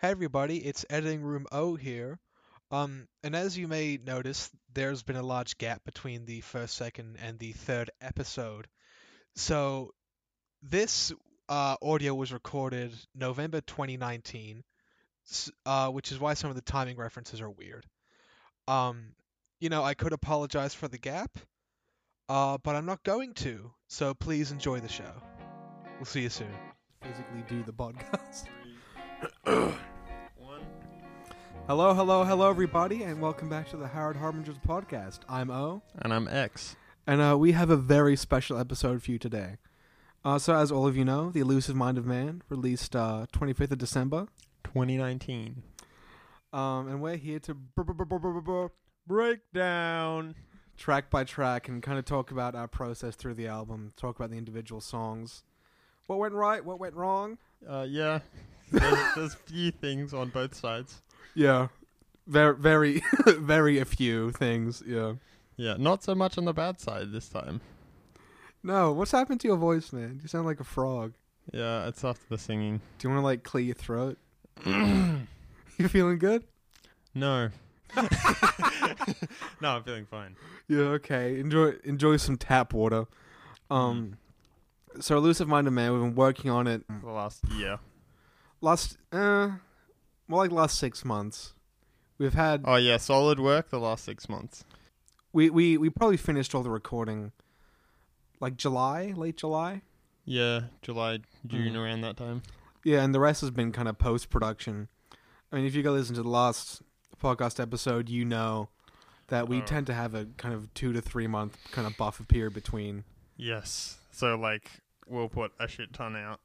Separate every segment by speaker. Speaker 1: Hey everybody, it's Editing Room O here. Um, and as you may notice, there's been a large gap between the first, second, and the third episode. So this uh, audio was recorded November 2019, s- uh, which is why some of the timing references are weird. Um, you know, I could apologize for the gap, uh, but I'm not going to. So please enjoy the show. We'll see you soon.
Speaker 2: physically do the podcast.
Speaker 3: One.
Speaker 2: hello, hello, hello, everybody, and welcome back to the Howard Harbingers podcast. I'm O,
Speaker 3: And I'm X.
Speaker 2: and uh, we have a very special episode for you today. Uh, so, as all of you know, The Elusive Mind of Man released uh, 25th of December,
Speaker 3: 2019.
Speaker 2: um, and we're here to br- br- br- br- br- br-
Speaker 3: Breakdown.
Speaker 2: track by track and kind of talk about our process through the album, talk about the individual songs, what went right, what went wrong.
Speaker 3: Uh, yeah. There's, there's few things on both sides.
Speaker 2: Yeah, very, very, very a few things. Yeah.
Speaker 3: Yeah, not so much on the bad side this time.
Speaker 2: No, what's happened to your voice, man? You sound like a frog.
Speaker 3: Yeah, it's after the singing.
Speaker 2: Do you want to like clear your throat? you feeling good?
Speaker 3: No. no, I'm feeling fine.
Speaker 2: Yeah, okay. Enjoy enjoy some tap water. Um so elusive minded man, we've been working on it
Speaker 3: The last year.
Speaker 2: last uh more like last 6 months. We've had
Speaker 3: Oh, yeah, solid work the last six months.
Speaker 2: we we we probably finished all the recording like July, late July.
Speaker 3: Yeah, July, June,
Speaker 2: Mhm.
Speaker 3: around that time.
Speaker 2: Yeah, and the rest has been kind of post production. I mean, if you go listen to the last podcast episode, you know that we
Speaker 3: Oh.
Speaker 2: tend to have a kind of 2 to 3 month kind of buffer period between
Speaker 3: Yes. So like we'll put a shit ton out.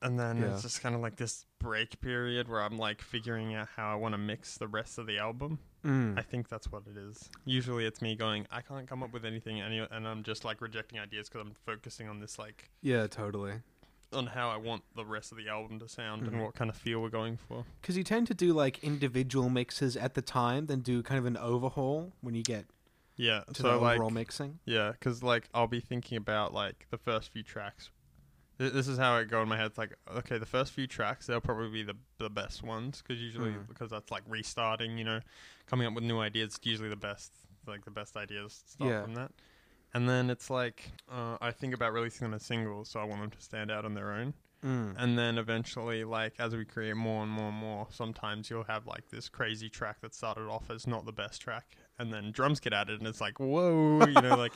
Speaker 3: And then
Speaker 2: Yeah.
Speaker 3: it's just kind of like this break period where I'm like figuring out how I want to mix the rest of the album.
Speaker 2: Mm.
Speaker 3: I think that's what it is. Usually it's me going, I can't come up with anything, any- and I'm just like rejecting ideas because I'm focusing on this like
Speaker 2: Yeah, totally.
Speaker 3: on how I want the rest of the album to sound
Speaker 2: Mhm.
Speaker 3: and what kind of feel we're going for.
Speaker 2: Because you tend to do like individual mixes at the time, then do kind of an overhaul when you get
Speaker 3: Yeah.
Speaker 2: to the
Speaker 3: so like
Speaker 2: overall mixing.
Speaker 3: Yeah, because like I'll be thinking about like the first few tracks. Th- This is how it go in my head. It's like okay, the first few tracks they'll probably be the the best ones because usually
Speaker 2: Mhm.
Speaker 3: because that's like restarting, you know, coming up with new ideas. It's usually the best, like the best ideas start
Speaker 2: Yeah.
Speaker 3: from that. And then it's like uh, I think about releasing them as singles, so I want them to stand out on their own.
Speaker 2: Mm.
Speaker 3: And then eventually, like as we create more and more and more, sometimes you'll have like this crazy track that started off as not the best track, and then drums get added, and it's like whoa, you know, like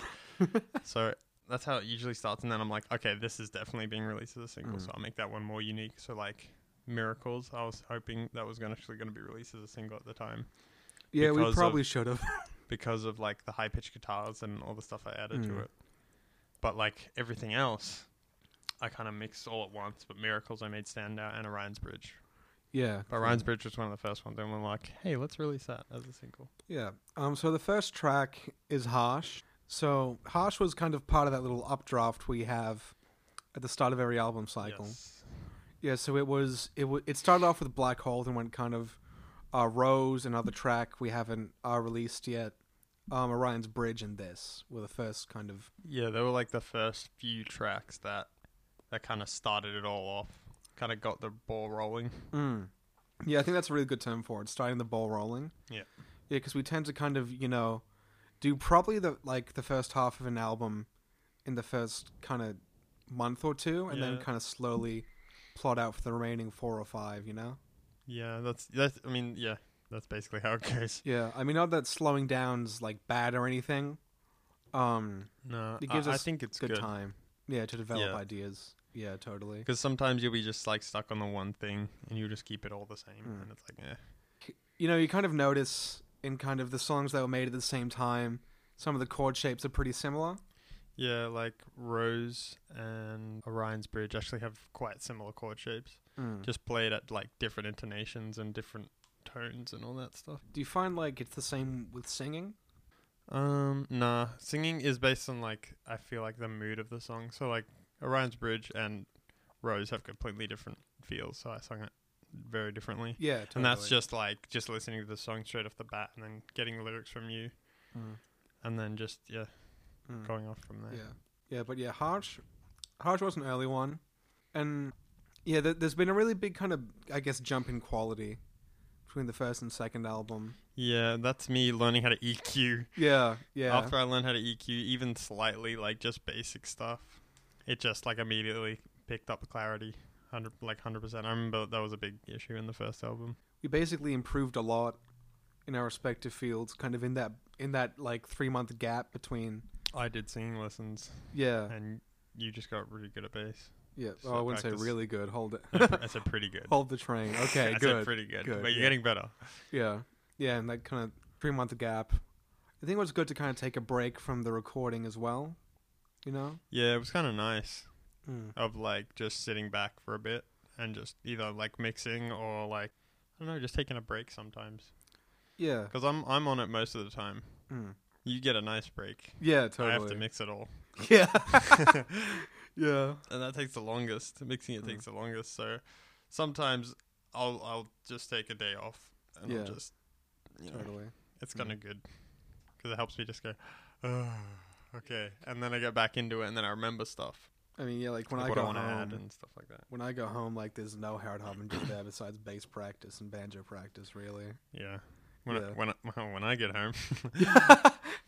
Speaker 3: so. That's how it usually starts, and then I'm like, okay, this is definitely being released as a single,
Speaker 2: Mm.
Speaker 3: so I'll make that one more unique. So like miracles, I was hoping that was gonna, actually going to be released as a single at the time
Speaker 2: Yeah, we
Speaker 3: because of-
Speaker 2: probably should have.
Speaker 3: because of like the high pitched guitars and all the stuff I added to
Speaker 2: Mm.
Speaker 3: it. But like everything else, I kind of mixed all at once. But miracles I made stand out and Orion's Bridge.
Speaker 2: yeah.
Speaker 3: But Orion's Bridge was one of the first ones, and we're like, hey, let's release that as a single.
Speaker 2: Yeah. Um. So the first track is Harsh. So Harsh was kind of part of that little updraft we have at the start of every album cycle.
Speaker 3: Yes.
Speaker 2: Yeah. So it was. It w- It started off with Black Hole, then went kind of uh, Rose, another track we haven't uh, released yet. Um, Orion's Bridge and this were the first kind of
Speaker 3: Yeah, they were like the first few tracks that that kind of started it all off, kind of got the ball rolling.
Speaker 2: Mm. Yeah, I think that's a really good term for it. Starting the ball rolling.
Speaker 3: Yeah.
Speaker 2: Yeah, because we tend to kind of you know do probably the like the first half of an album in the first kind of month or two, and then
Speaker 3: Yeah.
Speaker 2: kind of slowly plot out for the remaining four or five. You know.
Speaker 3: Yeah, that's that's. I mean, yeah, that's basically how it goes.
Speaker 2: Yeah, I mean, not that slowing down's like bad or anything. Um,
Speaker 3: No,
Speaker 2: It gives
Speaker 3: I, I
Speaker 2: us
Speaker 3: think it's
Speaker 2: good,
Speaker 3: good.
Speaker 2: time. Yeah, to develop
Speaker 3: Yeah.
Speaker 2: ideas. Yeah, totally.
Speaker 3: Because sometimes you'll be just like stuck on the one thing and you'll just keep it all the same.
Speaker 2: Mm.
Speaker 3: And it's like, eh.
Speaker 2: you know, you kind of notice in kind of the songs that were made at the same time, some of the chord shapes are pretty similar.
Speaker 3: Yeah, like Rose and Orion's Bridge actually have quite similar chord shapes,
Speaker 2: Mm.
Speaker 3: just played at like different intonations and different tones and all that stuff.
Speaker 2: Do you find like it's the same with singing?
Speaker 3: Um, nah, singing is based on like, I feel like the mood of the song. So, like, Orion's Bridge and Rose have completely different feels, so I sung it very differently.
Speaker 2: Yeah,
Speaker 3: And that's just like just listening to the song straight off the bat and then getting the lyrics from you and then just, yeah,
Speaker 2: Mm.
Speaker 3: Mm.
Speaker 2: Hmm.
Speaker 3: going off from there.
Speaker 2: yeah, yeah, but yeah, harsh, harsh was an early one, and Yeah, there, there's been a really big kind of, I guess, jump in quality between the first and second album.
Speaker 3: Yeah, that's me learning how to EQ.
Speaker 2: Yeah, yeah.
Speaker 3: After I learned how to EQ, even slightly, like just basic stuff, it just like immediately picked up clarity, hundred like hundred percent. I remember that was a big issue in the first album.
Speaker 2: we basically improved a lot in our respective fields, kind of in that in that like three month gap between.
Speaker 3: I did singing lessons,
Speaker 2: Yeah,
Speaker 3: and you just got really good at bass.
Speaker 2: yeah.
Speaker 3: so
Speaker 2: Oh, I wouldn't say
Speaker 3: practice.
Speaker 2: really good. Hold
Speaker 3: I
Speaker 2: it.
Speaker 3: said- I said pretty good.
Speaker 2: Hold the train. Okay,
Speaker 3: I said
Speaker 2: good.
Speaker 3: pretty good,
Speaker 2: good,
Speaker 3: but you're
Speaker 2: yeah.
Speaker 3: getting better.
Speaker 2: Yeah, yeah, and that kind of three month gap. I think it was good to kind of take a break from the recording as well. You know.
Speaker 3: Yeah, it was kind of nice
Speaker 2: Mm.
Speaker 3: of like just sitting back for a bit and just either like mixing or like I don't know, just taking a break sometimes.
Speaker 2: Yeah.
Speaker 3: Because I'm I'm on it most of the time.
Speaker 2: Mm.
Speaker 3: You get a nice break.
Speaker 2: Yeah. Totally.
Speaker 3: I have to mix it all,
Speaker 2: Yeah. yeah.
Speaker 3: and that takes the longest. Mixing it
Speaker 2: Mm.
Speaker 3: takes the longest. So sometimes I'll I'll just take a day off and
Speaker 2: Yeah.
Speaker 3: I'll just you know
Speaker 2: Totally.
Speaker 3: it's kind of
Speaker 2: Mm-hmm.
Speaker 3: 'cause good because it helps me just go oh, okay, and then I get back into it and then I remember stuff
Speaker 2: I mean, yeah, like when I
Speaker 3: like what
Speaker 2: go
Speaker 3: I want to add
Speaker 2: home,
Speaker 3: and stuff like that.
Speaker 2: when I go home, like there's no hard hopping just there besides bass practice and banjo practice, really.
Speaker 3: Yeah. When,
Speaker 2: Yeah.
Speaker 3: I, when I when I get home,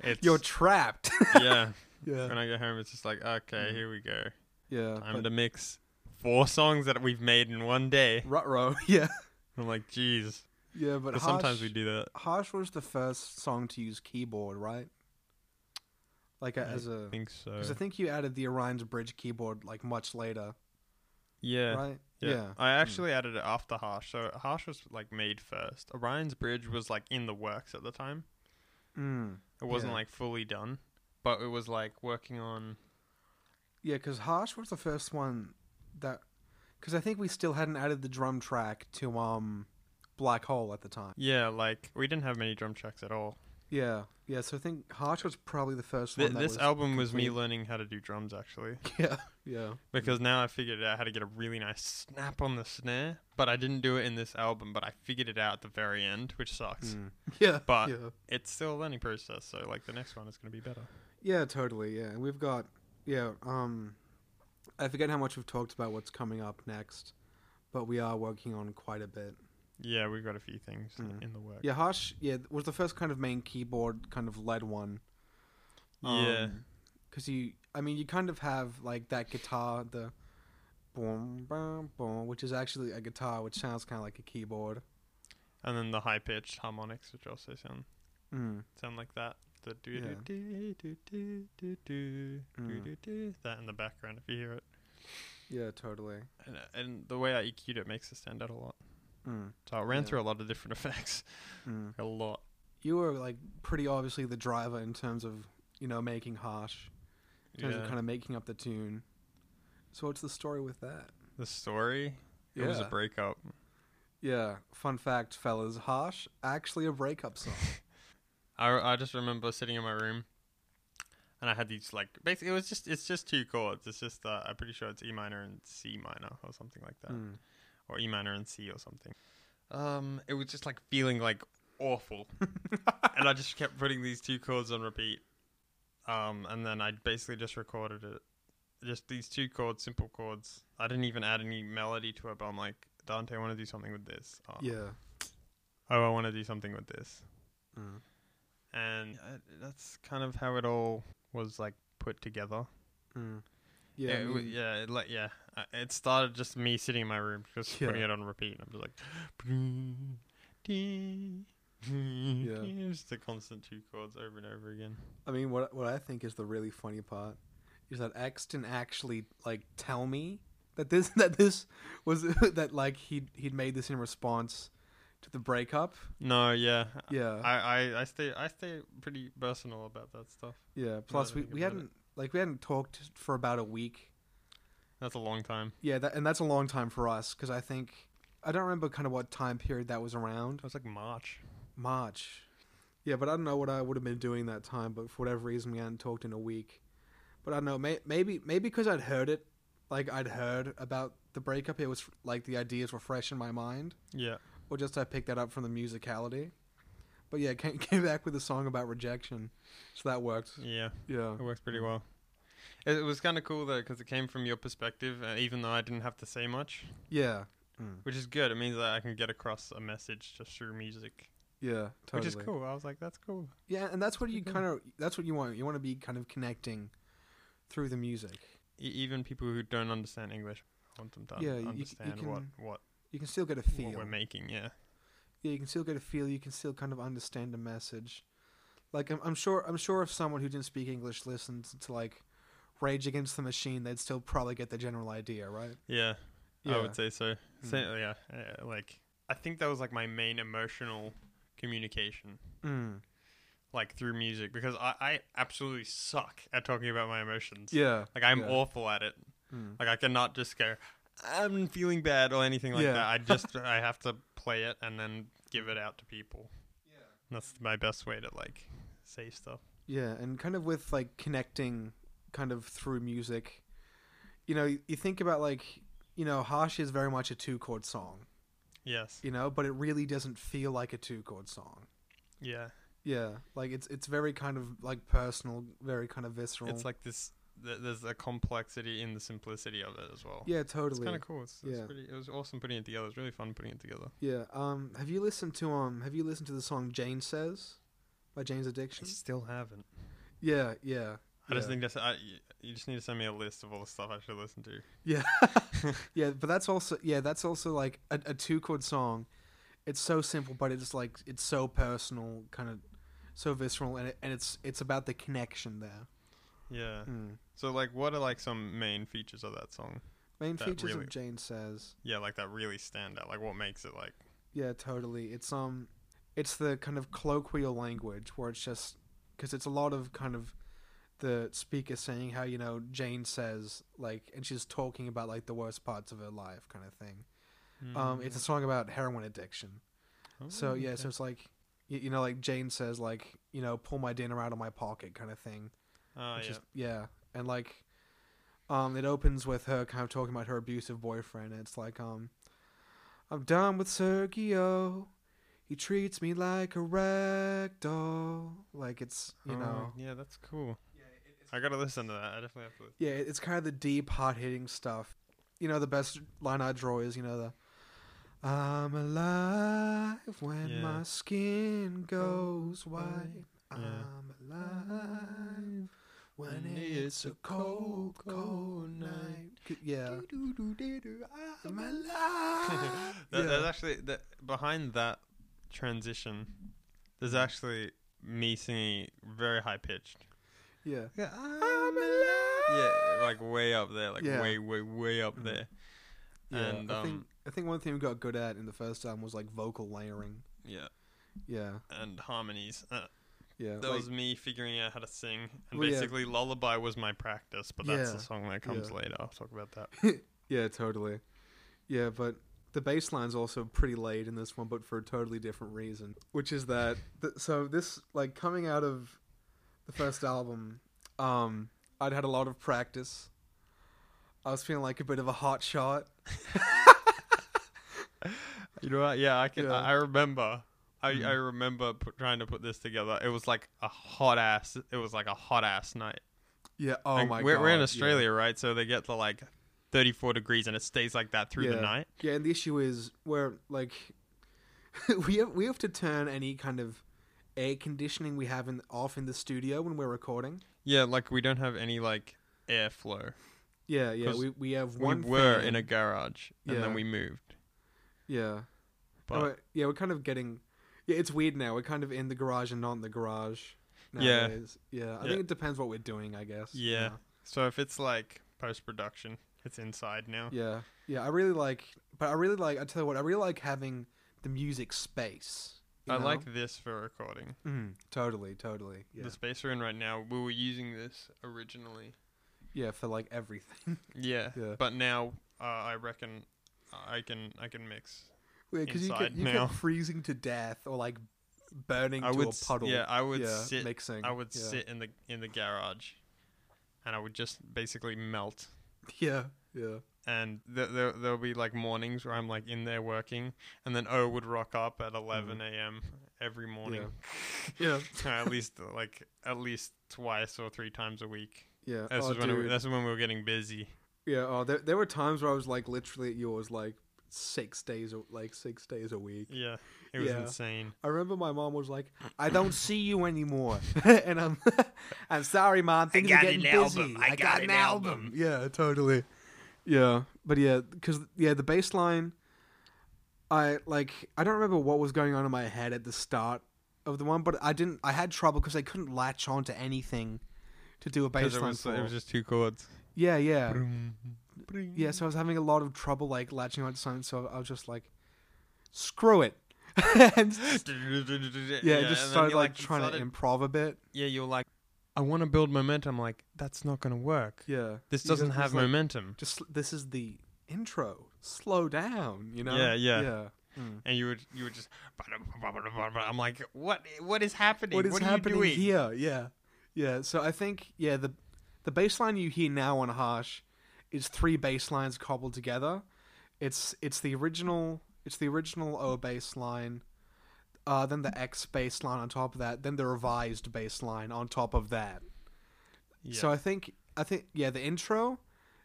Speaker 3: it's
Speaker 2: You're trapped.
Speaker 3: yeah.
Speaker 2: yeah,
Speaker 3: When I get home, it's just like okay,
Speaker 2: Mm-hmm.
Speaker 3: here we go.
Speaker 2: yeah.
Speaker 3: Time
Speaker 2: but-
Speaker 3: to mix four songs that we've made in one day.
Speaker 2: Ruh-roh. Yeah,
Speaker 3: I'm like, jeez.
Speaker 2: yeah. But
Speaker 3: But
Speaker 2: Harsh,
Speaker 3: sometimes we do that.
Speaker 2: Harsh was the first song to use keyboard, right? Like a-
Speaker 3: I
Speaker 2: as a
Speaker 3: I think so.
Speaker 2: because I think you added the Orion's Bridge keyboard like much later,
Speaker 3: yeah,
Speaker 2: right?
Speaker 3: yeah. I
Speaker 2: Mm.
Speaker 3: actually added it after Harsh. So Harsh was like made first. Orion's Bridge was like in the works at the time.
Speaker 2: Mm.
Speaker 3: It wasn't
Speaker 2: Yeah.
Speaker 3: like fully done, but it was like working on.
Speaker 2: Yeah, because Harsh was the first one that because I think we still hadn't added the drum track to um Black Hole at the time.
Speaker 3: Yeah, like we didn't have many drum tracks at all.
Speaker 2: Yeah, yeah. So I think Harsh was probably the first
Speaker 3: Th-
Speaker 2: one. That
Speaker 3: this
Speaker 2: was,
Speaker 3: album was me
Speaker 2: complete.
Speaker 3: learning how to do drums actually,
Speaker 2: yeah, yeah,
Speaker 3: because now I figured out how to get a really nice snap on the snare. But I didn't do it in this album. But I figured it out at the very end, which sucks.
Speaker 2: Hmm. yeah,
Speaker 3: But-
Speaker 2: yeah,
Speaker 3: It's still a learning process, so like the next one is going to be better.
Speaker 2: yeah, totally. Yeah, and we've got yeah. Um, I forget how much we've talked about what's coming up next, but we are working on quite a bit.
Speaker 3: Yeah, we've got a few things
Speaker 2: Mm.
Speaker 3: in the work.
Speaker 2: Yeah, Harsh. Yeah, was the first kind of main keyboard kind of led one.
Speaker 3: Yeah.
Speaker 2: because you. I mean, you kind of have like that guitar, the boom, boom, boom, which is actually a guitar, which sounds kind of like a keyboard.
Speaker 3: and then the high pitched harmonics, which also sound
Speaker 2: Mm.
Speaker 3: sound like that. The do
Speaker 2: Yeah.
Speaker 3: do do do do do do do
Speaker 2: Mm.
Speaker 3: do do that in the background if you hear it.
Speaker 2: Yeah, totally.
Speaker 3: And, and the way I EQ'd it makes it stand out a lot.
Speaker 2: Mm.
Speaker 3: So I ran
Speaker 2: Yeah.
Speaker 3: through a lot of different effects,
Speaker 2: Mm.
Speaker 3: a lot.
Speaker 2: you were like pretty obviously the driver in terms of you know making harsh in terms of
Speaker 3: Yeah.
Speaker 2: kind of making up the tune so what's the story with that
Speaker 3: the story. It was a
Speaker 2: Yeah.
Speaker 3: breakup.
Speaker 2: yeah fun fact fellas harsh actually a breakup song
Speaker 3: I I just remember sitting in my room, and I had these like basically it was just it's just two chords. It's just uh, I'm pretty sure it's E minor and C minor or something like that.
Speaker 2: Mm.
Speaker 3: or E minor and C or something. Um, it was just like feeling like awful,
Speaker 2: Mm.
Speaker 3: and I just kept putting these two chords on repeat. Um, and then I basically just recorded it, just these two chords, simple chords. I didn't even add any melody to it, but I'm like, Dante, I want to do something with this. Oh,
Speaker 2: yeah
Speaker 3: Oh, I want to do something with this, Uh,
Speaker 2: Mm.
Speaker 3: and uh, that's kind of how it all was like put together.
Speaker 2: Mm. yeah
Speaker 3: it,
Speaker 2: I
Speaker 3: w-
Speaker 2: mean,
Speaker 3: yeah, it, like yeah. Uh, It started just me sitting in my room, just putting
Speaker 2: Yeah.
Speaker 3: it on repeat, and I'm just like, yeah, just the constant two chords over and over again.
Speaker 2: I mean what, what i think is the really funny part is that x didn't actually like tell me that this that this was that like he'd he'd made this in response to the breakup
Speaker 3: No, yeah,
Speaker 2: yeah
Speaker 3: I, I, I stay, I stay pretty personal about that stuff.
Speaker 2: Yeah. Plus,
Speaker 3: I
Speaker 2: we,
Speaker 3: think
Speaker 2: we
Speaker 3: about it.
Speaker 2: hadn't like we hadn't talked for about a week.
Speaker 3: That's a long time.
Speaker 2: Yeah, that, and that's a long time for us because I think I don't remember kind of what time period that was around.
Speaker 3: It was like March.
Speaker 2: March. Yeah, but I don't know what I would have been doing that time. But for whatever reason, we hadn't talked in a week. But I don't know. May, maybe maybe because I'd heard it, like I'd heard about the breakup. It was like the ideas were fresh in my mind,
Speaker 3: Yeah,
Speaker 2: or just I picked that up from the musicality. But yeah, came, came back with a song about rejection, so that worked.
Speaker 3: yeah,
Speaker 2: Yeah.
Speaker 3: it works pretty well. It, it was kind of cool though because it came from your perspective, uh, even though I didn't have to say much,
Speaker 2: Yeah.
Speaker 3: which is good. It means that I can get across a message just through music,
Speaker 2: Yeah. Totally.
Speaker 3: which is cool. I was like, that's cool.
Speaker 2: Yeah, and that's what you
Speaker 3: pretty
Speaker 2: kind of that's what you want. You want to be kind of connecting through the music.
Speaker 3: E- even people who don't understand English, I want them to
Speaker 2: Yeah,
Speaker 3: yeah,
Speaker 2: you- you
Speaker 3: understand what what,
Speaker 2: You can still get a
Speaker 3: what
Speaker 2: feel.
Speaker 3: we're making. Yeah,
Speaker 2: yeah, you can still get a feel. You can still kind of understand a message. Like I'm, I'm sure, I'm sure if someone who didn't speak English listened to like Rage Against the Machine, they'd still probably get the general idea, right?
Speaker 3: yeah, I would say so.
Speaker 2: Mm.
Speaker 3: Sa- yeah, uh, like I think that was like my main emotional communication,
Speaker 2: Mm.
Speaker 3: like through music, because I, I absolutely suck at talking about my emotions.
Speaker 2: Yeah.
Speaker 3: Like I'm
Speaker 2: Yeah.
Speaker 3: awful at it.
Speaker 2: Mm.
Speaker 3: Like I cannot just go, I'm feeling bad or anything like
Speaker 2: Yeah.
Speaker 3: that. I just I have to play it and then give it out to people. Yeah. That's my best way to like say stuff.
Speaker 2: Yeah, and kind of with like connecting kind of through music, you know, you, you think about like, you know, Harsh is very much a two chord song,
Speaker 3: Yes.
Speaker 2: you know, but it really doesn't feel like a two chord song.
Speaker 3: Yeah.
Speaker 2: Yeah, like it's it's very kind of like personal, very kind of visceral.
Speaker 3: It's like this th- there's a complexity in the simplicity of it as well.
Speaker 2: yeah,
Speaker 3: It's
Speaker 2: totally.
Speaker 3: kind of cool. It's, it's
Speaker 2: Yeah.
Speaker 3: pretty, it was awesome putting it together. It's really fun putting it together.
Speaker 2: Yeah. Um. Have you listened to um? Have you listened to the song Jane Says by Jane's
Speaker 3: I
Speaker 2: Addiction?
Speaker 3: still haven't.
Speaker 2: Yeah. Yeah.
Speaker 3: I just
Speaker 2: yeah.
Speaker 3: think that's. I, you- you just need to send me a list of all the stuff I should listen to.
Speaker 2: Yeah. yeah. But that's also yeah. That's also like a, a two chord song. It's so simple, but it's like it's so personal, kind of so visceral, and it, and it's it's about the connection there.
Speaker 3: Yeah.
Speaker 2: Mm.
Speaker 3: So like, what are like some main features of that song?
Speaker 2: Main
Speaker 3: That
Speaker 2: features
Speaker 3: really-
Speaker 2: of Jane Says.
Speaker 3: Yeah, like that really stand out. Like, what makes it like?
Speaker 2: Yeah, totally. It's um, it's the kind of colloquial language where it's just because it's a lot of kind of the speaker saying how you know Jane says like, and she's talking about like the worst parts of her life, kind of thing. Um, it's a song about heroin addiction.
Speaker 3: Mm-hmm. Mm,
Speaker 2: So yeah, so it's like you, you know, like Jane says like you know, pull my dinner out of my pocket, kind of thing.
Speaker 3: Oh,
Speaker 2: Which
Speaker 3: yeah.
Speaker 2: is- yeah, and like, um, it opens with her kind of talking about her abusive boyfriend. And it's like, um, I'm done with Sergio. He treats me like a rag doll. Like it's you
Speaker 3: Oh,
Speaker 2: know,
Speaker 3: Yeah, that's cool. I gotta listen to that. I definitely have to.
Speaker 2: yeah, it- it's kind of the deep, hard hitting stuff. You know, the best line I draw is you know the. I'm alive when
Speaker 3: Yeah.
Speaker 2: my skin goes white.
Speaker 3: Yeah.
Speaker 2: I'm alive when it's a cold, cold night. C- Yeah.
Speaker 3: Ah,
Speaker 2: I'm alive.
Speaker 3: That, There's
Speaker 2: yeah.
Speaker 3: actually that behind that transition. There's
Speaker 2: Mm.
Speaker 3: actually me singing very high pitched.
Speaker 2: yeah.
Speaker 3: Yeah, I'm alive. Yeah, like way up there, like
Speaker 2: Yeah. Mm.
Speaker 3: way, way, way up there.
Speaker 2: Yeah.
Speaker 3: And
Speaker 2: I
Speaker 3: um,
Speaker 2: think I think one thing we got good at in the first album was like vocal layering.
Speaker 3: yeah,
Speaker 2: Yeah.
Speaker 3: and harmonies. Uh,
Speaker 2: Yeah.
Speaker 3: that
Speaker 2: like-
Speaker 3: was me figuring out how to sing, and
Speaker 2: Well, yeah.
Speaker 3: basically "Lullaby" was my practice. But that's
Speaker 2: Yeah.
Speaker 3: the song that comes
Speaker 2: Yeah.
Speaker 3: later. I'll talk about that.
Speaker 2: yeah, totally. Yeah, but the bass line's also pretty laid in this one, but for a totally different reason, which is that th- so this like coming out of the first album, um, I'd had a lot of practice. I was feeling like a bit of a hot shot.
Speaker 3: You know what? Yeah, Mm-hmm. I can.
Speaker 2: Yeah.
Speaker 3: I I remember. I, I remember put, trying to put this together. It was like a hot ass. It was like a hot ass night.
Speaker 2: Yeah. Oh
Speaker 3: Like,
Speaker 2: my
Speaker 3: we're,
Speaker 2: god.
Speaker 3: We're in
Speaker 2: yeah.
Speaker 3: Australia, right? So they get to like 34 degrees, and it stays like that through
Speaker 2: yeah.
Speaker 3: the night.
Speaker 2: Yeah, and the issue is we're like we have we have to turn any kind of air conditioning we have in off in the studio when we're recording.
Speaker 3: Yeah, like we don't have any like airflow.
Speaker 2: Yeah, yeah.
Speaker 3: 'Cause
Speaker 2: We we have
Speaker 3: We
Speaker 2: one.
Speaker 3: were
Speaker 2: fan.
Speaker 3: in a garage, and
Speaker 2: Yeah.
Speaker 3: then we moved.
Speaker 2: Yeah.
Speaker 3: But
Speaker 2: Oh, yeah, we're kind of getting. Yeah, it's weird now. We're kind of in the garage and not in the garage.
Speaker 3: Yeah.
Speaker 2: Nowadays. Yeah. I
Speaker 3: Yeah.
Speaker 2: think it depends what we're doing. I guess.
Speaker 3: yeah. So if it's like post production, it's inside now.
Speaker 2: Yeah. Yeah. Yeah, I really like, but I really like. I tell you what, I really like having the music space. you
Speaker 3: I
Speaker 2: know?
Speaker 3: like this for recording.
Speaker 2: Mm, totally, totally. Yeah.
Speaker 3: The space we're in right now, we were using this originally
Speaker 2: yeah, for like everything.
Speaker 3: Yeah.
Speaker 2: Yeah.
Speaker 3: But now uh, I reckon uh, I can I can mix.
Speaker 2: Because you
Speaker 3: Inside
Speaker 2: get you
Speaker 3: now.
Speaker 2: get freezing to death or like burning
Speaker 3: I
Speaker 2: to
Speaker 3: would
Speaker 2: a
Speaker 3: s-
Speaker 2: puddle.
Speaker 3: yeah, I would
Speaker 2: yeah,
Speaker 3: sit-
Speaker 2: Mixing.
Speaker 3: I would
Speaker 2: yeah.
Speaker 3: sit in the in the garage, and I would just basically melt.
Speaker 2: Yeah. Yeah.
Speaker 3: And th- there there'll be like mornings where I'm like in there working, and then O would rock up at 11 a.m. every morning.
Speaker 2: Mm. Yeah.
Speaker 3: at least like at least twice or three times a week.
Speaker 2: Yeah.
Speaker 3: This
Speaker 2: oh,
Speaker 3: is when it-
Speaker 2: dude.
Speaker 3: this is when we were getting busy.
Speaker 2: Yeah. Oh, there, there were times where I was like literally at yours like six days, a- like six days a week.
Speaker 3: Yeah, it was
Speaker 2: Yeah.
Speaker 3: insane.
Speaker 2: I remember my mom was like, "I don't see you anymore," and I'm, I'm sorry, mom. Things
Speaker 3: got
Speaker 2: are getting
Speaker 3: an
Speaker 2: busy.
Speaker 3: album. I got an album."
Speaker 2: Yeah, totally. Yeah, but yeah, because yeah, the baseline. I like I don't remember what was going on in my head at the start of the one, but I didn't. I had trouble because I couldn't latch on to anything to do a
Speaker 3: Because it
Speaker 2: baseline
Speaker 3: was
Speaker 2: for.
Speaker 3: it was just two chords.
Speaker 2: yeah, yeah. Yeah, so I was having a lot of trouble like latching onto something, so I was just like, "Screw it," and
Speaker 3: yeah,
Speaker 2: yeah,
Speaker 3: and
Speaker 2: it
Speaker 3: then
Speaker 2: just started
Speaker 3: you,
Speaker 2: like,
Speaker 3: you
Speaker 2: trying
Speaker 3: started-
Speaker 2: to improv a bit.
Speaker 3: Yeah, you're like, I want to build momentum. Like that's not gonna work.
Speaker 2: Yeah,
Speaker 3: This
Speaker 2: You
Speaker 3: doesn't
Speaker 2: just-
Speaker 3: have
Speaker 2: it's like,
Speaker 3: momentum.
Speaker 2: Just sl- this is the intro. Slow down, you know.
Speaker 3: Yeah, yeah.
Speaker 2: yeah.
Speaker 3: And you would you would just. I'm like, what what is happening?
Speaker 2: What is
Speaker 3: are you
Speaker 2: happening
Speaker 3: doing?"
Speaker 2: here? Yeah, yeah. So I think yeah the the bass line you hear now on Harsh is three bass lines cobbled together. It's it's the original it's the original O bass line, uh, then the X bass line on top of that, then the revised bass line on top of that.
Speaker 3: Yeah.
Speaker 2: So I think I think yeah, the intro,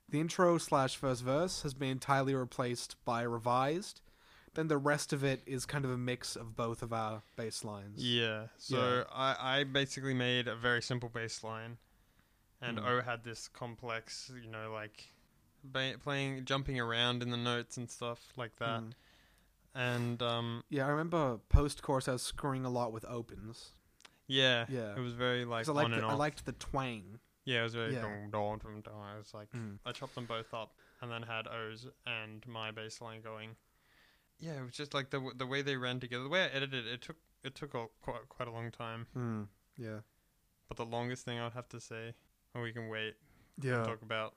Speaker 2: the intro slash first verse has been entirely replaced by revised. Then the rest of it is kind of a mix of both of our bass lines.
Speaker 3: Yeah. So I, I basically made a very simple bass line, and
Speaker 2: Hmm.
Speaker 3: O had this complex, you know, like ba- playing, jumping around in the notes and stuff like that.
Speaker 2: Mm.
Speaker 3: And um,
Speaker 2: Yeah, I remember post chorus I was screwing a lot with opens.
Speaker 3: yeah,
Speaker 2: Yeah.
Speaker 3: it was very like
Speaker 2: 'Cause I liked
Speaker 3: on
Speaker 2: the,
Speaker 3: and
Speaker 2: I
Speaker 3: off.
Speaker 2: liked the twang.
Speaker 3: yeah, it was very
Speaker 2: yeah.
Speaker 3: dum, dum, dum, dum. I was like,
Speaker 2: Mm.
Speaker 3: I chopped them both up and then had O's and my bass line going. Yeah, it was just like the w- the way they ran together. The way I edited it, it took it took a, quite quite a long time.
Speaker 2: Hmm. Yeah.
Speaker 3: But the longest thing I would have to say, or we can wait and
Speaker 2: Yeah.
Speaker 3: talk about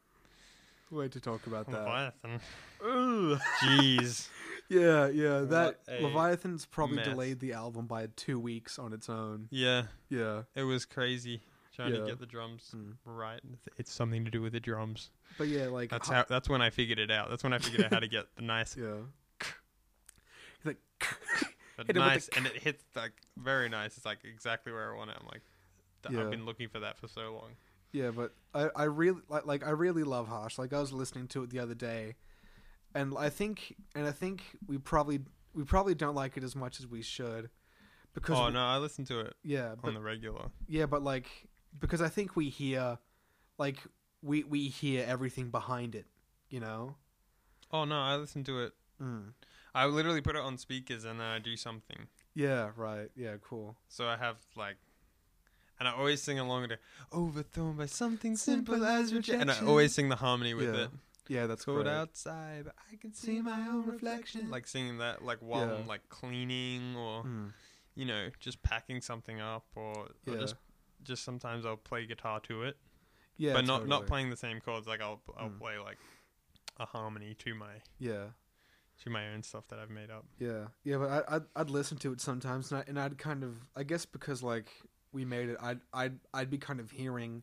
Speaker 2: Way to talk about that.
Speaker 3: Leviathan.
Speaker 2: Ooh.
Speaker 3: Jeez.
Speaker 2: yeah, yeah.
Speaker 3: What
Speaker 2: That
Speaker 3: a
Speaker 2: Leviathan's probably
Speaker 3: mess.
Speaker 2: delayed the album by two weeks on its own.
Speaker 3: yeah,
Speaker 2: Yeah.
Speaker 3: it was crazy trying
Speaker 2: Yeah.
Speaker 3: to get the drums
Speaker 2: Mm.
Speaker 3: right. It's- It's something to do with the drums.
Speaker 2: But yeah, like
Speaker 3: That's
Speaker 2: Har-
Speaker 3: how. That's when I figured it out. That's when I figured out how to get the nice,
Speaker 2: Yeah. He's like
Speaker 3: but
Speaker 2: Hit it with the
Speaker 3: nice, and it hits like very nice. It's like exactly where I want it. I'm like, th-
Speaker 2: Yeah.
Speaker 3: I've been looking for that for so long.
Speaker 2: Yeah, but I, I really like like I really love Harsh. Like I was listening to it the other day, and I think and I think we probably we probably don't like it as much as we should, because
Speaker 3: Oh
Speaker 2: we-
Speaker 3: no, I listen to it
Speaker 2: yeah, but
Speaker 3: on the regular.
Speaker 2: yeah, but like because I think we hear, like we we hear everything behind it, you know.
Speaker 3: Oh no, I listen to it.
Speaker 2: Mm.
Speaker 3: I literally put it on speakers and then I do something.
Speaker 2: Yeah. Right. Yeah. Cool.
Speaker 3: So I have like, and I always sing along to "Overthrown by something simple as rejection," and I always sing the harmony with
Speaker 2: Yeah.
Speaker 3: it.
Speaker 2: Yeah. That's
Speaker 3: It's cold
Speaker 2: cool.
Speaker 3: outside, but I can see my own reflection. Like singing that, like while
Speaker 2: Yeah.
Speaker 3: I'm like cleaning or
Speaker 2: Mm.
Speaker 3: you know just packing something up, or, or
Speaker 2: Yeah.
Speaker 3: just just sometimes I'll play guitar to it,
Speaker 2: Yeah.
Speaker 3: but not not
Speaker 2: totally.
Speaker 3: playing the same chords. Like I'll I'll
Speaker 2: Mm.
Speaker 3: play like a harmony to my
Speaker 2: Yeah.
Speaker 3: to my own stuff that I've made up.
Speaker 2: Yeah, yeah, but I, I'd I'd listen to it sometimes, and, I, and I'd kind of, I guess, because like we made it, I'd I'd I'd be kind of hearing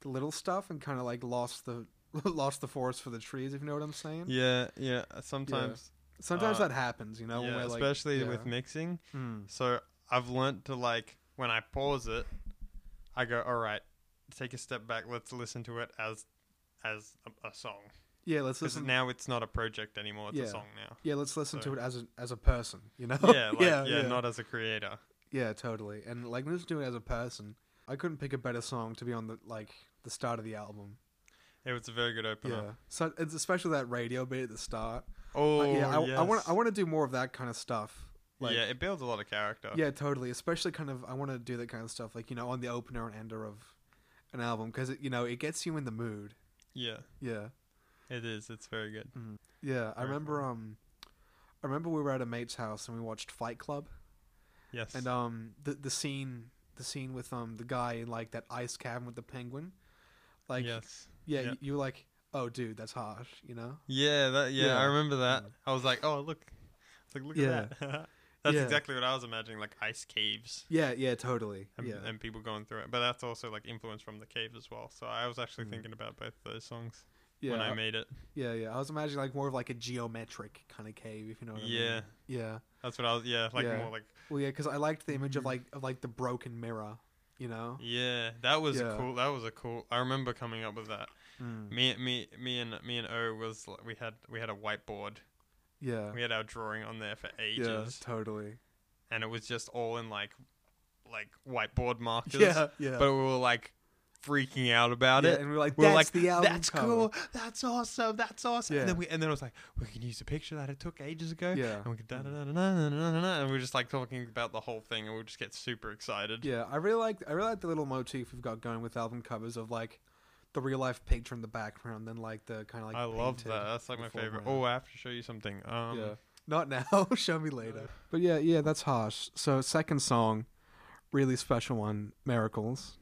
Speaker 2: the little stuff and kind of like lost the lost the forest for the trees, if you know what I'm saying.
Speaker 3: Yeah, yeah. uh, Sometimes,
Speaker 2: Sometimes
Speaker 3: Uh,
Speaker 2: that happens, you know.
Speaker 3: yeah,
Speaker 2: when we're, like,
Speaker 3: especially
Speaker 2: yeah.
Speaker 3: with mixing.
Speaker 2: Mm.
Speaker 3: So I've learnt to like when I pause it, I go, all right, take a step back. Let's listen to it as as a, a song.
Speaker 2: Yeah, let's
Speaker 3: Because
Speaker 2: listen.
Speaker 3: now it's not a project anymore. It's
Speaker 2: Yeah.
Speaker 3: a song now.
Speaker 2: yeah, let's listen
Speaker 3: so-
Speaker 2: to it as a, as a person, you know.
Speaker 3: Yeah, like, yeah, not as a creator.
Speaker 2: Yeah, totally. And like listen to it as a person. I couldn't pick a better song to be on the like the start of the album.
Speaker 3: It was a very good
Speaker 2: Yeah,
Speaker 3: opener.
Speaker 2: so it's especially that radio bit at the start.
Speaker 3: Oh,
Speaker 2: Uh, yeah, I,
Speaker 3: yes.
Speaker 2: I want I want to do more of that kind of stuff. Like,
Speaker 3: yeah, it builds a lot of character.
Speaker 2: yeah, totally. Especially kind of I want to do that kind of stuff, like you know, on the opener and ender of an album, because you know it gets you in the mood.
Speaker 3: Yeah,
Speaker 2: Yeah,
Speaker 3: it is. It's very good.
Speaker 2: yeah. I
Speaker 3: Very
Speaker 2: remember um, I remember we were at a mate's house and we watched Fight Club,
Speaker 3: Yes.
Speaker 2: and um, the the scene the scene with um the guy in like that ice cabin with the penguin, like
Speaker 3: yes.
Speaker 2: yeah,
Speaker 3: yeah.
Speaker 2: You, you were like, oh dude, that's harsh, you know.
Speaker 3: Yeah, that. Yeah,
Speaker 2: Yeah.
Speaker 3: I remember that. I was like, oh look, It's like look
Speaker 2: Yeah.
Speaker 3: at that. That's
Speaker 2: Yeah.
Speaker 3: exactly what I was imagining, like ice caves.
Speaker 2: Yeah, yeah, totally.
Speaker 3: and,
Speaker 2: yeah,
Speaker 3: and people going through it. But that's also like influence from the cave as well. So I was actually
Speaker 2: Mm.
Speaker 3: thinking about both those songs
Speaker 2: yeah,
Speaker 3: when I made it.
Speaker 2: yeah, yeah. I was imagining like more of like a geometric kind of cave, if you know what I mean.
Speaker 3: Yeah,
Speaker 2: Yeah.
Speaker 3: that's what I was. Yeah, like
Speaker 2: Yeah.
Speaker 3: more like Mm-hmm.
Speaker 2: Well, yeah, because I liked the image of like of like the broken mirror you know?
Speaker 3: Yeah, that was
Speaker 2: Yeah.
Speaker 3: a cool. That was a cool. I remember coming up with that.
Speaker 2: Mm.
Speaker 3: Me, me, me, and me and O was like, we had we had a whiteboard.
Speaker 2: Yeah.
Speaker 3: We had our drawing on there for
Speaker 2: Yeah,
Speaker 3: ages,
Speaker 2: totally.
Speaker 3: and it was just all in like, like whiteboard markers.
Speaker 2: Yeah, yeah.
Speaker 3: But we were like freaking out about
Speaker 2: Yeah,
Speaker 3: it.
Speaker 2: and we were like,
Speaker 3: we were
Speaker 2: that's
Speaker 3: like,
Speaker 2: the album
Speaker 3: that's
Speaker 2: cover."
Speaker 3: cool. That's awesome. That's awesome.
Speaker 2: Yeah.
Speaker 3: And then we, and then I was like, we can use the picture that it took ages ago.
Speaker 2: Yeah.
Speaker 3: And we could da da da da da da da da. And we were just like talking about the whole thing, and we just get super excited.
Speaker 2: Yeah, I really like I really like the little motif we've got going with album covers of like the real life picture in the background, then like the kind of like
Speaker 3: I love
Speaker 2: painted
Speaker 3: that. That's like
Speaker 2: in
Speaker 3: my
Speaker 2: the
Speaker 3: favorite.
Speaker 2: foreground.
Speaker 3: Oh, I have to show you something. Um,
Speaker 2: yeah, not now. Show me later. But yeah, yeah, that's harsh. So second song, really special one, miracles.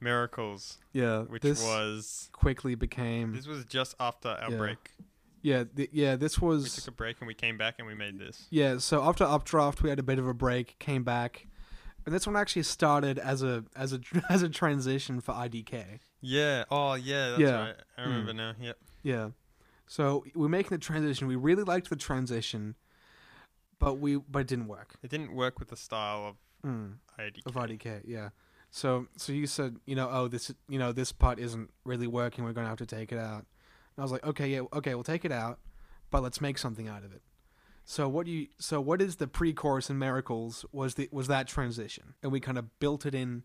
Speaker 3: Miracles,
Speaker 2: Yeah,
Speaker 3: which
Speaker 2: this
Speaker 3: was
Speaker 2: quickly became
Speaker 3: this was just after our
Speaker 2: Yeah.
Speaker 3: break.
Speaker 2: yeah th- yeah this
Speaker 3: We
Speaker 2: was
Speaker 3: took a break and we came back and we made this.
Speaker 2: Yeah, so after Updraft, we had a bit of a break, came back, and this one actually started as a as a as a transition for IDK.
Speaker 3: Yeah. Oh, yeah. That's
Speaker 2: Yeah. Mm.
Speaker 3: right. I remember now. Yep.
Speaker 2: Yeah, so we're making the transition. We really liked the transition, but we but it didn't work
Speaker 3: It didn't work with the style
Speaker 2: mm,
Speaker 3: of IDK.
Speaker 2: of IDK. Yeah, so so you said you know oh this you know this part isn't really working. We're gonna have to take it out. And I was like okay yeah okay we'll take it out, but let's make something out of it. So what you so what is the pre-chorus in Miracles was the was that transition, and we kind of built it in,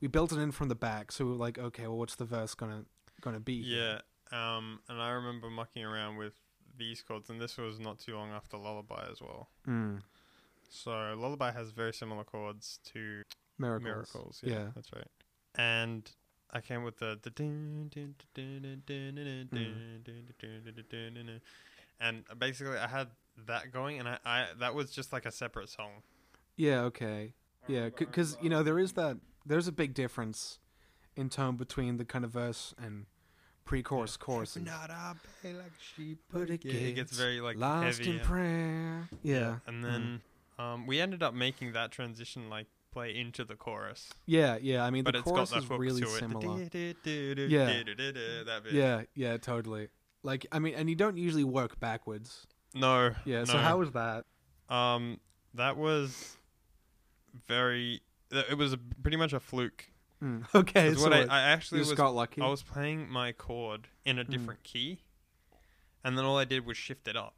Speaker 2: we built it in from the back. So we were like, okay, well, what's the verse gonna gonna be? here?
Speaker 3: Yeah. Um, and I remember mucking around with these chords, and this was not too long after Lullaby as well.
Speaker 2: Mm,
Speaker 3: So Lullaby has very similar chords to
Speaker 2: miracles.
Speaker 3: Miracles. yeah,
Speaker 2: yeah.
Speaker 3: that's right. And I came with the the dun, dun, dun, dun, dun, dun, dun, dun, dun, dun, dun, dun, dun, dun, dun. and basically I had that going, and I, I that was just like a separate song.
Speaker 2: Yeah, okay. Yeah, because you know there is that there's a big difference in tone between the kind of verse and pre-chorus chorus. and
Speaker 3: Not a bay like sheep,
Speaker 2: but it
Speaker 3: yeah, it gets
Speaker 2: gets
Speaker 3: very like
Speaker 2: Lost
Speaker 3: heavy.
Speaker 2: in
Speaker 3: and-
Speaker 2: prayer. Yeah, Mm-hmm.
Speaker 3: and then um, we ended up making that transition like play into the chorus,
Speaker 2: yeah, yeah. I mean,
Speaker 3: but
Speaker 2: the
Speaker 3: it's got
Speaker 2: chorus
Speaker 3: that
Speaker 2: is
Speaker 3: hook
Speaker 2: really
Speaker 3: to it.
Speaker 2: similar. Yeah. Mm-hmm.
Speaker 3: Yeah, that bit.
Speaker 2: Yeah, yeah, totally. Like, I mean, and you don't usually work backwards.
Speaker 3: No.
Speaker 2: Yeah. So
Speaker 3: no.
Speaker 2: how was that?
Speaker 3: Um, that was very. th- It was a, pretty much a fluke.
Speaker 2: Mm, Okay,
Speaker 3: 'Cause
Speaker 2: so
Speaker 3: what I,
Speaker 2: what,
Speaker 3: I
Speaker 2: you
Speaker 3: actually
Speaker 2: just
Speaker 3: was,
Speaker 2: got Mm. lucky.
Speaker 3: I was playing my chord in a different key, and then all I did was shift it up,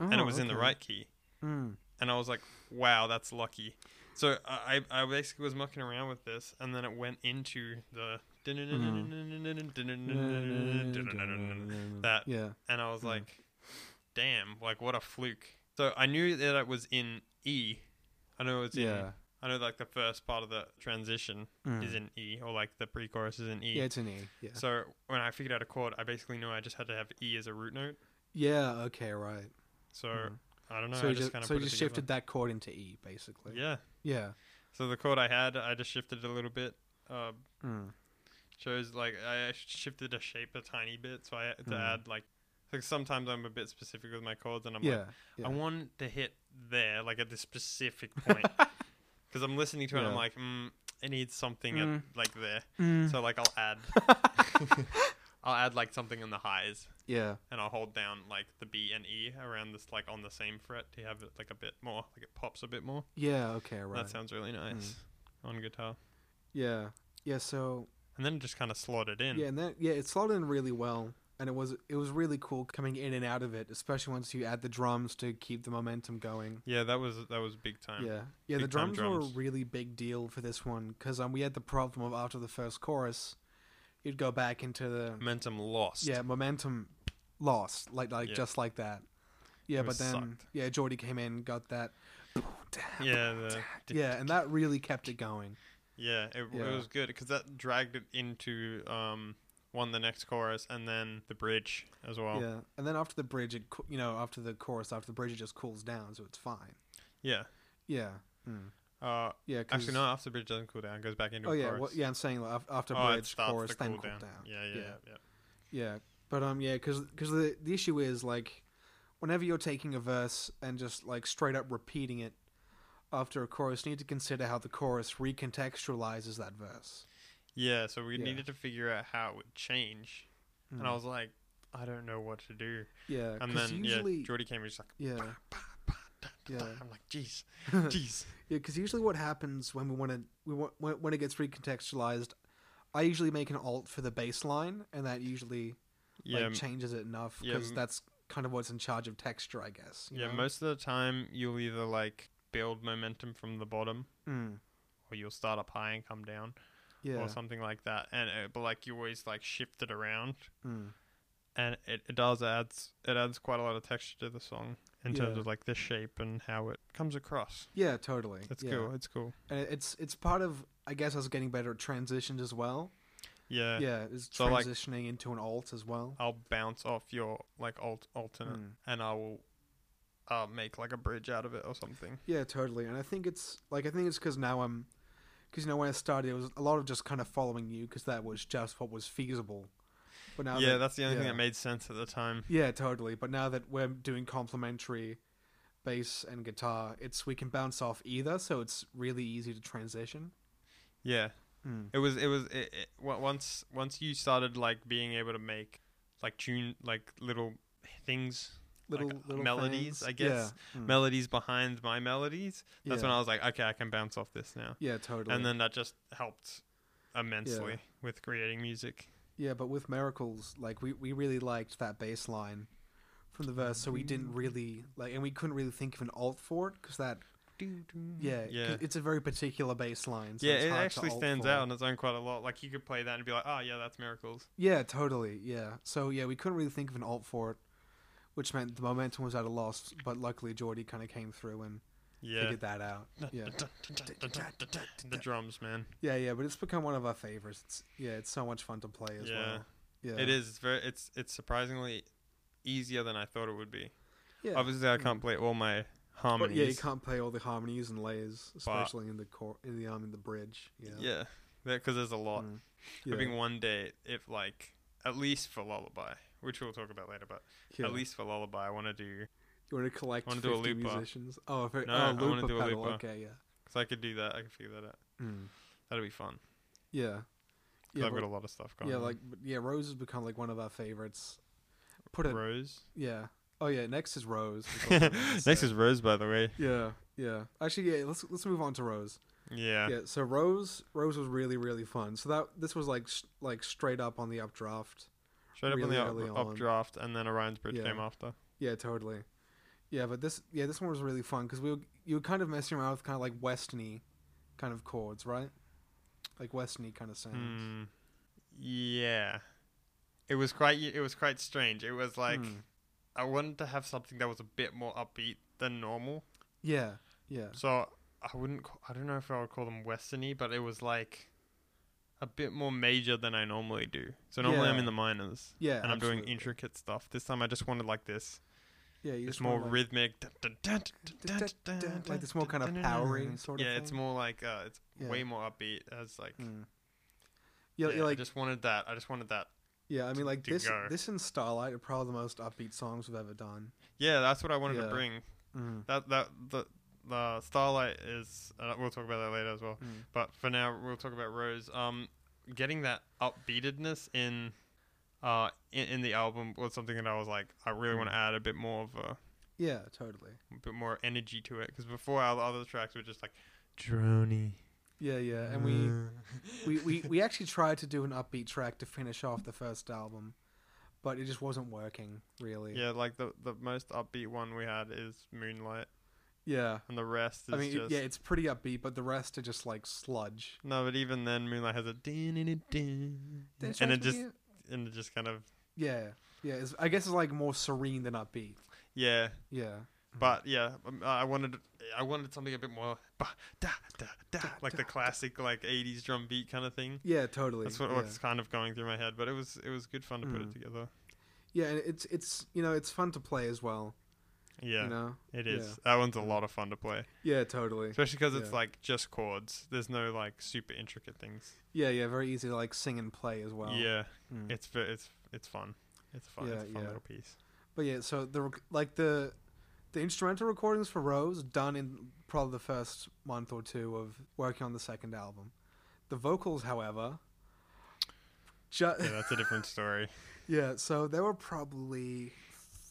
Speaker 3: and
Speaker 2: Oh,
Speaker 3: it was in the
Speaker 2: okay.
Speaker 3: right key,
Speaker 2: Mm,
Speaker 3: and I was like, "Wow, that's lucky." So I, I I basically was mucking around with this, and then it went into the that,
Speaker 2: yeah.
Speaker 3: and I was like, "Damn, like what a fluke." So I knew that it was in E. I know it's in
Speaker 2: Yeah. Mm.
Speaker 3: I know like the first part of the transition is in E or like the pre chorus is in E.
Speaker 2: Yeah, it's an E. Yeah.
Speaker 3: so when I figured out a chord, I basically knew I just had to have E as a root note.
Speaker 2: Yeah. Okay. Right.
Speaker 3: So
Speaker 2: Mhm.
Speaker 3: I don't know.
Speaker 2: so
Speaker 3: I
Speaker 2: you
Speaker 3: just,
Speaker 2: just,
Speaker 3: kind of
Speaker 2: so
Speaker 3: put
Speaker 2: you
Speaker 3: it
Speaker 2: just
Speaker 3: together.
Speaker 2: shifted that chord into E, basically.
Speaker 3: Yeah.
Speaker 2: Yeah.
Speaker 3: So the chord I had, I just shifted it a little bit. Uh,
Speaker 2: Mm.
Speaker 3: shows like I shifted the shape a tiny bit, so I had to
Speaker 2: Mhm.
Speaker 3: add like. Like sometimes I'm a bit specific with my chords, and I'm
Speaker 2: yeah.
Speaker 3: like,
Speaker 2: yeah.
Speaker 3: I want to hit there, like at this specific point, because I'm listening to it. and I'm
Speaker 2: Yeah.
Speaker 3: like, mm, it needs something
Speaker 2: Mm.
Speaker 3: at, like there.
Speaker 2: Mm.
Speaker 3: So like I'll add I'll add like something in the highs
Speaker 2: yeah.
Speaker 3: and I'll hold down like the B and E around this like on the same fret to have it like a bit more like it pops a bit more.
Speaker 2: Yeah. Okay. Right. Mm.
Speaker 3: That sounds really nice on guitar.
Speaker 2: yeah. Yeah. So
Speaker 3: And then it just kind of slotted in.
Speaker 2: yeah, and then yeah, it slotted in really well, and it was it was really cool coming in and out of it, especially once you add the drums to keep the momentum going.
Speaker 3: Yeah, that was that was big time.
Speaker 2: Yeah, yeah. The
Speaker 3: Big time
Speaker 2: drums, were a
Speaker 3: drums.
Speaker 2: really big deal for this one because um, we had the problem of after the first chorus, you'd go back into the
Speaker 3: Momentum lost.
Speaker 2: yeah momentum lost like like
Speaker 3: Yeah.
Speaker 2: just like that. Yeah,
Speaker 3: It
Speaker 2: but
Speaker 3: was
Speaker 2: then
Speaker 3: sucked.
Speaker 2: yeah, Geordie came in, got that.
Speaker 3: Yeah. The,
Speaker 2: Yeah, and that really kept it going.
Speaker 3: yeah, it,
Speaker 2: Yeah.
Speaker 3: it was good because that dragged it into um one the next chorus and then the bridge as well.
Speaker 2: Yeah, and then after the bridge, it coo- you know after the chorus, after the bridge, it just cools down, so it's fine.
Speaker 3: Yeah.
Speaker 2: Yeah, mm.
Speaker 3: Uh,
Speaker 2: yeah. 'cause-
Speaker 3: actually, no. After the bridge doesn't cool down, it goes back into
Speaker 2: Oh
Speaker 3: a
Speaker 2: yeah,
Speaker 3: chorus.
Speaker 2: well, yeah. I'm saying like, af- after
Speaker 3: Oh, it
Speaker 2: bridge,
Speaker 3: starts
Speaker 2: chorus,
Speaker 3: to
Speaker 2: then cool down.
Speaker 3: Yeah, yeah,
Speaker 2: Yeah.
Speaker 3: yeah. yeah.
Speaker 2: Yeah, but um, yeah, because the the issue is like, whenever you're taking a verse and just like straight up repeating it after a chorus, you need to consider how the chorus recontextualizes that verse.
Speaker 3: Yeah, so we
Speaker 2: Yeah.
Speaker 3: needed to figure out how it would change. And I was like, I don't know what to do.
Speaker 2: Yeah,
Speaker 3: And
Speaker 2: because
Speaker 3: then, yeah,
Speaker 2: usually,
Speaker 3: Jordy came and was like,
Speaker 2: yeah, Yeah.
Speaker 3: I'm like, jeez, jeez.
Speaker 2: Yeah, because usually what happens when we want to we want when, when it gets recontextualized, I usually make an alt for the baseline, and that usually
Speaker 3: yeah,
Speaker 2: like, changes it enough
Speaker 3: yeah,
Speaker 2: because
Speaker 3: m-
Speaker 2: that's kind of what's in charge of texture, I guess. you
Speaker 3: yeah.
Speaker 2: know?
Speaker 3: Most of the time, you'll either like build momentum from the bottom,
Speaker 2: Mm,
Speaker 3: or you'll start up high and come down,
Speaker 2: yeah.
Speaker 3: or something like that. And uh, but like you always like shift it around,
Speaker 2: Mm.
Speaker 3: and it, it does adds it adds quite a lot of texture to the song in terms
Speaker 2: Yeah.
Speaker 3: of like the shape and how it comes across.
Speaker 2: Yeah, totally.
Speaker 3: It's
Speaker 2: yeah.
Speaker 3: cool. It's cool.
Speaker 2: and it- it's it's part of I guess us getting better at transitions as well.
Speaker 3: Yeah.
Speaker 2: yeah, it's
Speaker 3: So, like-
Speaker 2: transitioning into an alt as well.
Speaker 3: I'll bounce off your like alt alternate,
Speaker 2: Mm.
Speaker 3: and I will uh, make like a bridge out of it or something.
Speaker 2: Yeah, totally. And I think it's like I think it's because now I'm because you know when I started it was a lot of just kind of following you because that was just what was feasible. But now
Speaker 3: yeah,
Speaker 2: that,
Speaker 3: that's the only thing
Speaker 2: yeah.
Speaker 3: that made sense at the time.
Speaker 2: Yeah, totally. But now that we're doing complementary bass and guitar, it's we can bounce off either, so it's really easy to transition.
Speaker 3: Yeah,
Speaker 2: Mm.
Speaker 3: it was it was it, it, wa- once once you started like being able to make like tune like little things
Speaker 2: Little
Speaker 3: like,
Speaker 2: little
Speaker 3: melodies,
Speaker 2: things.
Speaker 3: I guess.
Speaker 2: Yeah, mm.
Speaker 3: melodies behind my melodies. That's
Speaker 2: yeah.
Speaker 3: when I was like, okay, I can bounce off this now,
Speaker 2: yeah, totally.
Speaker 3: and then that just helped immensely with creating music.
Speaker 2: yeah, but with miracles, like we we really liked that bass line from the verse, so we didn't really like, and we couldn't really think of an alt for it because that
Speaker 3: Mm-hmm.
Speaker 2: yeah, 'cause
Speaker 3: Yeah.
Speaker 2: it's a very particular bass line. So
Speaker 3: yeah,
Speaker 2: it's
Speaker 3: it
Speaker 2: hard to
Speaker 3: actually
Speaker 2: alt
Speaker 3: stands
Speaker 2: for.
Speaker 3: out on its own quite a lot. Like you could play that and be like, oh yeah, that's miracles.
Speaker 2: Yeah, totally. Yeah. So yeah, we couldn't really think of an alt for it, which meant the momentum was at a loss. But luckily, Geordie kind of came through and
Speaker 3: Yeah.
Speaker 2: figured that out. Yeah,
Speaker 3: The drums, man.
Speaker 2: yeah, yeah. But it's become one of our favorites. It's, yeah, it's so much fun to play as
Speaker 3: Yeah.
Speaker 2: well. Yeah,
Speaker 3: It is it's very it's it's surprisingly easier than I thought it would be.
Speaker 2: Yeah,
Speaker 3: Obviously I can't play all my
Speaker 2: But, yeah, you
Speaker 3: harmonies.
Speaker 2: can't play all the harmonies and layers, especially in the core, in the um, in the bridge. Yeah,
Speaker 3: yeah. Because there's a lot.
Speaker 2: Mm.
Speaker 3: I
Speaker 2: yeah,
Speaker 3: think one day if like at least for lullaby, which we'll talk about later, but
Speaker 2: yeah.
Speaker 3: at least for lullaby I wanna do
Speaker 2: you want to collect
Speaker 3: wanna
Speaker 2: fifty
Speaker 3: do a looper.
Speaker 2: musicians. Oh, if it,
Speaker 3: No, I
Speaker 2: oh,
Speaker 3: wanna
Speaker 2: looper
Speaker 3: do a
Speaker 2: pedal.
Speaker 3: looper.
Speaker 2: Okay, yeah,
Speaker 3: because I could do that, I could figure that out.
Speaker 2: mm.
Speaker 3: That'll be fun.
Speaker 2: yeah,
Speaker 3: 'cause
Speaker 2: yeah.
Speaker 3: I've
Speaker 2: but-
Speaker 3: got a lot of stuff going
Speaker 2: yeah,
Speaker 3: on.
Speaker 2: like but yeah, Rose has become like one of our favorites. Put it,
Speaker 3: Rose.
Speaker 2: yeah. Oh yeah, next is Rose. It's also Rose,
Speaker 3: Next
Speaker 2: yeah.
Speaker 3: is Rose by the way.
Speaker 2: yeah, yeah. Actually, yeah. Let's let's move on to Rose.
Speaker 3: Yeah.
Speaker 2: Yeah. So Rose, Rose was really really fun. So that this was like sh- like straight up on the updraft.
Speaker 3: Straight up
Speaker 2: really
Speaker 3: on
Speaker 2: early
Speaker 3: the up,
Speaker 2: on.
Speaker 3: updraft and then Orion's Bridge
Speaker 2: Yeah.
Speaker 3: came after.
Speaker 2: Yeah, totally. Yeah, but this yeah this one was really fun because we were you were kind of messing around with kind of like westerny kind of chords, right? Like westerny kind of sounds.
Speaker 3: Hmm. Yeah. It was quite it was quite strange. It was like
Speaker 2: Hmm.
Speaker 3: I wanted to have something that was a bit more upbeat than normal.
Speaker 2: Yeah, yeah,
Speaker 3: So I wouldn't ca- I don't know if I would call them westerny, but it was like a bit more major than I normally do. So normally I'm
Speaker 2: Yeah.
Speaker 3: in the minors
Speaker 2: yeah.
Speaker 3: and I'm doing
Speaker 2: absolutely.
Speaker 3: intricate stuff. This time I just wanted like this.
Speaker 2: Yeah, you
Speaker 3: It's
Speaker 2: just wanna,
Speaker 3: more
Speaker 2: like-
Speaker 3: rhythmic. dun, dun, dun, dun, dun, dun, dun,
Speaker 2: like it's more
Speaker 3: dun,
Speaker 2: kind of
Speaker 3: dun, dun,
Speaker 2: powery
Speaker 3: dun.
Speaker 2: sort of.
Speaker 3: Yeah, it's
Speaker 2: thing.
Speaker 3: more like uh it's
Speaker 2: Yeah.
Speaker 3: way more upbeat as like
Speaker 2: Mm. Yeah,
Speaker 3: yeah,
Speaker 2: like
Speaker 3: I just wanted that. I just wanted that
Speaker 2: yeah, I mean like
Speaker 3: to
Speaker 2: this
Speaker 3: go.
Speaker 2: this and Starlight are probably the most upbeat songs we've ever done. Mm.
Speaker 3: Yeah, that's what I wanted to
Speaker 2: Yeah.
Speaker 3: bring. That that the the starlight is. Uh, we'll talk about that later as well.
Speaker 2: Mm.
Speaker 3: But for now, we'll talk about Rose. Um, getting that upbeatedness in, uh, in, in the album was something that I was like, I really
Speaker 2: Mm.
Speaker 3: want to add a bit more of a,
Speaker 2: Yeah, totally.
Speaker 3: bit more energy to it because before our other tracks were just like drony.
Speaker 2: Yeah, yeah, Uh, and we,
Speaker 3: Mm.
Speaker 2: we we we actually tried to do an upbeat track to finish off the first album, but it just wasn't working really.
Speaker 3: yeah, like the the most upbeat one we had is Moonlight,
Speaker 2: yeah.
Speaker 3: and the rest is
Speaker 2: I mean, it-
Speaker 3: just.
Speaker 2: yeah, it's pretty upbeat, but the rest are just like sludge.
Speaker 3: no, but even then, Moonlight has a din in it din,
Speaker 2: That's
Speaker 3: and
Speaker 2: right,
Speaker 3: it just
Speaker 2: yeah.
Speaker 3: and it just kind of
Speaker 2: yeah, yeah. It's, I guess it's like more serene than upbeat.
Speaker 3: yeah.
Speaker 2: Yeah,
Speaker 3: But yeah, um, I wanted I wanted something a bit more ba- da, da, da,
Speaker 2: Da,
Speaker 3: like
Speaker 2: da,
Speaker 3: the classic like '80s drum beat kind of thing.
Speaker 2: yeah, totally.
Speaker 3: That's what,
Speaker 2: yeah.
Speaker 3: what's kind of going through my head. But it was it was good fun to put it
Speaker 2: Mm.
Speaker 3: together.
Speaker 2: Yeah, and it's it's you know it's fun to play as well.
Speaker 3: Yeah,
Speaker 2: You know.
Speaker 3: it
Speaker 2: yeah.
Speaker 3: is. That one's a lot of fun to play,
Speaker 2: Yeah, totally.
Speaker 3: especially because it's
Speaker 2: Yeah.
Speaker 3: like just chords. There's no like super intricate things.
Speaker 2: Yeah, yeah, very easy to like sing and play as well.
Speaker 3: yeah,
Speaker 2: Mm.
Speaker 3: it's ve- it's it's fun. It's fun.
Speaker 2: Yeah,
Speaker 3: it's a fun
Speaker 2: yeah.
Speaker 3: little piece.
Speaker 2: But yeah, so the rec- like the the instrumental recordings for Rose done in probably the first month or two of working on the second album. The vocals, however, ju-
Speaker 3: Yeah, that's a different story.
Speaker 2: yeah, so there were probably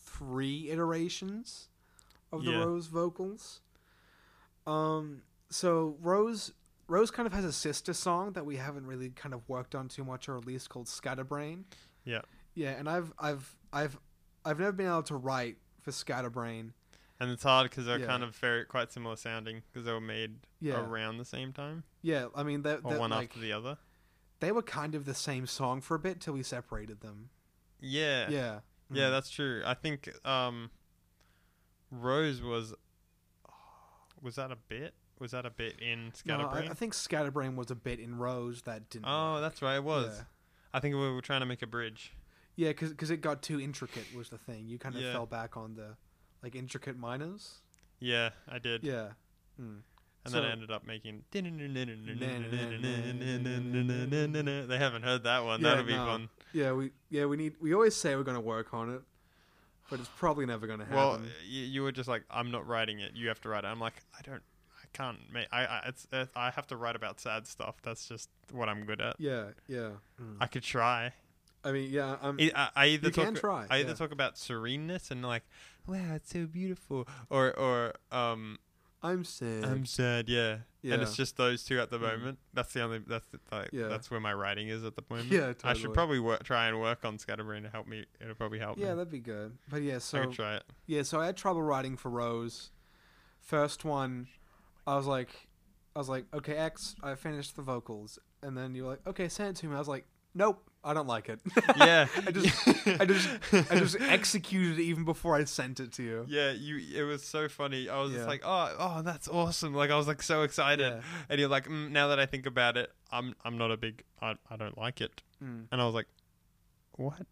Speaker 2: three iterations of the
Speaker 3: Yeah.
Speaker 2: Rose vocals. Um, so Rose Rose kind of has a sister song that we haven't really kind of worked on too much or released called Scatterbrain.
Speaker 3: Yeah.
Speaker 2: Yeah, and I've I've I've I've never been able to write for Scatterbrain.
Speaker 3: And it's hard because they're
Speaker 2: Yeah.
Speaker 3: kind of very quite similar sounding because they were made
Speaker 2: Yeah.
Speaker 3: around the same time
Speaker 2: Yeah, I mean that
Speaker 3: or
Speaker 2: that,
Speaker 3: one
Speaker 2: like,
Speaker 3: after the other.
Speaker 2: they were kind of the same song for a bit till we separated them.
Speaker 3: Yeah.
Speaker 2: Yeah.
Speaker 3: Yeah,
Speaker 2: Mm.
Speaker 3: that's true. I think um, Rose was was that a bit? Was that a bit in
Speaker 2: No,
Speaker 3: Scatterbrain?
Speaker 2: I, I think Scatterbrain was a bit in Rose that didn't.
Speaker 3: oh,
Speaker 2: work.
Speaker 3: that's right. It was.
Speaker 2: Yeah.
Speaker 3: I think we were trying to make a bridge.
Speaker 2: Yeah, because it got too intricate was the thing. You kind of
Speaker 3: Yeah.
Speaker 2: fell back on the like intricate minors.
Speaker 3: Yeah, I did.
Speaker 2: Yeah.
Speaker 3: And then I
Speaker 2: so-
Speaker 3: ended up making. They haven't heard that one.
Speaker 2: Yeah,
Speaker 3: That'll be
Speaker 2: no.
Speaker 3: fun.
Speaker 2: Yeah, we yeah we need we always say we're gonna work on it, but it's probably never gonna happen.
Speaker 3: Well, you, you were just like, I'm not writing it. You have to write it. I'm like, I don't. I can't make. I I, it's, uh, I have to write about sad stuff. That's just what I'm good at.
Speaker 2: yeah, yeah. Mm.
Speaker 3: I could try. E,
Speaker 2: I mean, yeah, I'm.
Speaker 3: I, I- I either
Speaker 2: You
Speaker 3: talk,
Speaker 2: can try,
Speaker 3: I either
Speaker 2: yeah.
Speaker 3: talk about sereneness and like, wow, it's so beautiful, or or um,
Speaker 2: I'm sad.
Speaker 3: I'm sad, yeah. And it's
Speaker 2: Yeah. Mm.
Speaker 3: just those two at the moment. That's the only that's the, like,
Speaker 2: Yeah.
Speaker 3: that's where my writing is at the moment.
Speaker 2: Yeah,
Speaker 3: I should
Speaker 2: totally.
Speaker 3: probably work, try and work on Scatterbrain to help me. It'll probably help
Speaker 2: yeah,
Speaker 3: me.
Speaker 2: that'd be good. But yeah,
Speaker 3: I
Speaker 2: so
Speaker 3: could try it.
Speaker 2: yeah, so I had trouble writing for Rose. First one, I was like, I was like, okay, X, I finished the vocals, and then you were like, okay, send it to me. I was like, nope, I don't like it.
Speaker 3: Yeah,
Speaker 2: I just, I just, I just executed it even before I sent it to you.
Speaker 3: Yeah, you. It was so funny. I was
Speaker 2: Yeah.
Speaker 3: just like, oh, oh, that's awesome. Like I was like so excited,
Speaker 2: Yeah.
Speaker 3: and you're like, mm, now that I think about it, I'm I'm not a big. I I don't like it,
Speaker 2: Mm.
Speaker 3: and I was like, what?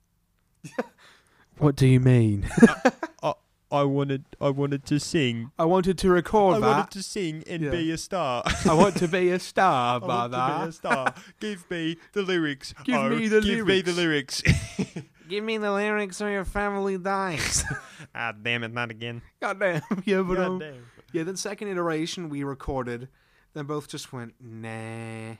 Speaker 2: What do you mean?
Speaker 3: I wanted I wanted to sing.
Speaker 2: I wanted to record that.
Speaker 3: to sing and
Speaker 2: Yeah. be
Speaker 3: a star.
Speaker 2: I want to be a star,
Speaker 3: I want to be a
Speaker 2: brother.
Speaker 3: star. Give me the lyrics.
Speaker 2: Give
Speaker 3: oh,
Speaker 2: me the
Speaker 3: give me the lyrics.
Speaker 2: Give me the lyrics or your family dies.
Speaker 3: ah, damn it, not again.
Speaker 2: Goddamn. Yeah, but um,
Speaker 3: God damn.
Speaker 2: yeah. Then second iteration we recorded. Then both just went nah.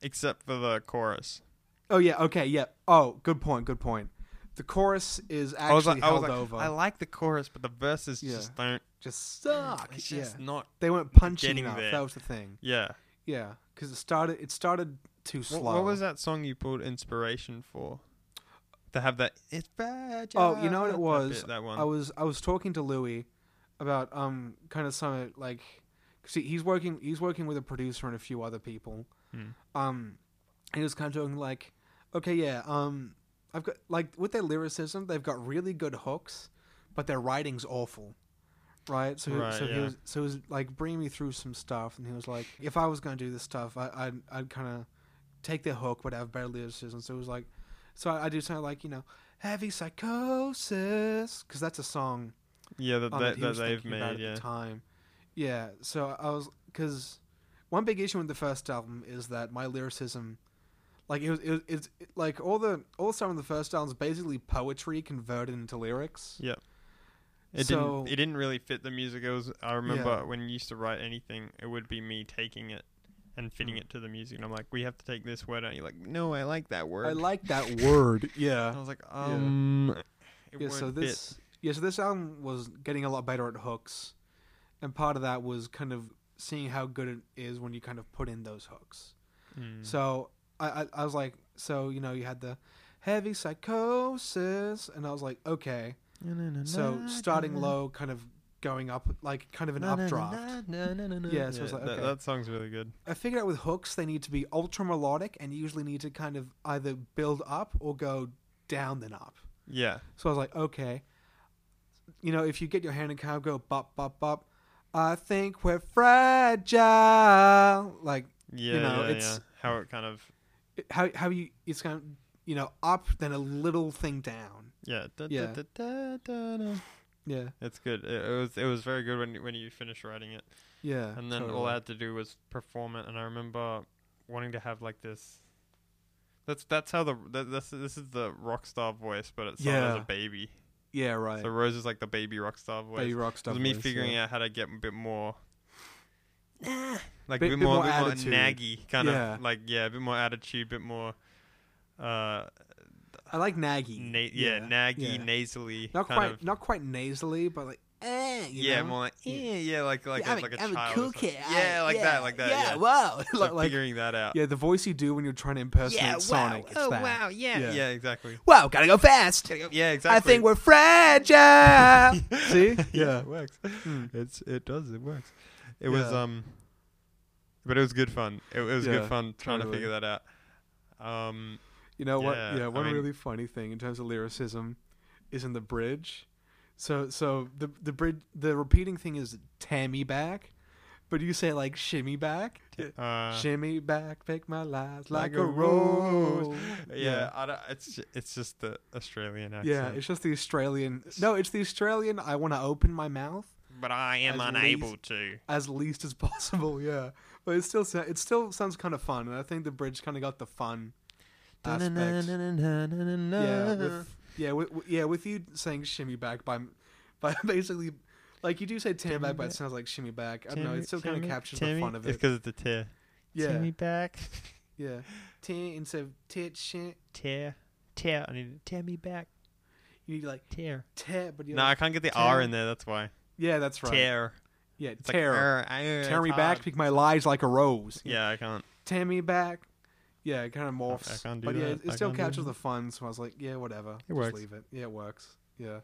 Speaker 3: Except for the chorus.
Speaker 2: Oh yeah. Okay. Yeah. Oh, good point. Good point. The chorus is actually
Speaker 3: I was like, I
Speaker 2: held
Speaker 3: was like,
Speaker 2: over.
Speaker 3: I like the chorus, but the verses
Speaker 2: Yeah.
Speaker 3: just don't.
Speaker 2: just sucks.
Speaker 3: It's
Speaker 2: Yeah.
Speaker 3: just not.
Speaker 2: They weren't punching
Speaker 3: getting
Speaker 2: enough.
Speaker 3: there.
Speaker 2: That was the thing.
Speaker 3: Yeah.
Speaker 2: Yeah, because it started. It started too
Speaker 3: Wh-
Speaker 2: slow.
Speaker 3: What, was that song you pulled inspiration for? To have that. It's bad.
Speaker 2: Oh, you know what it was?
Speaker 3: That, one.
Speaker 2: I was I was talking to Louis about um kind of some like cause he, he's working he's working with a producer and a few other people.
Speaker 3: Hmm.
Speaker 2: Um, he was kind of talking like, okay, yeah, um, I've got like with their lyricism, they've got really good hooks, but their writing's awful. Right, so he-
Speaker 3: Right,
Speaker 2: so he
Speaker 3: yeah.
Speaker 2: was so he was like bringing me through some stuff, and he was like, if I was gonna do this stuff, I, I'd I'd kind of take their hook, but have better lyricism. So it was like, so I, I do something like you know, heavy psychosis, because that's a song
Speaker 3: yeah, that,
Speaker 2: um,
Speaker 3: that,
Speaker 2: he
Speaker 3: that
Speaker 2: was
Speaker 3: they've
Speaker 2: thinking about
Speaker 3: made.
Speaker 2: at
Speaker 3: Yeah.
Speaker 2: the time. Yeah, so I was because one big issue with the first album is that my lyricism, like it was, it, was- it's like all the all the stuff on the first album is basically poetry converted into lyrics.
Speaker 3: It
Speaker 2: So-
Speaker 3: didn't. It didn't really fit the music. It was. I remember
Speaker 2: Yeah.
Speaker 3: when you used to write anything, it would be me taking it and fitting
Speaker 2: Mm.
Speaker 3: it to the music, and I'm like, we have to take this word out. And you're like, no, I like that word.
Speaker 2: I like that word.
Speaker 3: And I
Speaker 2: Yeah.
Speaker 3: was like, um, it
Speaker 2: Yeah.
Speaker 3: won't
Speaker 2: So this yeah, so this album was getting a lot better at hooks, and part of that was kind of seeing how good it is when you kind of put in those hooks.
Speaker 3: fit. Mm.
Speaker 2: So I, I, I was like, so you know, you had the heavy psychosis, and I was like, okay.
Speaker 3: Mm.
Speaker 2: So starting low, kind of going up, like kind of an updraft. Yeah, so I was like,
Speaker 3: that,
Speaker 2: okay.
Speaker 3: that song's really good.
Speaker 2: I figured out with hooks, they need to be ultra melodic, and you usually need to kind of either build up or go down then up.
Speaker 3: Yeah,
Speaker 2: So I was like, okay. You know, if you get your hand and kind of go bop bop bop, I think we're fragile. Like
Speaker 3: yeah,
Speaker 2: know,
Speaker 3: yeah,
Speaker 2: it's-
Speaker 3: yeah. How it kind of
Speaker 2: how how you it's kind of you know up then a little thing down.
Speaker 3: yeah. Da, da,
Speaker 2: Yeah.
Speaker 3: da, da, da, da.
Speaker 2: Yeah,
Speaker 3: It's good. It, it was it was very good when you- when you finished writing it,
Speaker 2: yeah.
Speaker 3: and then all I had to do was perform it. And I remember wanting to have like this. That's that's how the that, this this is the rock star voice, but it's sounded as
Speaker 2: Yeah.
Speaker 3: a baby.
Speaker 2: yeah, right.
Speaker 3: So Rose is like the baby rock star voice.
Speaker 2: Baby rock
Speaker 3: It was
Speaker 2: stuff.
Speaker 3: me figuring out how to get a bit more. Like
Speaker 2: Bit-
Speaker 3: a bit,
Speaker 2: bit
Speaker 3: more,
Speaker 2: more
Speaker 3: bit more
Speaker 2: attitude.
Speaker 3: naggy kind
Speaker 2: Yeah.
Speaker 3: of like yeah, a bit more attitude, bit more uh
Speaker 2: I like naggy.
Speaker 3: na- yeah, naggy,
Speaker 2: yeah.
Speaker 3: nasally
Speaker 2: Not
Speaker 3: kind
Speaker 2: quite,
Speaker 3: of
Speaker 2: not quite nasally, but like
Speaker 4: eh, you
Speaker 3: yeah,
Speaker 4: know?
Speaker 3: more like yeah, yeah, like like
Speaker 4: I'm
Speaker 3: a, like a
Speaker 4: I'm
Speaker 3: child. or
Speaker 4: cool
Speaker 3: something.
Speaker 4: kid. I-
Speaker 3: Yeah, like that, like that.
Speaker 4: Yeah,
Speaker 3: Yeah,
Speaker 4: wow.
Speaker 3: So
Speaker 4: like, like,
Speaker 3: figuring that out.
Speaker 2: Yeah, the voice you do when you're trying to impersonate
Speaker 4: Yeah, wow.
Speaker 2: Sonic. It's
Speaker 3: Oh
Speaker 2: that.
Speaker 3: wow, yeah,
Speaker 2: Yeah.
Speaker 3: yeah, exactly.
Speaker 4: wow, gotta go fast.
Speaker 3: Yeah, exactly.
Speaker 4: I think we're fragile.
Speaker 2: See?
Speaker 3: yeah,
Speaker 2: Yeah.
Speaker 3: it works.
Speaker 2: Hmm.
Speaker 3: It's it does it works. It was
Speaker 2: Yeah.
Speaker 3: um, but it was good fun. It, was
Speaker 2: Yeah,
Speaker 3: good fun trying
Speaker 2: totally.
Speaker 3: to figure that out. Um,
Speaker 2: You know what?
Speaker 3: Yeah,
Speaker 2: Yeah,
Speaker 3: I
Speaker 2: one
Speaker 3: mean-
Speaker 2: really funny thing in terms of lyricism is in the bridge. So so the the bridge the repeating thing is Tammy back, but you say like shimmy back,
Speaker 3: uh,
Speaker 2: shimmy back, pick my lies like, a rose.
Speaker 3: Yeah, I don't, it's ju- it's just the Australian accent.
Speaker 2: Yeah, it's just the Australian. No, it's the Australian. I want to open my mouth
Speaker 3: but I am
Speaker 2: as
Speaker 3: unable to.
Speaker 2: as least as possible. Yeah, but it still sa- it still sounds kind of fun, and I think the bridge kind of got the fun aspect. Yeah, with, yeah, with, with- yeah, with you saying "shimmy back" by, by basically, like you do say "tammy
Speaker 3: Shimmy
Speaker 2: back," but it
Speaker 3: back.
Speaker 2: sounds like "shimmy back." I don't know. It still kind of captures the fun of
Speaker 3: It's
Speaker 2: it.
Speaker 3: because of the tear.
Speaker 2: Yeah,
Speaker 3: back.
Speaker 2: yeah. Tear instead of tit shit.
Speaker 3: Tear. Tear. I need to tear me back.
Speaker 2: You need like
Speaker 3: Tear.
Speaker 2: tear, but you
Speaker 3: No, I can't get the R in there. That's why.
Speaker 2: yeah, that's right.
Speaker 3: Tear.
Speaker 2: Yeah,
Speaker 3: It's
Speaker 2: tear.
Speaker 3: Like, uh, "Arr, arr,"
Speaker 2: tear
Speaker 3: it's
Speaker 2: me back,
Speaker 3: hard.
Speaker 2: pick my lies like a rose.
Speaker 3: Yeah, I can't.
Speaker 2: tear me back. Yeah, it kind of morphs.
Speaker 3: I can't do
Speaker 2: but yeah,
Speaker 3: that.
Speaker 2: it, it
Speaker 3: I
Speaker 2: still
Speaker 3: can't do
Speaker 2: captures
Speaker 3: that.
Speaker 2: the fun. So I was like, yeah, whatever. Just
Speaker 3: works.
Speaker 2: Leave it. Yeah, it works. Yeah.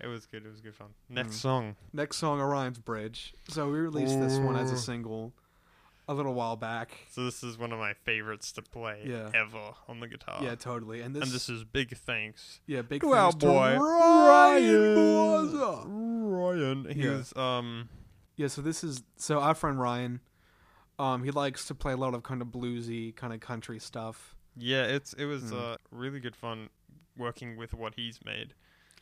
Speaker 3: It was good. It was good fun. Next song.
Speaker 2: Next song, Orion's Bridge. So we released this one as a
Speaker 3: Ooh.
Speaker 2: single a little while back.
Speaker 3: So this is one of my favorites to play
Speaker 2: Yeah.
Speaker 3: ever on the guitar.
Speaker 2: Yeah, totally. And this,
Speaker 3: and this is big thanks
Speaker 2: yeah, big
Speaker 3: to our
Speaker 2: thanks to
Speaker 3: boy
Speaker 2: Ryan
Speaker 3: Ryan.
Speaker 2: Borza.
Speaker 3: Ryan. He
Speaker 2: Yeah.
Speaker 3: was um
Speaker 2: Yeah, so this is so our friend Ryan. Um, he likes to play a lot of kind of bluesy, kind of country stuff.
Speaker 3: yeah, it's it was
Speaker 2: Hmm.
Speaker 3: uh really good fun working with what he's made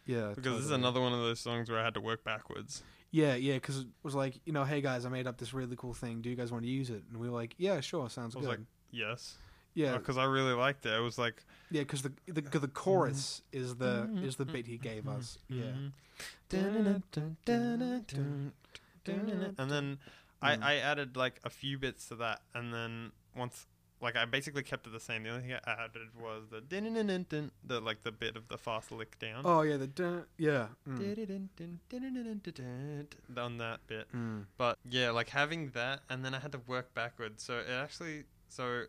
Speaker 2: Yeah,
Speaker 3: because this is
Speaker 2: totally.
Speaker 3: another one of those songs where I had to work backwards.
Speaker 2: Yeah, yeah, because it was like, you know, hey guys, I made up this really cool thing. Do you guys want to use it? And we were like, yeah, sure, sounds
Speaker 3: I
Speaker 2: good.
Speaker 3: was like, yes.
Speaker 2: yeah,
Speaker 3: Because I really liked it. It was like
Speaker 2: yeah, because the, the 'cause the chorus is the is the bit he gave us. Yeah,
Speaker 3: Mm-hmm. And then I, I added like a few bits to that, and then once like I basically kept it the same. The only thing I added was the dun-dun-dun-dun, the like the bit of the fast lick down.
Speaker 2: Oh yeah, the dun, yeah. Mm.
Speaker 3: Dun-dun-dun-dun-dun-dun-dun-dun-dun, On that bit,
Speaker 2: Mm.
Speaker 3: but yeah, like having that, and then I had to work backwards. So it actually, so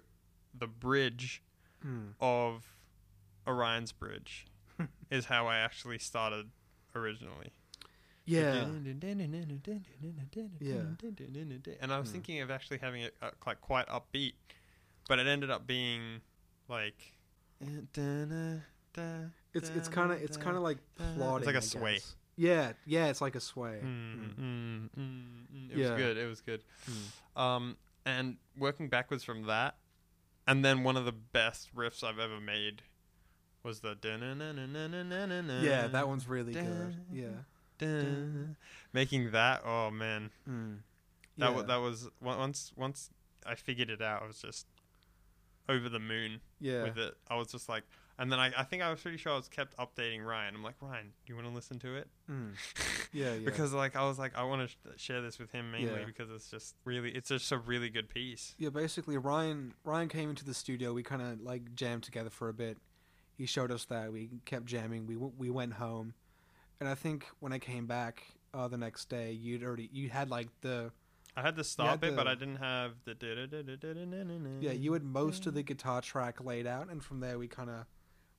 Speaker 3: the bridge
Speaker 2: Mm.
Speaker 3: of Orion's Bridge is how I actually started originally.
Speaker 2: Yeah,
Speaker 3: And I was
Speaker 2: Hmm.
Speaker 3: thinking of actually having it uh, like quite upbeat, but it ended up being like
Speaker 2: it's it's kind of it's kind of like plodding.
Speaker 3: like a
Speaker 2: I
Speaker 3: sway.
Speaker 2: guess. Yeah, yeah, it's like a sway.
Speaker 3: Mm,
Speaker 2: Mm.
Speaker 3: mm, mm, mm. It
Speaker 2: Yeah.
Speaker 3: was good. It was good. Um, and working backwards from that, and then one of the best riffs I've ever made was the
Speaker 2: Yeah,
Speaker 3: yeah
Speaker 2: that one's really good.
Speaker 3: Mm. dun,
Speaker 2: Yeah,
Speaker 3: Dun. making that oh man
Speaker 2: mm.
Speaker 3: that
Speaker 2: yeah.
Speaker 3: was, that was on- once once i figured it out i was just over the moon
Speaker 2: yeah.
Speaker 3: with it i was just like and then I, I think i was pretty sure i was kept updating ryan i'm like ryan do you want to listen to it
Speaker 2: Mm. Yeah, yeah.
Speaker 3: because like i was like i want to sh- share this with him mainly
Speaker 2: Yeah.
Speaker 3: because it's just really it's just a really good piece
Speaker 2: Yeah, basically Ryan Ryan came into the studio. We kind of like jammed together for a bit. He showed us that we kept jamming. We w- we went home, and I think when I came back uh, the next day, you'd already you had like the
Speaker 3: i had the start bit but
Speaker 2: the-
Speaker 3: i didn't have the
Speaker 2: yeah you had most of the guitar track laid out, and from there we kind of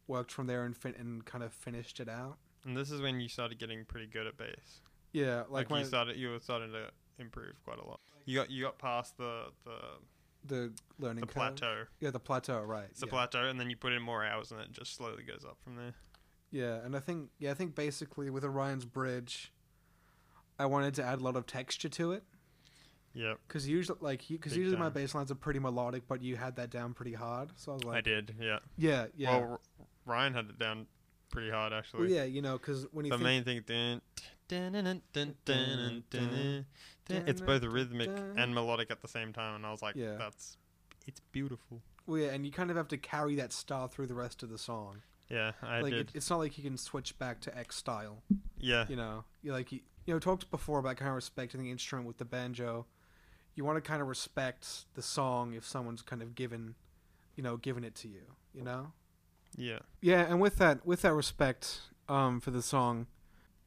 Speaker 2: worked from there and fin- and kind of finished it out.
Speaker 3: and this is when you started getting pretty good at bass
Speaker 2: Yeah,
Speaker 3: like,
Speaker 2: like, when
Speaker 3: you started you were starting to improve quite a lot you got you got past the the,
Speaker 2: the learning
Speaker 3: the
Speaker 2: curve.
Speaker 3: plateau
Speaker 2: Yeah, the plateau, right?
Speaker 3: it's a
Speaker 2: yeah.
Speaker 3: plateau and then you put in more hours and it just slowly goes up from there
Speaker 2: Yeah, and I think yeah, I think basically with Orion's Bridge, I wanted to add a lot of texture to it.
Speaker 3: yep
Speaker 2: Because usually, like, because
Speaker 3: Big
Speaker 2: usually my
Speaker 3: time.
Speaker 2: bass lines are pretty melodic, but you had that down pretty hard. So I was like,
Speaker 3: i did yeah.
Speaker 2: yeah, yeah,
Speaker 3: well
Speaker 2: well,
Speaker 3: R- ryan had it down pretty hard actually
Speaker 2: yeah, you know, because when you
Speaker 3: the
Speaker 2: think,
Speaker 3: main thing dun, dun, dun, dun, dun, dun, dun, dun. it's both rhythmic and melodic at the same time and i was like
Speaker 2: Yeah.
Speaker 3: that's it's beautiful
Speaker 2: well, yeah, and you kind of have to carry that style through the rest of the song.
Speaker 3: yeah i
Speaker 2: like,
Speaker 3: did
Speaker 2: It, it's not like you can switch back to X style.
Speaker 3: yeah
Speaker 2: You know, you like you, you know talked before about kind of respecting the instrument with the banjo. You want to kind of respect the song if someone's kind of given, you know, given it to you. You know.
Speaker 3: yeah
Speaker 2: Yeah, and with that with that respect um, for the song,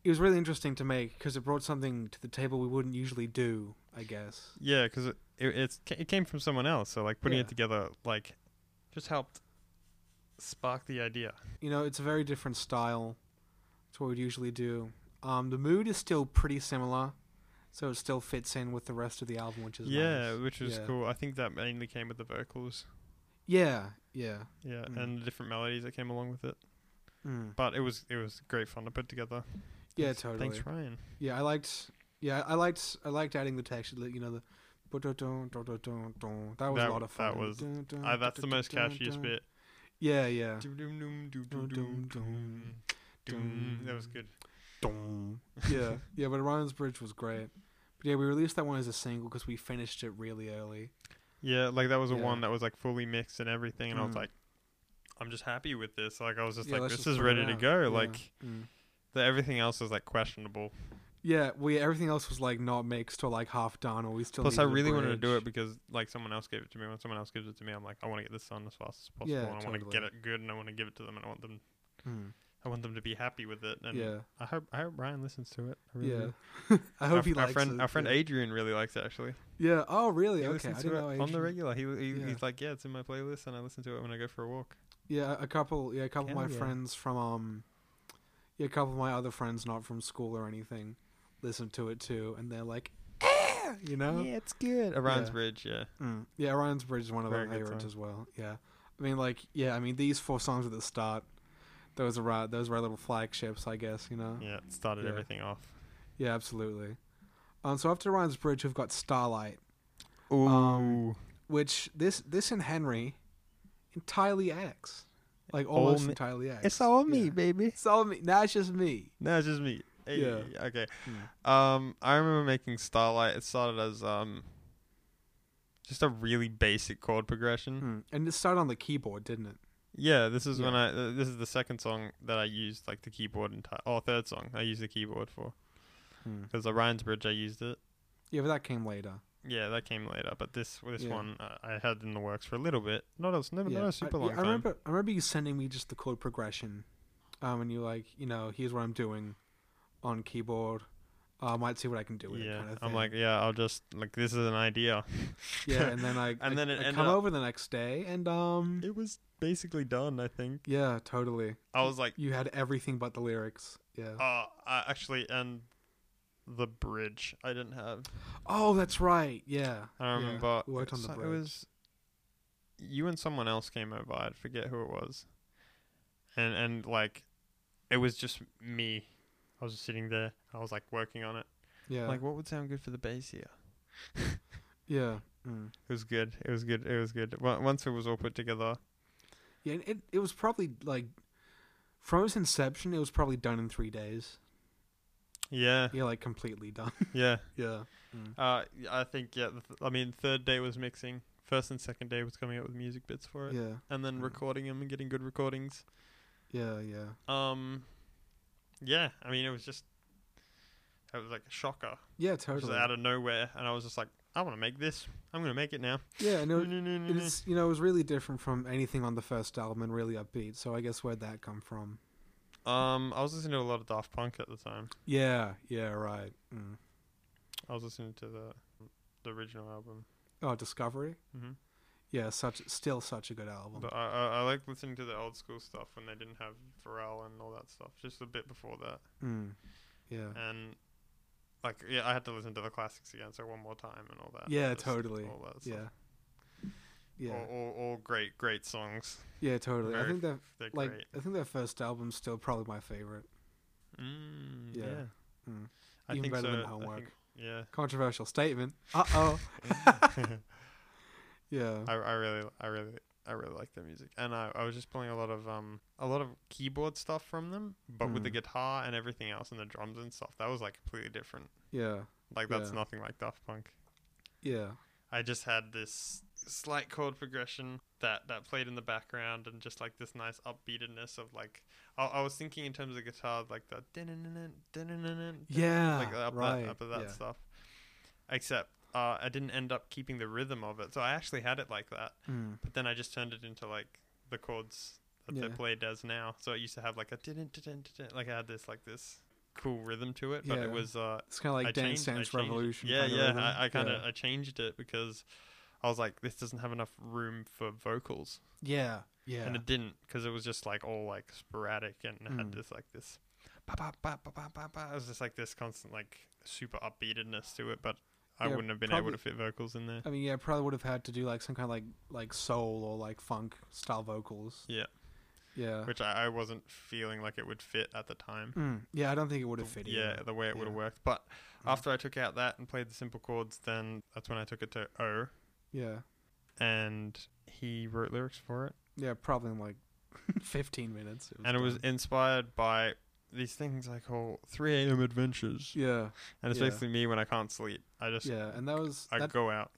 Speaker 2: it was really interesting to make because it brought something to the table we wouldn't usually do. I guess.
Speaker 3: Yeah, because it, it it's it came from someone else, so like putting
Speaker 2: Yeah.
Speaker 3: it together like just helped spark the idea.
Speaker 2: You know, it's a very different style to what we'd usually do. Um, the mood is still pretty similar, so it still fits in with the rest of the album, which is
Speaker 3: yeah,
Speaker 2: nice.
Speaker 3: which was
Speaker 2: Yeah.
Speaker 3: cool. I think that mainly came with the vocals.
Speaker 2: Yeah, yeah.
Speaker 3: Yeah,
Speaker 2: Mm.
Speaker 3: and the different melodies that came along with it.
Speaker 2: Mm.
Speaker 3: But it was it was great fun to put together.
Speaker 2: Yeah,
Speaker 3: Thanks-
Speaker 2: totally.
Speaker 3: Thanks, Ryan.
Speaker 2: Yeah, I liked. Yeah, I liked. I liked adding the text. You know, the. ba-da-dun, da-da-dun, dun. That was
Speaker 3: That-
Speaker 2: a lot of fun.
Speaker 3: that was-
Speaker 2: Dun, dun,
Speaker 3: Uh, that's the most
Speaker 2: da-da-dun,
Speaker 3: catchiest
Speaker 2: dun.
Speaker 3: bit.
Speaker 2: Yeah, yeah. Dum,
Speaker 3: Doo-doom-doom, doo-doo-doom,
Speaker 2: dum,
Speaker 3: doo-doom,
Speaker 2: dum.
Speaker 3: doo. That was good.
Speaker 2: yeah, yeah. But Ryan's Bridge was great. But yeah, we released that one as a single because we finished it really early.
Speaker 3: Yeah, like that was a
Speaker 2: Yeah.
Speaker 3: one that was like fully mixed and everything, and I was
Speaker 2: Mm.
Speaker 3: like, I'm just happy with this. Like I was just
Speaker 2: Yeah,
Speaker 3: like,
Speaker 2: let's
Speaker 3: this
Speaker 2: just
Speaker 3: is
Speaker 2: put it
Speaker 3: ready to
Speaker 2: out.
Speaker 3: go.
Speaker 2: Yeah.
Speaker 3: Like
Speaker 2: Mm.
Speaker 3: the, everything else was like questionable.
Speaker 2: Yeah, we everything else was like not mixed or like half done, or we still.
Speaker 3: Plus, I
Speaker 2: needed a
Speaker 3: really wanted to do
Speaker 2: bridge.
Speaker 3: it because like someone else gave it to me. When someone else gives it to me, I'm like, I want to get this done as fast as possible,
Speaker 2: Yeah,
Speaker 3: and I want to get
Speaker 2: totally.
Speaker 3: it good, and I want to give it to them, and I want them,
Speaker 2: Mm.
Speaker 3: I want them to be happy with it. And
Speaker 2: Yeah,
Speaker 3: I hope I hope Ryan listens to it. I really
Speaker 2: yeah.
Speaker 3: do.
Speaker 2: I hope
Speaker 3: our,
Speaker 2: he
Speaker 3: our
Speaker 2: likes
Speaker 3: friend,
Speaker 2: it.
Speaker 3: Our friend
Speaker 2: yeah.
Speaker 3: Adrian really likes it actually.
Speaker 2: Yeah. Oh, really?
Speaker 3: He
Speaker 2: okay. I
Speaker 3: listens
Speaker 2: didn't
Speaker 3: to it
Speaker 2: know
Speaker 3: on the
Speaker 2: Adrian-
Speaker 3: regular. He, he
Speaker 2: Yeah.
Speaker 3: he's like, yeah, it's in my playlist, and I listen to it when I go for a walk.
Speaker 2: Yeah, a couple. Yeah, a couple
Speaker 3: Hell
Speaker 2: of my
Speaker 3: yeah.
Speaker 2: friends from um, yeah, a couple of my other friends not from school or anything, listened to it too, and they're like, "Ah," you know. Yeah.
Speaker 3: it's good. Ryan's
Speaker 2: Yeah.
Speaker 3: Bridge, yeah.
Speaker 2: Mm. Yeah, Ryan's Bridge is one of
Speaker 3: Very
Speaker 2: my
Speaker 3: good
Speaker 2: favorites
Speaker 3: song.
Speaker 2: as well. Yeah, I mean, like, yeah, I mean, these four songs at the start, those are our, those were our little flagships, I guess. You know.
Speaker 3: Yeah, it started
Speaker 2: Yeah.
Speaker 3: everything off.
Speaker 2: Yeah, absolutely. Um, so after Ryan's Bridge, we've got Starlight, um,
Speaker 3: Ooh.
Speaker 2: which this this and Henry entirely acts, like
Speaker 3: All
Speaker 2: almost
Speaker 3: me-
Speaker 2: entirely acts. Yeah.
Speaker 3: baby.
Speaker 2: It's all me. Now it's just me.
Speaker 3: No, it's just me. Hey,
Speaker 2: Yeah.
Speaker 3: Okay.
Speaker 2: Mm.
Speaker 3: Um, I remember making Starlight. It started as um, just a really basic chord progression.
Speaker 2: Mm. And it started on the keyboard, didn't it?
Speaker 3: Yeah, this is when
Speaker 2: Yeah.
Speaker 3: I. th- This is the second song that I used like the keyboard entire. Oh, third song I used the keyboard for because the Ryan's Bridge I used it.
Speaker 2: Yeah, but that came later.
Speaker 3: Yeah, that came later, but this this
Speaker 2: Yeah.
Speaker 3: one uh, I had in the works for a little bit. Not a never
Speaker 2: yeah.
Speaker 3: not a super
Speaker 2: I, yeah,
Speaker 3: long
Speaker 2: I
Speaker 3: time.
Speaker 2: remember. I remember you sending me just the chord progression, um, and you're like, you know, here's what I'm doing on keyboard. Uh, I might see what I can do with
Speaker 3: yeah,
Speaker 2: it. Kind of thing.
Speaker 3: I'm like, yeah, I'll just like this is an idea.
Speaker 2: yeah, and then I
Speaker 3: and
Speaker 2: I,
Speaker 3: then it
Speaker 2: I
Speaker 3: ended
Speaker 2: come
Speaker 3: up-
Speaker 2: over the next day, and um,
Speaker 3: it was basically done. I think
Speaker 2: yeah, totally.
Speaker 3: I was like,
Speaker 2: You had everything but the lyrics. Yeah.
Speaker 3: uh, I actually, and the bridge I didn't have.
Speaker 2: oh, that's right. Yeah.
Speaker 3: I remember
Speaker 2: Yeah. We worked on the
Speaker 3: so-
Speaker 2: bridge.
Speaker 3: It was you and someone else came over. I forget who it was, and and like it was just me. I was just sitting there. I was like working on it.
Speaker 2: yeah.
Speaker 3: Like, what would sound good for the bass here?
Speaker 2: yeah. Mm.
Speaker 3: It was good. It was good. It was good. Wa- Once it was all put together,
Speaker 2: Yeah, and it it was probably like from its inception, it was probably done in three days.
Speaker 3: yeah,
Speaker 2: Yeah, like completely done.
Speaker 3: yeah.
Speaker 2: yeah, Mm.
Speaker 3: Uh, I think yeah. The th- I mean, third day was mixing. First and second day was coming up with music bits for it,
Speaker 2: yeah,
Speaker 3: and then
Speaker 2: Mm.
Speaker 3: recording them and getting good recordings.
Speaker 2: yeah, yeah.
Speaker 3: Um, yeah. I mean, it was just it was like a shocker,
Speaker 2: Yeah,
Speaker 3: just
Speaker 2: totally.
Speaker 3: out of nowhere, and I was just like, I want to make this. I'm gonna make it now.
Speaker 2: Yeah, and it,
Speaker 3: It
Speaker 2: it's you know it was really different from anything on the first album and really upbeat. So I guess where'd that come from?
Speaker 3: Um, I was listening to a lot of Daft Punk at the time.
Speaker 2: Yeah, yeah, right. Mm.
Speaker 3: I was listening to the the original album.
Speaker 2: Oh, Discovery.
Speaker 3: Mm-hmm.
Speaker 2: Yeah, such still such a good album.
Speaker 3: But I, I I like listening to the old school stuff when they didn't have Pharrell and all that stuff. Just a bit before that.
Speaker 2: Mm. Yeah,
Speaker 3: and like yeah, I had to listen to the classics again, so one more time and all that.
Speaker 2: Yeah,
Speaker 3: just
Speaker 2: totally.
Speaker 3: All that stuff.
Speaker 2: yeah, yeah,
Speaker 3: All, all, all great, great songs.
Speaker 2: yeah, totally. I
Speaker 3: Very-
Speaker 2: think that
Speaker 3: They're
Speaker 2: like
Speaker 3: great.
Speaker 2: I think their first album's still probably my favorite.
Speaker 3: Mm, yeah.
Speaker 2: yeah. Mm.
Speaker 3: I
Speaker 2: Even
Speaker 3: think
Speaker 2: better
Speaker 3: so.
Speaker 2: than
Speaker 3: I
Speaker 2: Homework.
Speaker 3: think- yeah.
Speaker 2: Controversial statement. Uh oh. yeah.
Speaker 3: I, I really, I really, I really like their music, and I, I was just playing a lot of um, a lot of keyboard stuff from them, but with the
Speaker 2: Mm.
Speaker 3: guitar and everything else and the drums and stuff, that was like completely different.
Speaker 2: Yeah.
Speaker 3: Like that's
Speaker 2: Yeah.
Speaker 3: nothing like Daft Punk.
Speaker 2: Yeah.
Speaker 3: I just had this slight chord progression that that played in the background and just like this nice upbeatedness of like I, I was thinking in terms of guitar like the dun-dun-dun-dun, dun-dun-dun-dun,
Speaker 2: Yeah.
Speaker 3: like up
Speaker 2: right.
Speaker 3: that up of that
Speaker 2: yeah.
Speaker 3: stuff except uh, I didn't end up keeping the rhythm of it so I actually had it like that
Speaker 2: Mm.
Speaker 3: but then I just turned it into like the chords that they
Speaker 2: Yeah.
Speaker 3: play does now so it used to have like a dun-dun-dun-dun-dun, like I had this like this cool rhythm to it, but
Speaker 2: Yeah.
Speaker 3: it was uh,
Speaker 2: It's kind of like
Speaker 3: I
Speaker 2: Dance
Speaker 3: changed- I
Speaker 2: Dance
Speaker 3: changed it.
Speaker 2: Revolution.
Speaker 3: Yeah,
Speaker 2: kinda
Speaker 3: yeah.
Speaker 2: rhythm.
Speaker 3: I, I kind of
Speaker 2: Yeah.
Speaker 3: I changed it because I was like, this doesn't have enough room for vocals,
Speaker 2: Yeah, yeah.
Speaker 3: and it didn't because it was just like all like sporadic and had
Speaker 2: Mm.
Speaker 3: this like this. Ba, ba, ba, ba, ba, ba, ba. It was just like this constant like super upbeatedness to it, but I
Speaker 2: Yeah,
Speaker 3: wouldn't have been able
Speaker 2: probably-
Speaker 3: to fit vocals in there.
Speaker 2: I mean, yeah, probably would have had to do like some kind of like like soul or like funk style vocals.
Speaker 3: Yeah,
Speaker 2: Yeah.
Speaker 3: which I, I wasn't feeling like it would fit at the time.
Speaker 2: Mm. Yeah, I don't think it would have fit.
Speaker 3: Yeah,
Speaker 2: either.
Speaker 3: the way it would have
Speaker 2: yeah.
Speaker 3: worked. But after I took out that and played the simple chords, then that's when I took it to O,
Speaker 2: Yeah.
Speaker 3: and he wrote lyrics for it.
Speaker 2: Yeah, probably in like 15 minutes.
Speaker 3: and it was
Speaker 2: done.
Speaker 3: inspired by these things I call 3 a.m. adventures.
Speaker 2: Yeah,
Speaker 3: And it's
Speaker 2: yeah.
Speaker 3: basically me when I can't sleep. I just
Speaker 2: yeah, and that was
Speaker 3: I
Speaker 2: that,
Speaker 3: go out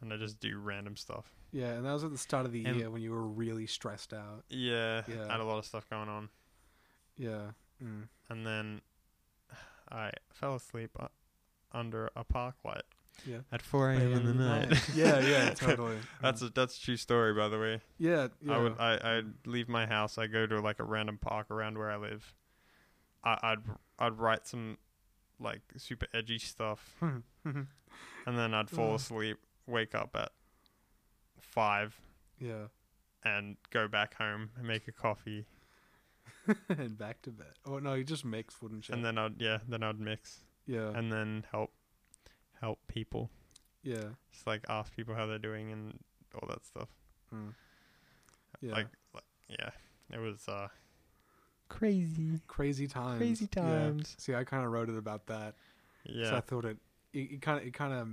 Speaker 3: and I just do random stuff.
Speaker 2: yeah, and that was at the start of the
Speaker 3: and-
Speaker 2: year when you were really stressed out.
Speaker 3: Yeah,
Speaker 2: Yeah.
Speaker 3: I had a lot of stuff going on,
Speaker 2: Yeah, mm.
Speaker 3: and then I fell asleep uh, under a park light.
Speaker 2: Yeah.
Speaker 3: At 4 a.m. in the night.
Speaker 2: yeah, yeah, totally. Mm.
Speaker 3: That's a, that's a true story, by the way.
Speaker 2: yeah, yeah.
Speaker 3: I would I I'd leave my house. I go to like a random park around where I live. I, I'd I'd write some like super edgy stuff, and then I'd fall
Speaker 2: Ugh.
Speaker 3: asleep. Wake up at five
Speaker 2: yeah,
Speaker 3: and go back home and make a coffee,
Speaker 2: and back to bed. Oh no, you just mix, wouldn't you?
Speaker 3: and then I'd yeah, then I'd mix
Speaker 2: yeah,
Speaker 3: and then help help people.
Speaker 2: yeah,
Speaker 3: Just like ask people how they're doing and all that stuff.
Speaker 2: mm. yeah.
Speaker 3: Like, like yeah, it was uh crazy.
Speaker 2: crazy times.
Speaker 3: crazy
Speaker 2: yeah.
Speaker 3: times.
Speaker 2: See, I kind of wrote it about that. So I
Speaker 3: Yeah,
Speaker 2: thought it it kind of it kind of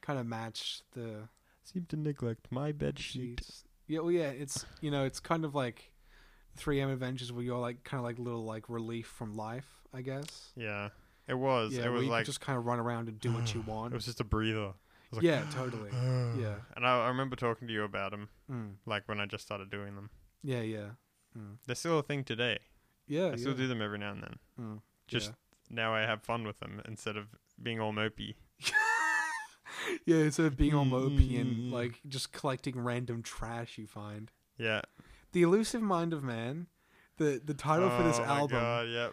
Speaker 2: kind of matched the
Speaker 3: seemed to neglect my bed sheet.
Speaker 2: sheets. Yeah, well, yeah, it's you know, it's kind of like 3M Adventures, where you're like kind of like little like relief from life, I guess.
Speaker 3: Yeah, it was.
Speaker 2: yeah,
Speaker 3: it
Speaker 2: where
Speaker 3: was
Speaker 2: you
Speaker 3: like
Speaker 2: can just kind of run around and do what you want.
Speaker 3: it was just a breather. It was like,
Speaker 2: yeah, totally. yeah,
Speaker 3: And I, I remember talking to you about them,
Speaker 2: mm.
Speaker 3: like when I just started doing them.
Speaker 2: yeah, yeah,
Speaker 3: They're still a thing today.
Speaker 2: yeah.
Speaker 3: I still
Speaker 2: Oh, yeah.
Speaker 3: do them every now and then.
Speaker 2: Mm.
Speaker 3: Just now I have fun with them instead of being all mopey.
Speaker 2: yeah. yeah, instead of being all
Speaker 3: Mm,
Speaker 2: mopey
Speaker 3: mm,
Speaker 2: and
Speaker 3: mm.
Speaker 2: like just collecting random trash you find.
Speaker 3: Yeah.
Speaker 2: The elusive mind of man. The the title for this
Speaker 3: Oh my
Speaker 2: album.
Speaker 3: God, yep.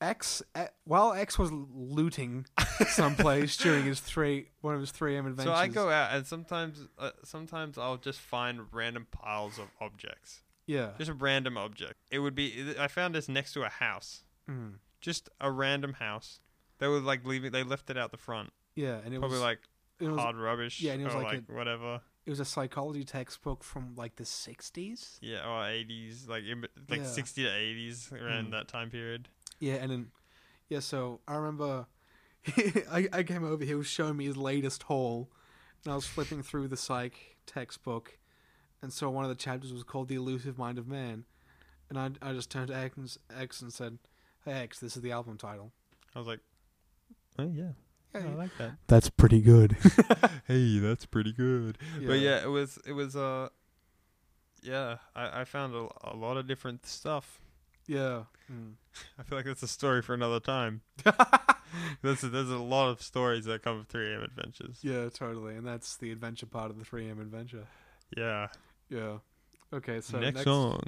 Speaker 2: X, eh, while X was looting someplace during his three one of his three M adventures.
Speaker 3: So I go out and sometimes, uh, sometimes I'll just find random piles of objects,
Speaker 2: Yeah.
Speaker 3: just a random object. It would be. I found this next to a house,
Speaker 2: Mm.
Speaker 3: just a random house. They were like leaving. They left it out the front.
Speaker 2: Yeah, and it
Speaker 3: Probably
Speaker 2: was
Speaker 3: like
Speaker 2: it was
Speaker 3: hard rubbish.
Speaker 2: yeah, and it was
Speaker 3: or
Speaker 2: like
Speaker 3: like whatever.
Speaker 2: it was a psychology textbook from like the '60s.
Speaker 3: Yeah, or eighties, like in, be- like
Speaker 2: Yeah.
Speaker 3: sixty to eighties around
Speaker 2: Mm.
Speaker 3: that time period.
Speaker 2: Yeah, and then yeah, so I remember I, I came over. He was showing me his latest haul, and I was flipping through the psych textbook, and so one of the chapters was called "The Elusive Mind of Man," and I I just turned to X and, X and said, "Hey X, this is the album title."
Speaker 3: I was like, oh yeah,
Speaker 2: Yeah,
Speaker 3: I like that.
Speaker 2: That's pretty good.
Speaker 3: hey, that's pretty good. But yeah, it was it was uh, yeah, I I found a, a lot of different stuff.
Speaker 2: Yeah. Mm.
Speaker 3: I feel like that's a story for another time. There's a, there's a lot of stories that come through AM adventures.
Speaker 2: Yeah, totally. And that's the adventure part of the 3M adventure.
Speaker 3: Yeah.
Speaker 2: Yeah. Okay, so
Speaker 3: next,
Speaker 2: next,
Speaker 3: song.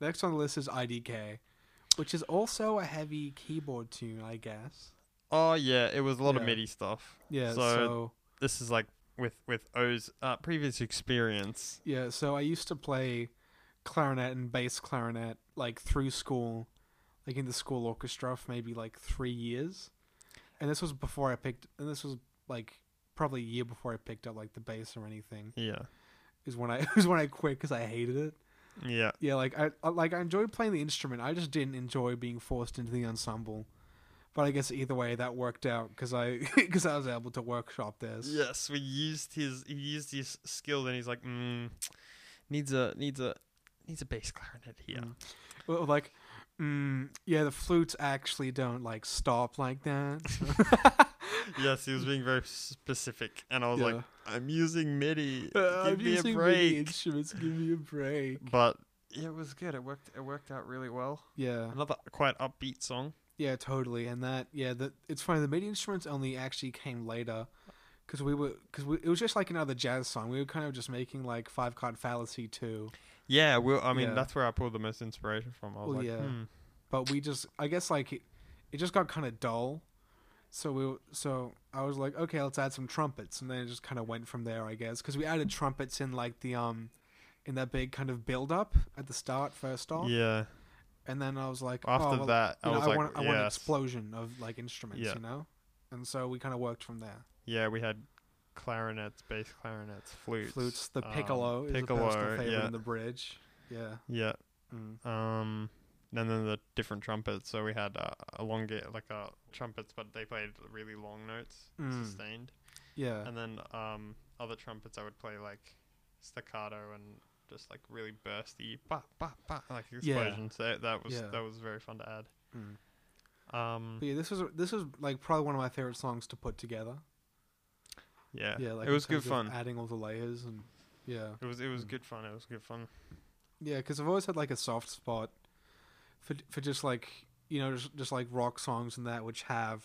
Speaker 2: next on the list is IDK, which is also a heavy keyboard tune, I guess.
Speaker 3: Oh yeah, it was a lot of
Speaker 2: Yeah.
Speaker 3: MIDI stuff.
Speaker 2: Yeah,
Speaker 3: So-
Speaker 2: so,
Speaker 3: This is like with with O's uh, previous experience.
Speaker 2: yeah, so I used to play clarinet and bass clarinet like through school, like in the school orchestra for maybe like 3 years. And this was before I picked and this was like probably a year before I picked up like the bass or anything.
Speaker 3: Yeah.
Speaker 2: Is when I is when I quit cuz I hated it.
Speaker 3: Yeah.
Speaker 2: yeah like I, I like i enjoyed playing the instrument i just didn't enjoy being forced into the ensemble but i guess either way that worked out because i because i was able to workshop this
Speaker 3: Yes, we used his he used his skill, and he's like, mm, needs a needs a needs a bass clarinet here.
Speaker 2: Mm. well, like mm, yeah the flutes actually don't like stop like that
Speaker 3: Yes, he was being very specific, and I was like,
Speaker 2: Yeah.
Speaker 3: I'm using MIDI.
Speaker 2: Uh,
Speaker 3: Give
Speaker 2: I'm
Speaker 3: me a
Speaker 2: using MIDI
Speaker 3: break.
Speaker 2: instruments give me a break
Speaker 3: But it was good. It worked. It worked out really well.
Speaker 2: yeah
Speaker 3: Another quite upbeat song.
Speaker 2: Yeah, totally. And that, yeah, that it's funny. The MIDI instruments only actually came later because we were because it was just like another jazz song. We were kind of just making like Five Card Fallacy too,
Speaker 3: Yeah, well, I mean,
Speaker 2: mean, Yeah.
Speaker 3: that's
Speaker 2: that's
Speaker 3: where I pulled the most inspiration from. I was "Hmm."
Speaker 2: Well,
Speaker 3: like,
Speaker 2: like, yeah. but we just I guess like it, it just got kind of dull. So we were- so I was like, okay, let's add some trumpets, and then it just kind of went from there, I guess, because we added trumpets in like the um, in that big kind of build up at the start, first off,
Speaker 3: Yeah.
Speaker 2: and then I was like,
Speaker 3: After
Speaker 2: oh, well,
Speaker 3: that,
Speaker 2: Oh.
Speaker 3: I
Speaker 2: you know,
Speaker 3: was
Speaker 2: I
Speaker 3: like,
Speaker 2: want, I want an
Speaker 3: yes.
Speaker 2: explosion of like instruments,
Speaker 3: Yeah.
Speaker 2: you know, and so we kind of worked from there.
Speaker 3: Yeah, we had clarinets, bass clarinets, flutes,
Speaker 2: Flutes, the
Speaker 3: um,
Speaker 2: piccolo, is a personal
Speaker 3: piccolo,
Speaker 2: favorite
Speaker 3: yeah,
Speaker 2: in the bridge. Yeah.
Speaker 3: yeah.
Speaker 2: Mm.
Speaker 3: Um, and then the different trumpets. So we had uh, a longer, like uh, trumpets, but they played really long notes,
Speaker 2: Mm.
Speaker 3: sustained.
Speaker 2: Yeah.
Speaker 3: And then um, other trumpets, I would play like staccato and just like really bursty, bah, bah, bah, like
Speaker 2: Yeah.
Speaker 3: explosions. So that was
Speaker 2: Yeah.
Speaker 3: that was very fun to
Speaker 2: Mm.
Speaker 3: add. Um,
Speaker 2: But yeah, this was this was like probably one of my favorite songs to put together.
Speaker 3: yeah,
Speaker 2: Yeah, like
Speaker 3: it
Speaker 2: in
Speaker 3: was good
Speaker 2: terms of
Speaker 3: fun.
Speaker 2: Adding all the layers and yeah,
Speaker 3: It was it was
Speaker 2: Mm.
Speaker 3: good fun. It was good fun.
Speaker 2: yeah. Because I've always had like a soft spot for for just like you know just, just like rock songs and that which have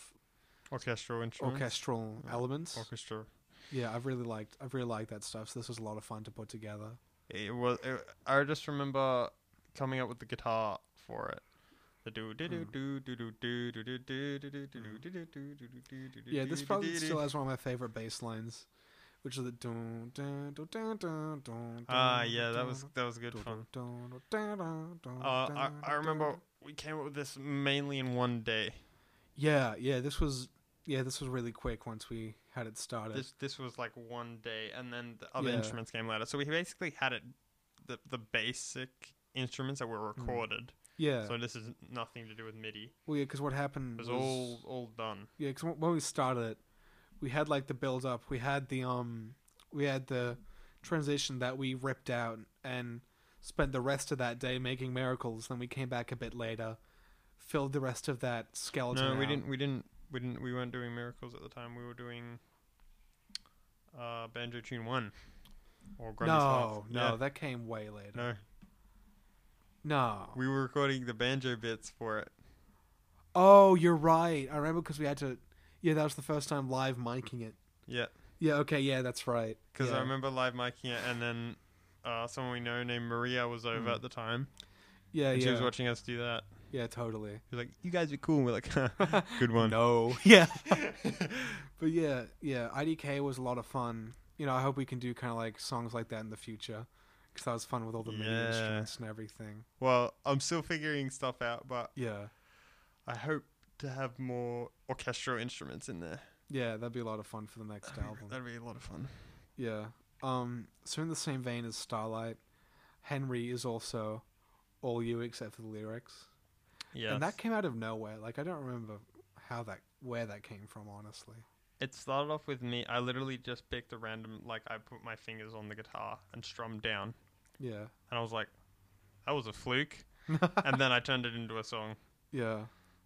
Speaker 3: Orchestral instruments.
Speaker 2: orchestral
Speaker 3: Yeah.
Speaker 2: elements.
Speaker 3: Orchestra.
Speaker 2: Yeah, I've really liked I've really liked that stuff. So this was a lot of fun to put together.
Speaker 3: It was. It, I just remember coming up with the guitar for it. The do do do
Speaker 2: Mm.
Speaker 3: do do do do do do do do do do do do do do do do do do
Speaker 2: Yeah, this
Speaker 3: do
Speaker 2: probably
Speaker 3: do
Speaker 2: still
Speaker 3: do.
Speaker 2: has one of my favorite bass lines, which is the dun dun dun dun dun dun.
Speaker 3: Ah,
Speaker 2: dun,
Speaker 3: yeah, that
Speaker 2: dun,
Speaker 3: was that was good
Speaker 2: dun,
Speaker 3: fun.
Speaker 2: dun, dun, dun, dun, dun,
Speaker 3: Uh, I
Speaker 2: dun,
Speaker 3: I
Speaker 2: dun,
Speaker 3: remember
Speaker 2: dun.
Speaker 3: we came up with this mainly in one day.
Speaker 2: Yeah, yeah, this was yeah, this was really quick once we had it started.
Speaker 3: This this was like one day, and then the other
Speaker 2: Yeah.
Speaker 3: instruments came later. So we basically had it, the the basic instruments that were recorded.
Speaker 2: Hmm. yeah,
Speaker 3: So this is nothing to do with MIDI.
Speaker 2: well, yeah, because what
Speaker 3: It
Speaker 2: happened
Speaker 3: was
Speaker 2: was,
Speaker 3: all all done.
Speaker 2: yeah, because when we started it, we had like the build up, we had the um, we had the transition that we ripped out and spent the rest of that day making miracles. Then we came back a bit later, filled the rest of that skeleton.
Speaker 3: No, we
Speaker 2: out.
Speaker 3: didn't. We didn't. We didn't. We weren't doing miracles at the time. We were doing uh, banjo tune one or Grundy's
Speaker 2: No,
Speaker 3: Laugh.
Speaker 2: no,
Speaker 3: Yeah.
Speaker 2: that came way later.
Speaker 3: no.
Speaker 2: No.
Speaker 3: We were recording the banjo bits for it.
Speaker 2: oh, you're right. I remember because we had to. Yeah, that was the first time live miking it.
Speaker 3: Yeah,
Speaker 2: Yeah. Okay. Yeah, that's right.
Speaker 3: because I
Speaker 2: Yeah.
Speaker 3: remember live micing it, and then uh, someone we know named Maria was over
Speaker 2: Mm.
Speaker 3: at the time,
Speaker 2: Yeah.
Speaker 3: and
Speaker 2: yeah.
Speaker 3: she was watching us do that.
Speaker 2: yeah. Totally.
Speaker 3: She was like, "You guys are cool." And we're like, "Good one."
Speaker 2: No. Yeah. but yeah, yeah. IDK was a lot of fun. You know, I hope we can do kind of like songs like that in the future because that was fun with all the MIDI
Speaker 3: Yeah.
Speaker 2: instruments and everything.
Speaker 3: Well, I'm still figuring stuff out, but
Speaker 2: Yeah.
Speaker 3: I hope to have more orchestral instruments in there.
Speaker 2: Yeah, that'd be a lot of fun for the next album.
Speaker 3: That'd be a lot of fun.
Speaker 2: Yeah. Um. So in the same vein as Starlight, Henry is also all you except for the lyrics,
Speaker 3: Yeah,
Speaker 2: and that came out of nowhere. Like I don't remember how that where that came from. Honestly.
Speaker 3: It started off with me. I literally just picked a random, like I put my fingers on the guitar and strummed down,
Speaker 2: Yeah.
Speaker 3: and I was like, "That was a fluke," and then I turned it into a song.
Speaker 2: Yeah.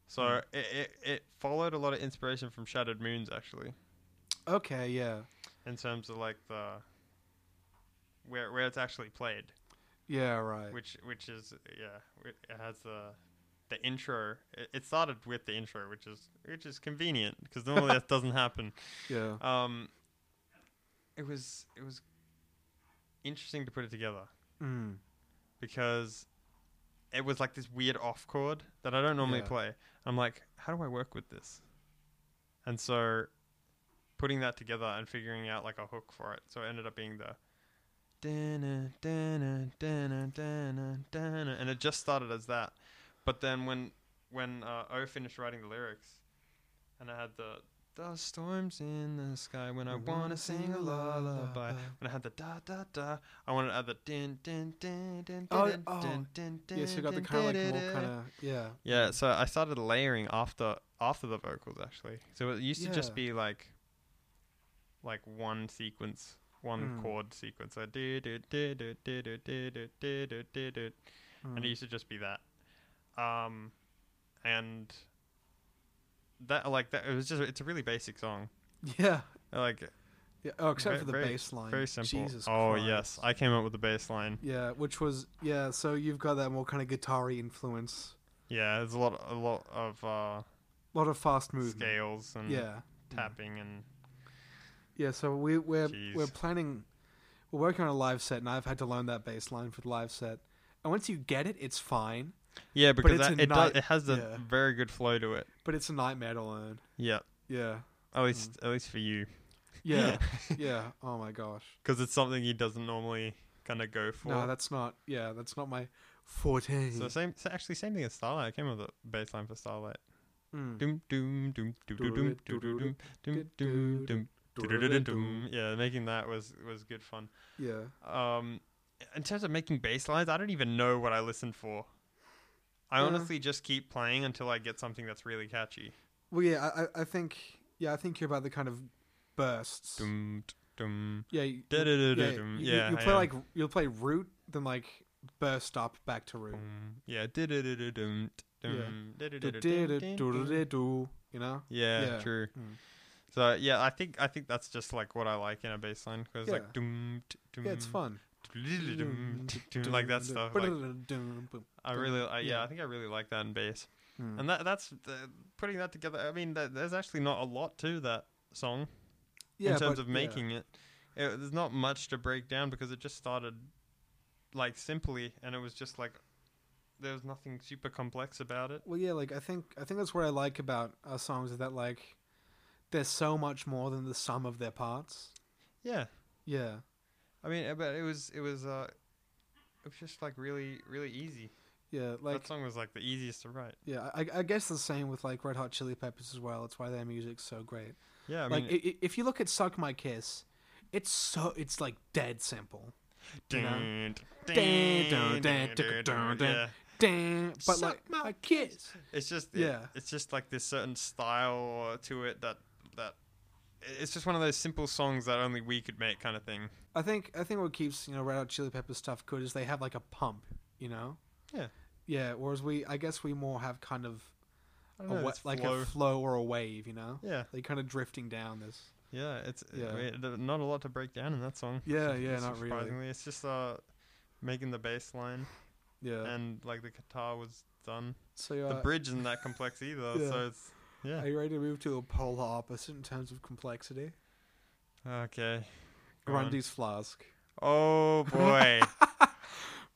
Speaker 3: So it, it it followed a lot of inspiration from Shattered Moons actually,
Speaker 2: Okay. Yeah.
Speaker 3: in terms of like the where where it's actually played,
Speaker 2: Yeah. Right.
Speaker 3: which which is yeah, it it has the the intro. It, it started with the intro, which is which is convenient because normally that doesn't happen.
Speaker 2: Yeah.
Speaker 3: um it was it was interesting to put it together
Speaker 2: Mm.
Speaker 3: because it was like this weird off chord that I don't normally
Speaker 2: Yeah.
Speaker 3: play. I'm like, how do I work with this? And so putting that together and figuring out like a hook for it. So it ended up being the "Dun-dun, dun-dun, dun-dun, dun-dun, dun-dun," and it just started as that. But then when when uh, O finished writing the lyrics and I had the the storms in the sky when I wanna sing a lullaby when I had the da da da, I wanted to add the din din din din
Speaker 2: Oh,
Speaker 3: din
Speaker 2: oh.
Speaker 3: din din din.
Speaker 2: Yeah, so you got the kind of like more kind of yeah.
Speaker 3: Yeah, so I started layering after after the vocals actually. So it used to
Speaker 2: Yeah.
Speaker 3: just be like like one sequence, one
Speaker 2: Mm.
Speaker 3: chord sequence. So do do do do do do do do do do do do
Speaker 2: Mm.
Speaker 3: and it used to just be that. Um, and that like that it was just it's a really basic song.
Speaker 2: yeah.
Speaker 3: Like
Speaker 2: Yeah. Oh, except
Speaker 3: Very-
Speaker 2: for the
Speaker 3: very-
Speaker 2: bass line.
Speaker 3: very simple.
Speaker 2: Jesus
Speaker 3: oh
Speaker 2: Christ.
Speaker 3: yes, I came up with the bass line.
Speaker 2: yeah, which was yeah. So you've got that more kind of guitar influence,
Speaker 3: Yeah, there's a lot, a lot of uh,
Speaker 2: a lot of fast movement.
Speaker 3: scales and
Speaker 2: Yeah,
Speaker 3: tapping and
Speaker 2: yeah. So we we're
Speaker 3: Jeez.
Speaker 2: we're planning, we're working on a live set, and I've had to learn that bass line for the live set. And once you get it, it's fine.
Speaker 3: Yeah, because
Speaker 2: it's
Speaker 3: that,
Speaker 2: a
Speaker 3: it does,
Speaker 2: night-
Speaker 3: it has a
Speaker 2: yeah.
Speaker 3: very good flow to it.
Speaker 2: but it's a nightmare to learn.
Speaker 3: Yeah,
Speaker 2: Yeah,
Speaker 3: at least at least for you,
Speaker 2: yeah, yeah. Oh my gosh.
Speaker 3: because it's something he doesn't normally kind of go for.
Speaker 2: No, that's not. Yeah, that's not my forte.
Speaker 3: so same, so actually same thing as Starlight. I came up with the baseline for Starlight.
Speaker 2: Mm.
Speaker 3: Doom doom doom doom doom doom doom doom doom doom doom doom doom. Yeah, making that was was good fun.
Speaker 2: Yeah.
Speaker 3: Um, in terms of making bass lines, I don't even know what I listen for. I
Speaker 2: Yeah.
Speaker 3: honestly just keep playing until I get something that's really catchy.
Speaker 2: Well, yeah. I, I- I think. Yeah, I think you're about the kind of bursts.
Speaker 3: Dum, t- dum.
Speaker 2: Yeah. You,
Speaker 3: Da- da- da- da-
Speaker 2: you-
Speaker 3: dum.
Speaker 2: you-
Speaker 3: Yeah,
Speaker 2: You
Speaker 3: I
Speaker 2: play
Speaker 3: am.
Speaker 2: like you'll play root, then like burst up back to root.
Speaker 3: Boom. Yeah. du-du-du-du-dum, dum, du-du-du-du-dum-dum.
Speaker 2: Do-do-do-do-do, You know.
Speaker 3: Yeah,
Speaker 2: Yeah.
Speaker 3: true.
Speaker 2: Mm.
Speaker 3: So yeah, I think I think that's just like what I like in a bass line because
Speaker 2: Yeah.
Speaker 3: like dum, t- dum,
Speaker 2: Yeah, it's fun.
Speaker 3: du-du-du-dum, t- dum, like that stuff. Like I really, I, yeah,
Speaker 2: Yeah.
Speaker 3: I think I really like that in bass.
Speaker 2: Mm.
Speaker 3: And that that's the, putting that together. I mean, th there's actually not a lot to that song in terms of making it. it. There's not much to break down because it just started like simply, and it was just like there was nothing super complex about it.
Speaker 2: Well, yeah, like I think I think that's what I like about our songs is that like there's so much more than the sum of their parts.
Speaker 3: Yeah,
Speaker 2: Yeah,
Speaker 3: I mean, uh, but it was it was uh, it was just like really really easy.
Speaker 2: yeah, like
Speaker 3: that song was like the easiest to write.
Speaker 2: yeah. I, I guess the same with like Red Hot Chili Peppers as well. It's why their music's so great.
Speaker 3: Yeah, I
Speaker 2: like
Speaker 3: mean,
Speaker 2: i i- if you look at "Suck My Kiss," it's so it's like dead simple. you know? Dun, dun, dun, dun, dun, dun.
Speaker 3: Yeah.
Speaker 2: Damn, but
Speaker 4: Suck
Speaker 2: like my kiss.
Speaker 3: It's just yeah.
Speaker 2: Yeah.
Speaker 3: It's just like this certain style to it that that it's just one of those simple songs that only we could make kind of thing.
Speaker 2: I think I think what keeps you know Red Hot Chili Peppers stuff good is they have like a pump, you know.
Speaker 3: Yeah.
Speaker 2: Yeah. Whereas we, I guess we more have kind of
Speaker 3: I
Speaker 2: a
Speaker 3: don't know,
Speaker 2: wa-
Speaker 3: it's
Speaker 2: like
Speaker 3: flow.
Speaker 2: a flow or a wave, you know.
Speaker 3: yeah,
Speaker 2: They kind of drifting down this.
Speaker 3: yeah. It's yeah.
Speaker 2: Yeah.
Speaker 3: not a lot to break down in that song.
Speaker 2: Yeah, yeah,
Speaker 3: It's
Speaker 2: not really.
Speaker 3: surprisingly. It's just uh making the bass line
Speaker 2: Yeah.
Speaker 3: and like the guitar was done.
Speaker 2: so uh,
Speaker 3: the bridge isn't that complex either.
Speaker 2: Yeah.
Speaker 3: So it's
Speaker 2: are
Speaker 3: yeah.
Speaker 2: you ready to move to a polar opposite in terms of complexity?
Speaker 3: Okay. go on.
Speaker 2: Grundy's flask.
Speaker 3: Oh boy.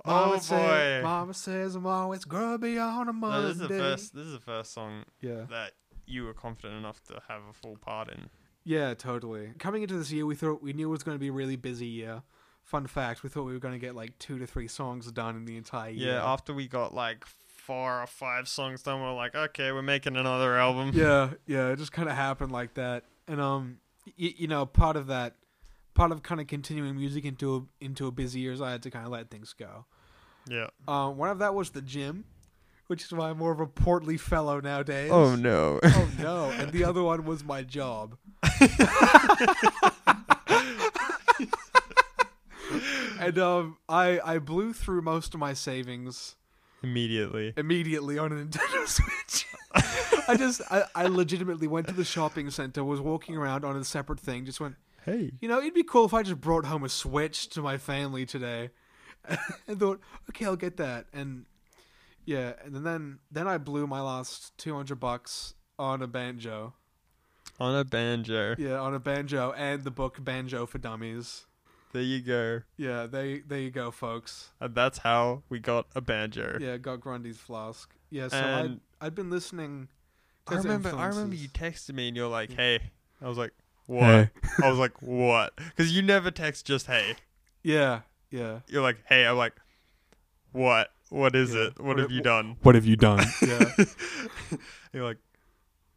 Speaker 2: Mama
Speaker 3: oh
Speaker 2: Says,
Speaker 3: boy.
Speaker 2: Mama says I'm always grubby on a Monday.
Speaker 3: No, this is the first. This is the first song
Speaker 2: Yeah.
Speaker 3: that you were confident enough to have a full part in.
Speaker 2: Yeah, totally. Coming into this year, we thought we knew it was going to be a really busy year. Fun fact: we thought we were going to get like two to three songs done in the entire
Speaker 3: Yeah,
Speaker 2: year.
Speaker 3: after we got like four or five songs done, we're like, okay, we're making another album.
Speaker 2: yeah, yeah. It just kind of happened like that, and um, y- you know, part of that, part of kind of continuing music into a, into a busy year is I had to kind of let things go.
Speaker 3: Yeah.
Speaker 2: Uh, one of that was the gym, which is why I'm more of a portly fellow nowadays.
Speaker 3: no.
Speaker 2: Oh, no. And the other one was my job. and um, I I blew through most of my savings
Speaker 3: Immediately.
Speaker 2: immediately on a Nintendo Switch. I just I, I legitimately went to the shopping center, was walking around on a separate thing, just went,
Speaker 3: Hey.
Speaker 2: you know, it'd be cool if I just brought home a Switch to my family today. and thought, okay, I'll get that. And yeah, and then- then then I blew my last 200 bucks on a banjo.
Speaker 3: On a banjo.
Speaker 2: Yeah, on a banjo and the book Banjo for Dummies.
Speaker 3: There you go.
Speaker 2: Yeah, they there you go, folks.
Speaker 3: And that's how we got a banjo.
Speaker 2: Yeah, got Grundy's flask. Yeah, so
Speaker 3: And-
Speaker 2: I'd, I'd been listening.
Speaker 3: I
Speaker 2: his
Speaker 3: remember. I remember you
Speaker 2: influences.
Speaker 3: texted me and you're like, hey. I was like, what? I was like, what? Because you never text just hey.
Speaker 2: yeah, yeah.
Speaker 3: You're like, hey. I'm like, what? What is it? What,
Speaker 2: What-
Speaker 3: have you done?
Speaker 2: What have you done? yeah,
Speaker 3: You're like,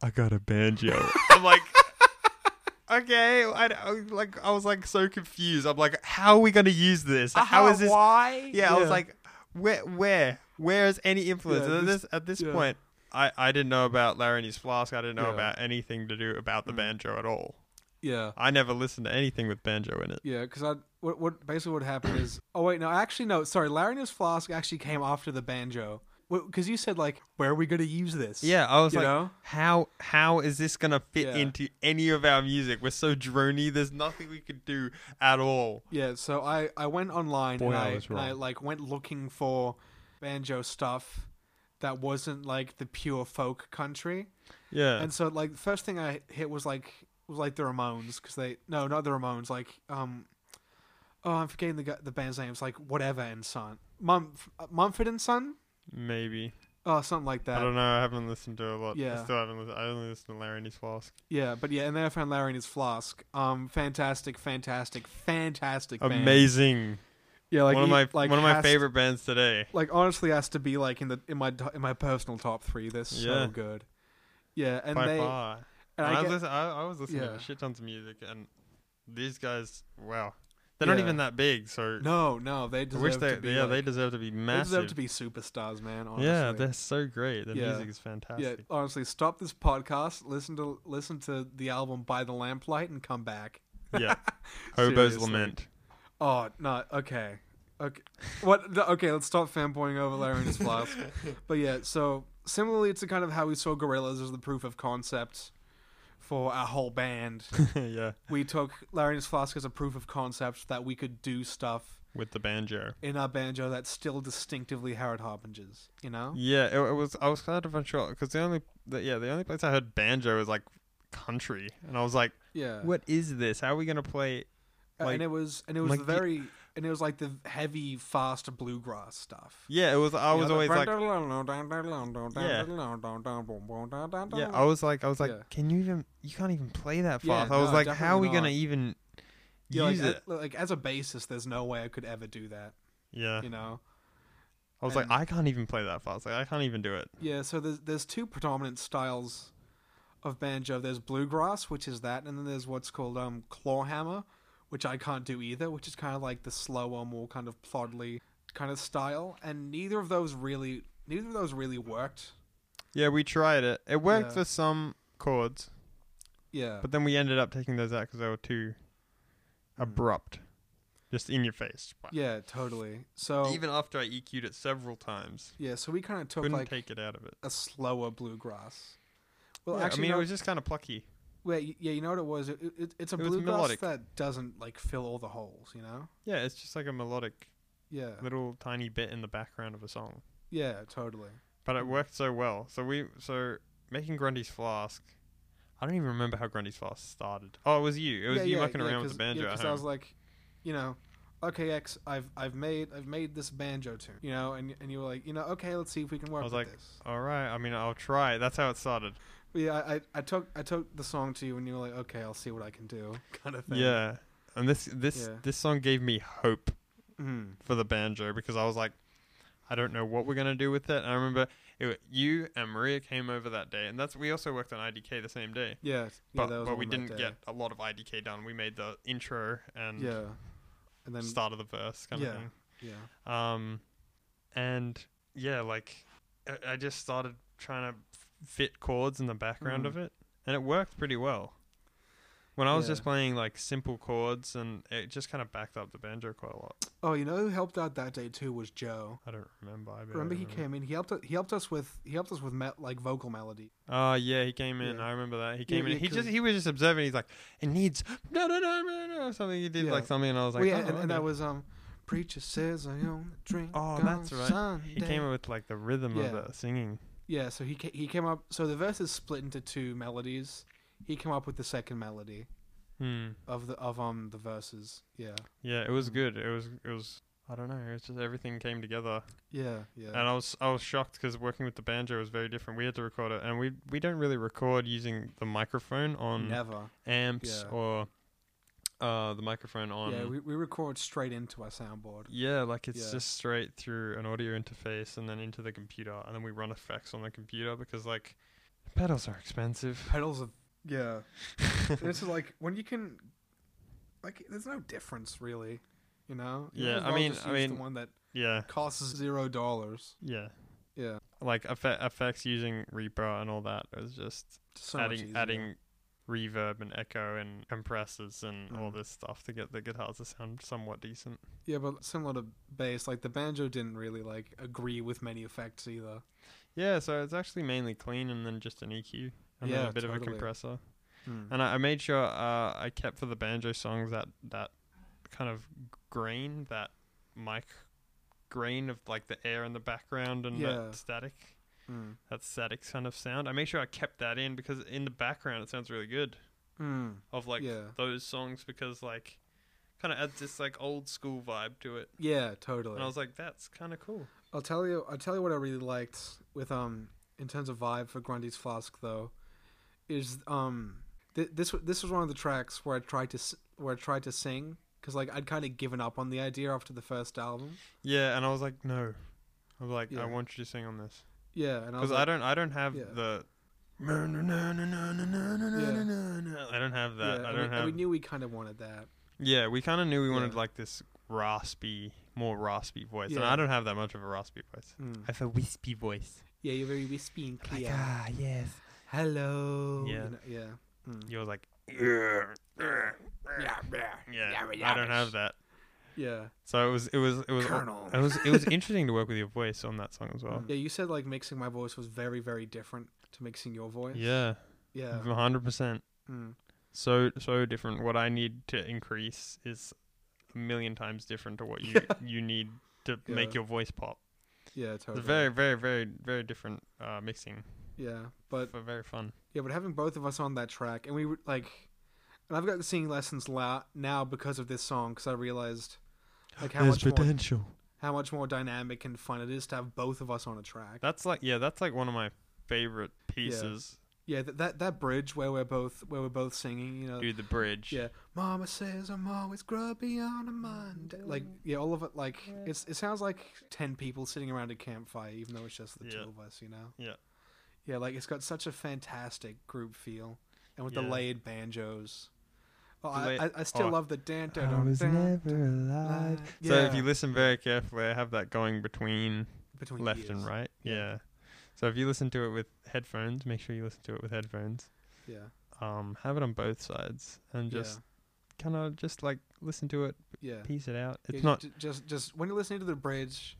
Speaker 3: I got a banjo. I'm like, okay. I, I was like, I was like so confused. I'm like, how are we gonna use this?
Speaker 2: Uh-huh.
Speaker 3: How is this?
Speaker 4: Why?
Speaker 3: Yeah, I was
Speaker 2: Yeah.
Speaker 3: like, where, where, where is any influence?
Speaker 2: Yeah,
Speaker 3: at
Speaker 2: this-
Speaker 3: this, at this
Speaker 2: yeah.
Speaker 3: point, I, I didn't know about Laramie's flask. I didn't know
Speaker 2: Yeah.
Speaker 3: about anything to do about the banjo at all.
Speaker 2: yeah,
Speaker 3: I never listened to anything with banjo in it.
Speaker 2: yeah. Because I what what basically what happened is oh wait no actually no sorry Larina's flask actually came after the banjo because you said like where are we gonna use this?
Speaker 3: Yeah, I was
Speaker 2: You
Speaker 3: like,
Speaker 2: know?
Speaker 3: how how is this gonna fit
Speaker 2: Yeah.
Speaker 3: into any of our music? We're so drony. There's nothing we could do at all.
Speaker 2: Yeah, so I, I went online
Speaker 3: Boy,
Speaker 2: and,
Speaker 3: I
Speaker 2: I,
Speaker 3: was
Speaker 2: and I
Speaker 3: wrong.
Speaker 2: like went looking for banjo stuff that wasn't like the pure folk country.
Speaker 3: Yeah,
Speaker 2: And so like the first thing I hit was like was like the Ramones cuz they no, not the Ramones like um oh, I'm forgetting the gu- the band's names like whatever and Son. Mumf- uh, Mumford and Son?
Speaker 3: Maybe
Speaker 2: Oh, something like
Speaker 3: I don't
Speaker 2: that.
Speaker 3: know. I haven't listened to a lot.
Speaker 2: Yeah.
Speaker 3: I still haven't. Listened, I only listened to Larry and his Flask.
Speaker 2: Yeah, but yeah, and then I found Larry and his flask. Um, fantastic, fantastic, fantastic. band.
Speaker 3: Amazing.
Speaker 2: Yeah, like
Speaker 3: one of
Speaker 2: he-
Speaker 3: my
Speaker 2: like
Speaker 3: one of my
Speaker 2: has to-
Speaker 3: favorite bands today.
Speaker 2: like honestly has to be like in the in my in my personal top three. They're so
Speaker 3: Yeah.
Speaker 2: good. Yeah, and
Speaker 3: by
Speaker 2: they
Speaker 3: far.
Speaker 2: and
Speaker 3: And
Speaker 2: I
Speaker 3: I,
Speaker 2: get-
Speaker 3: listen, I, I was listening
Speaker 2: Yeah.
Speaker 3: to shit tons of music, and these guys, wow, they're not
Speaker 2: Yeah.
Speaker 3: even that big. So
Speaker 2: no no they
Speaker 3: I
Speaker 2: deserve
Speaker 3: wish they,
Speaker 2: to be
Speaker 3: yeah,
Speaker 2: like-
Speaker 3: they deserve to be
Speaker 2: they
Speaker 3: massive.
Speaker 2: deserve to be superstars, man. Honestly.
Speaker 3: Yeah, they're so great. The
Speaker 2: Yeah.
Speaker 3: music is
Speaker 2: yeah.
Speaker 3: fantastic.
Speaker 2: Honestly, stop this podcast. Listen to listen to the album by the lamplight and come back.
Speaker 3: Yeah, Hobo's
Speaker 2: Seriously.
Speaker 3: Lament.
Speaker 2: Oh no, okay, okay, what? no, okay, let's stop fanboying over Larry and his flask. but yeah, so similarly to kind of how we saw Gorillas as the proof of concept for our whole band.
Speaker 3: yeah,
Speaker 2: we took Larynx Flask as a proof of concept that we could do stuff
Speaker 3: with the banjo.
Speaker 2: in our banjo that's still distinctively Howard Harbinger's, you know?
Speaker 3: Yeah, it, it was. I was kind of unsure because the only, the, yeah, the only place I heard banjo was like country, and I was like,
Speaker 2: Yeah.
Speaker 3: what is this? How are we gonna play? like-
Speaker 2: uh, and it was and it was
Speaker 3: like
Speaker 2: the
Speaker 3: the-
Speaker 2: very and it was like the heavy, fast bluegrass stuff.
Speaker 3: Yeah, it was. I was always like,
Speaker 2: Yeah.
Speaker 3: Yeah, I was like, I was like,
Speaker 2: Yeah.
Speaker 3: can you even? You can't even play that
Speaker 2: Yeah,
Speaker 3: fast. I was
Speaker 2: no,
Speaker 3: like, how are
Speaker 2: definitely
Speaker 3: we gonna
Speaker 2: not.
Speaker 3: even
Speaker 2: Yeah, like,
Speaker 3: use
Speaker 2: a-
Speaker 3: it?
Speaker 2: like as a bassist, there's no way I could ever do that,
Speaker 3: yeah,
Speaker 2: you know.
Speaker 3: I was
Speaker 2: and-
Speaker 3: like, I can't even play that fast. Like, I can't even do it.
Speaker 2: Yeah, so there's there's two predominant styles of banjo. There's bluegrass, which is that, and then there's what's called um clawhammer, which I can't do either, which is kind of like the slower, more kind of plodly kind of style. And neither of those really, neither of those really worked.
Speaker 3: Yeah, we tried it. It worked
Speaker 2: Yeah.
Speaker 3: for some chords,
Speaker 2: Yeah, Mm.
Speaker 3: but then we ended up taking those out because they were too abrupt, just in your face. But
Speaker 2: yeah, totally. So
Speaker 3: Even after I EQ'd it several times,
Speaker 2: yeah, so we kind of took
Speaker 3: couldn't
Speaker 2: like
Speaker 3: take it out of it.
Speaker 2: a slower bluegrass. Well,
Speaker 3: Yeah,
Speaker 2: actually,
Speaker 3: I mean,
Speaker 2: no,
Speaker 3: it was just kind of plucky.
Speaker 2: wait, y- yeah, you know what it was? It, it, it's a
Speaker 3: It was
Speaker 2: bluegrass
Speaker 3: melodic.
Speaker 2: that doesn't like fill all the holes, you know?
Speaker 3: Yeah, it's just like a melodic
Speaker 2: Yeah,
Speaker 3: little tiny bit in the background of a song.
Speaker 2: yeah, totally.
Speaker 3: but it worked so well. So we so making Grundy's flask. I don't even remember how Grundy's flask started. Oh, it was you. It was you mucking around with the
Speaker 2: 'cause- yeah,
Speaker 3: banjo. at
Speaker 2: 'cause I
Speaker 3: home.
Speaker 2: was like, you know, okay, X, I've I've made I've made this banjo tune, you know, and and you were like, you know, okay, let's see if we can work
Speaker 3: was
Speaker 2: with
Speaker 3: like,
Speaker 2: this.
Speaker 3: All right. I mean, I'll try. That's how it started.
Speaker 2: But yeah, I, I I took I took the song to you, and you were like, okay, I'll see what I can do, kind of thing.
Speaker 3: Yeah. And this this
Speaker 2: Yeah.
Speaker 3: this song gave me hope
Speaker 2: Mhm.
Speaker 3: for the banjo because I was like, I don't know what we're gonna do with it. And I remember it, wa- you and Maria came over that day, and that's we also worked on IDK the same day.
Speaker 2: yeah, yeah,
Speaker 3: But
Speaker 2: that was
Speaker 3: but
Speaker 2: on
Speaker 3: we
Speaker 2: that
Speaker 3: didn't
Speaker 2: day.
Speaker 3: get Mm-hmm. a lot of IDK done. We made the intro and
Speaker 2: yeah, and then
Speaker 3: start of the verse kind
Speaker 2: Yeah.
Speaker 3: of thing.
Speaker 2: yeah,
Speaker 3: um and yeah like I, I just started trying to f- fit chords in the background
Speaker 2: Mhm.
Speaker 3: of it and it worked pretty well when i was
Speaker 2: Yeah.
Speaker 3: just playing like simple chords and it just kind of backed up the banjo quite a lot
Speaker 2: oh, you know who helped out that day too was Joe.
Speaker 3: i don't remember I barely
Speaker 2: Remember he came in. He helped. He helped us with. He helped us with me- like vocal melody.
Speaker 3: oh yeah he came in
Speaker 2: Yeah.
Speaker 3: i remember that he came
Speaker 2: yeah,
Speaker 3: in he
Speaker 2: 'cause-
Speaker 3: just he was just observing he's like it needs no no no no no something he did
Speaker 2: Yeah.
Speaker 3: like something and i was like
Speaker 2: well, yeah,
Speaker 3: oh,
Speaker 2: and, and that was
Speaker 3: okay.
Speaker 2: um, preacher says I own a drink.
Speaker 3: oh
Speaker 2: on
Speaker 3: that's right he
Speaker 2: Sunday."
Speaker 3: came in with like the rhythm
Speaker 2: Yeah.
Speaker 3: of the singing
Speaker 2: Yeah, so he ca- he came up. So the verse is split into two melodies. He came up with the second melody
Speaker 3: hmm
Speaker 2: of the of um the verses. Yeah,
Speaker 3: Yeah, it was good. It was it was I don't know. It was just everything came together,
Speaker 2: yeah, yeah,
Speaker 3: and I was I was shocked because working with the banjo was very different. We had to record it, and we we don't really record using the microphone on
Speaker 2: never.
Speaker 3: amps
Speaker 2: yeah.
Speaker 3: or uh the microphone on.
Speaker 2: yeah, we we record straight into our soundboard.
Speaker 3: Yeah, like it's
Speaker 2: Yeah.
Speaker 3: just straight through an audio interface and then into the computer, and then we run effects on the computer because like pedals are expensive.
Speaker 2: Pedals of yeah. this is like when you can, like, there's no difference really, you know. You might
Speaker 3: Yeah,
Speaker 2: as
Speaker 3: I
Speaker 2: well
Speaker 3: mean-
Speaker 2: just
Speaker 3: I
Speaker 2: use
Speaker 3: mean-
Speaker 2: the one that
Speaker 3: yeah,
Speaker 2: costs zero dollars.
Speaker 3: yeah.
Speaker 2: Yeah,
Speaker 3: Like effe- effects using Reaper and all that was just
Speaker 2: so much
Speaker 3: adding
Speaker 2: easier.
Speaker 3: adding reverb and echo and compressors and all
Speaker 2: Mm.
Speaker 3: this stuff to get the guitars to sound somewhat decent.
Speaker 2: Yeah, but similar to bass, like the banjo didn't really like agree with many effects either.
Speaker 3: Yeah, so it's actually mainly clean and then just an EQ and then
Speaker 2: Yeah,
Speaker 3: a bit of a
Speaker 2: totally.
Speaker 3: compressor.
Speaker 2: Hmm.
Speaker 3: And I, I made sure uh, I kept for the banjo songs that that kind of grain that mic grain of like the air in the background and
Speaker 2: Yeah.
Speaker 3: that static
Speaker 2: Mm.
Speaker 3: that static kind of sound. I made sure I kept that in because in the background it sounds really good.
Speaker 2: Mm.
Speaker 3: of like
Speaker 2: Yeah.
Speaker 3: those songs because like kind of adds this like old school vibe to it.
Speaker 2: Yeah, totally.
Speaker 3: And I was like, that's kind of cool.
Speaker 2: I'll tell you. I'll tell you what I really liked with um in terms of vibe for Grundy's Flask though, is um th- this w- this was one of the tracks where I tried to s- where I tried to sing because like I'd kind of given up on the idea after the first album.
Speaker 3: Yeah, and I was like, no. I was like,
Speaker 2: Yeah.
Speaker 3: I want you to sing on this
Speaker 2: Yeah, and I was
Speaker 3: because
Speaker 2: like,
Speaker 3: I don't, I don't have
Speaker 2: yeah.
Speaker 3: the. I don't have
Speaker 2: yeah,
Speaker 3: that.
Speaker 2: and
Speaker 3: I
Speaker 2: we,
Speaker 3: don't
Speaker 2: and
Speaker 3: have.
Speaker 2: we knew we kind of wanted that.
Speaker 3: Yeah, we kind of knew we wanted
Speaker 2: Yeah.
Speaker 3: like this raspy, more raspy voice, and
Speaker 2: Yeah.
Speaker 3: I don't have that much of a raspy voice.
Speaker 2: Mm.
Speaker 3: I have a wispy voice.
Speaker 2: Yeah, you're very wispy and clear.
Speaker 4: Ah, yes.
Speaker 2: Hello.
Speaker 3: Yeah.
Speaker 2: You know- yeah. Mm.
Speaker 3: You was like, yeah, I don't have that.
Speaker 2: Yeah.
Speaker 3: So it was, it was, it was, uh,
Speaker 4: Colonel.
Speaker 3: it was, it was interesting to work with your voice on that song as well.
Speaker 2: Yeah. You said like mixing my voice was very very different to mixing your voice.
Speaker 3: Yeah, Mm-hmm.
Speaker 2: Yeah.
Speaker 3: hundred percent.
Speaker 2: Mm.
Speaker 3: So so different. What I need to increase is a million times different to what you you need to make
Speaker 2: Yeah.
Speaker 3: your voice pop.
Speaker 2: Yeah.
Speaker 3: It's
Speaker 2: Totally.
Speaker 3: a very very very very different uh, mixing,
Speaker 2: Yeah. But
Speaker 3: but very fun.
Speaker 2: Yeah, but having both of us on that track, and we were like, and I've gotten singing lessons la- now because of this song, because I realized like how much more, how much more dynamic and fun it is to have both of us on a track.
Speaker 3: That's like yeah, that's like one of my favorite pieces.
Speaker 2: yeah, that, that that bridge where we're both where we're both singing, you know.
Speaker 3: Do the bridge.
Speaker 2: Uh, Yeah, Mama says I'm always grubby on a Monday. Like, yeah, all of it. Like, it's it sounds like ten people sitting around a campfire, even though it's just the
Speaker 3: Yeah.
Speaker 2: two of us. You know.
Speaker 3: Yeah.
Speaker 2: Yeah, like it's got such a fantastic group feel, and with the
Speaker 3: Yeah.
Speaker 2: layered banjos. Oh,
Speaker 3: The
Speaker 2: I,
Speaker 3: lay-
Speaker 2: I, I still
Speaker 3: oh.
Speaker 2: love the dan dan
Speaker 4: I
Speaker 2: dan-
Speaker 4: was
Speaker 2: dan-
Speaker 4: never
Speaker 2: dan-
Speaker 4: alive.
Speaker 2: Yeah.
Speaker 3: So if you listen very carefully, I have that going between
Speaker 2: between
Speaker 3: left
Speaker 2: years.
Speaker 3: and right.
Speaker 2: Yeah.
Speaker 3: Yeah. So if you listen to it with headphones, make sure you listen to it with headphones.
Speaker 2: Yeah.
Speaker 3: Um, have it on both sides and just kind of just like listen to it,
Speaker 2: yeah. Yeah.
Speaker 3: piece it out. It's
Speaker 2: Yeah,
Speaker 3: not
Speaker 2: j- just just when you're listening to the bridge,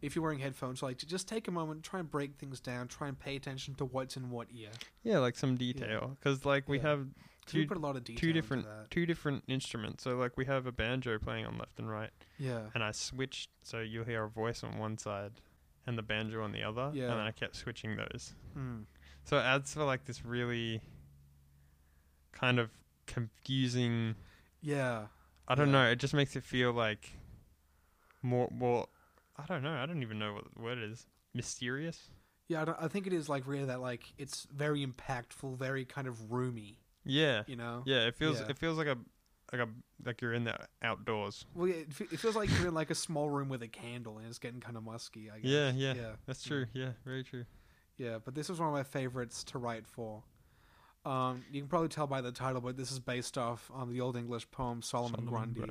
Speaker 2: if you're wearing headphones, like j- just take a moment, try and break things down, try and pay attention to what's in what ear.
Speaker 3: yeah like some detail because like we
Speaker 2: Yeah.
Speaker 3: have
Speaker 2: 'Cause we
Speaker 3: Two-
Speaker 2: put a lot of detail
Speaker 3: two different
Speaker 2: Into that.
Speaker 3: two different instruments. So like we have a banjo playing on left and right,
Speaker 2: Yeah.
Speaker 3: and I switched so you'll hear a voice on one side and the banjo on the other,
Speaker 2: Yeah.
Speaker 3: and then I kept switching those.
Speaker 2: Mm.
Speaker 3: So it adds for like this really kind of confusing.
Speaker 2: Yeah.
Speaker 3: I don't
Speaker 2: Yeah.
Speaker 3: know. It just makes it feel like more more. I don't know. I don't even know what the word is. Mysterious.
Speaker 2: Yeah, I, don't- I think it is like really that like it's very impactful, very kind of roomy,
Speaker 3: Yeah.
Speaker 2: you know.
Speaker 3: Yeah. It feels.
Speaker 2: Yeah.
Speaker 3: It feels like a like a like you're in the outdoors.
Speaker 2: Well, yeah, it, fe- it feels like you're in like a small room with a candle, and it's getting kind of musky. I guess.
Speaker 3: Yeah, yeah.
Speaker 2: yeah,
Speaker 3: That's true. Yeah. Very true.
Speaker 2: yeah. But this is one of my favorites to write for. Um, you can probably tell by the title, but this is based off um, the old English poem Solomon, Grundy.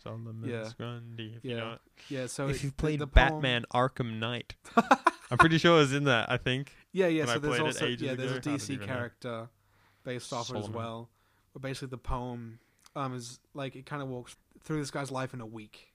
Speaker 3: Solomon
Speaker 2: Yeah.
Speaker 3: Grundy. If
Speaker 2: Yeah.
Speaker 3: you know it.
Speaker 2: Yeah, so
Speaker 3: if
Speaker 2: it-
Speaker 3: you
Speaker 2: the-
Speaker 3: played
Speaker 2: the poem-
Speaker 3: Batman Arkham Knight. I'm pretty sure it was in that. I think.
Speaker 2: yeah, yeah.
Speaker 3: when
Speaker 2: So
Speaker 3: I
Speaker 2: there's
Speaker 3: played it
Speaker 2: also
Speaker 3: ages
Speaker 2: yeah, there's
Speaker 3: ago, I
Speaker 2: a
Speaker 3: didn't
Speaker 2: DC
Speaker 3: even know.
Speaker 2: character based off it as
Speaker 3: Solomon.
Speaker 2: well. But basically, the poem um, is like it kind of walks through this guy's life in a week.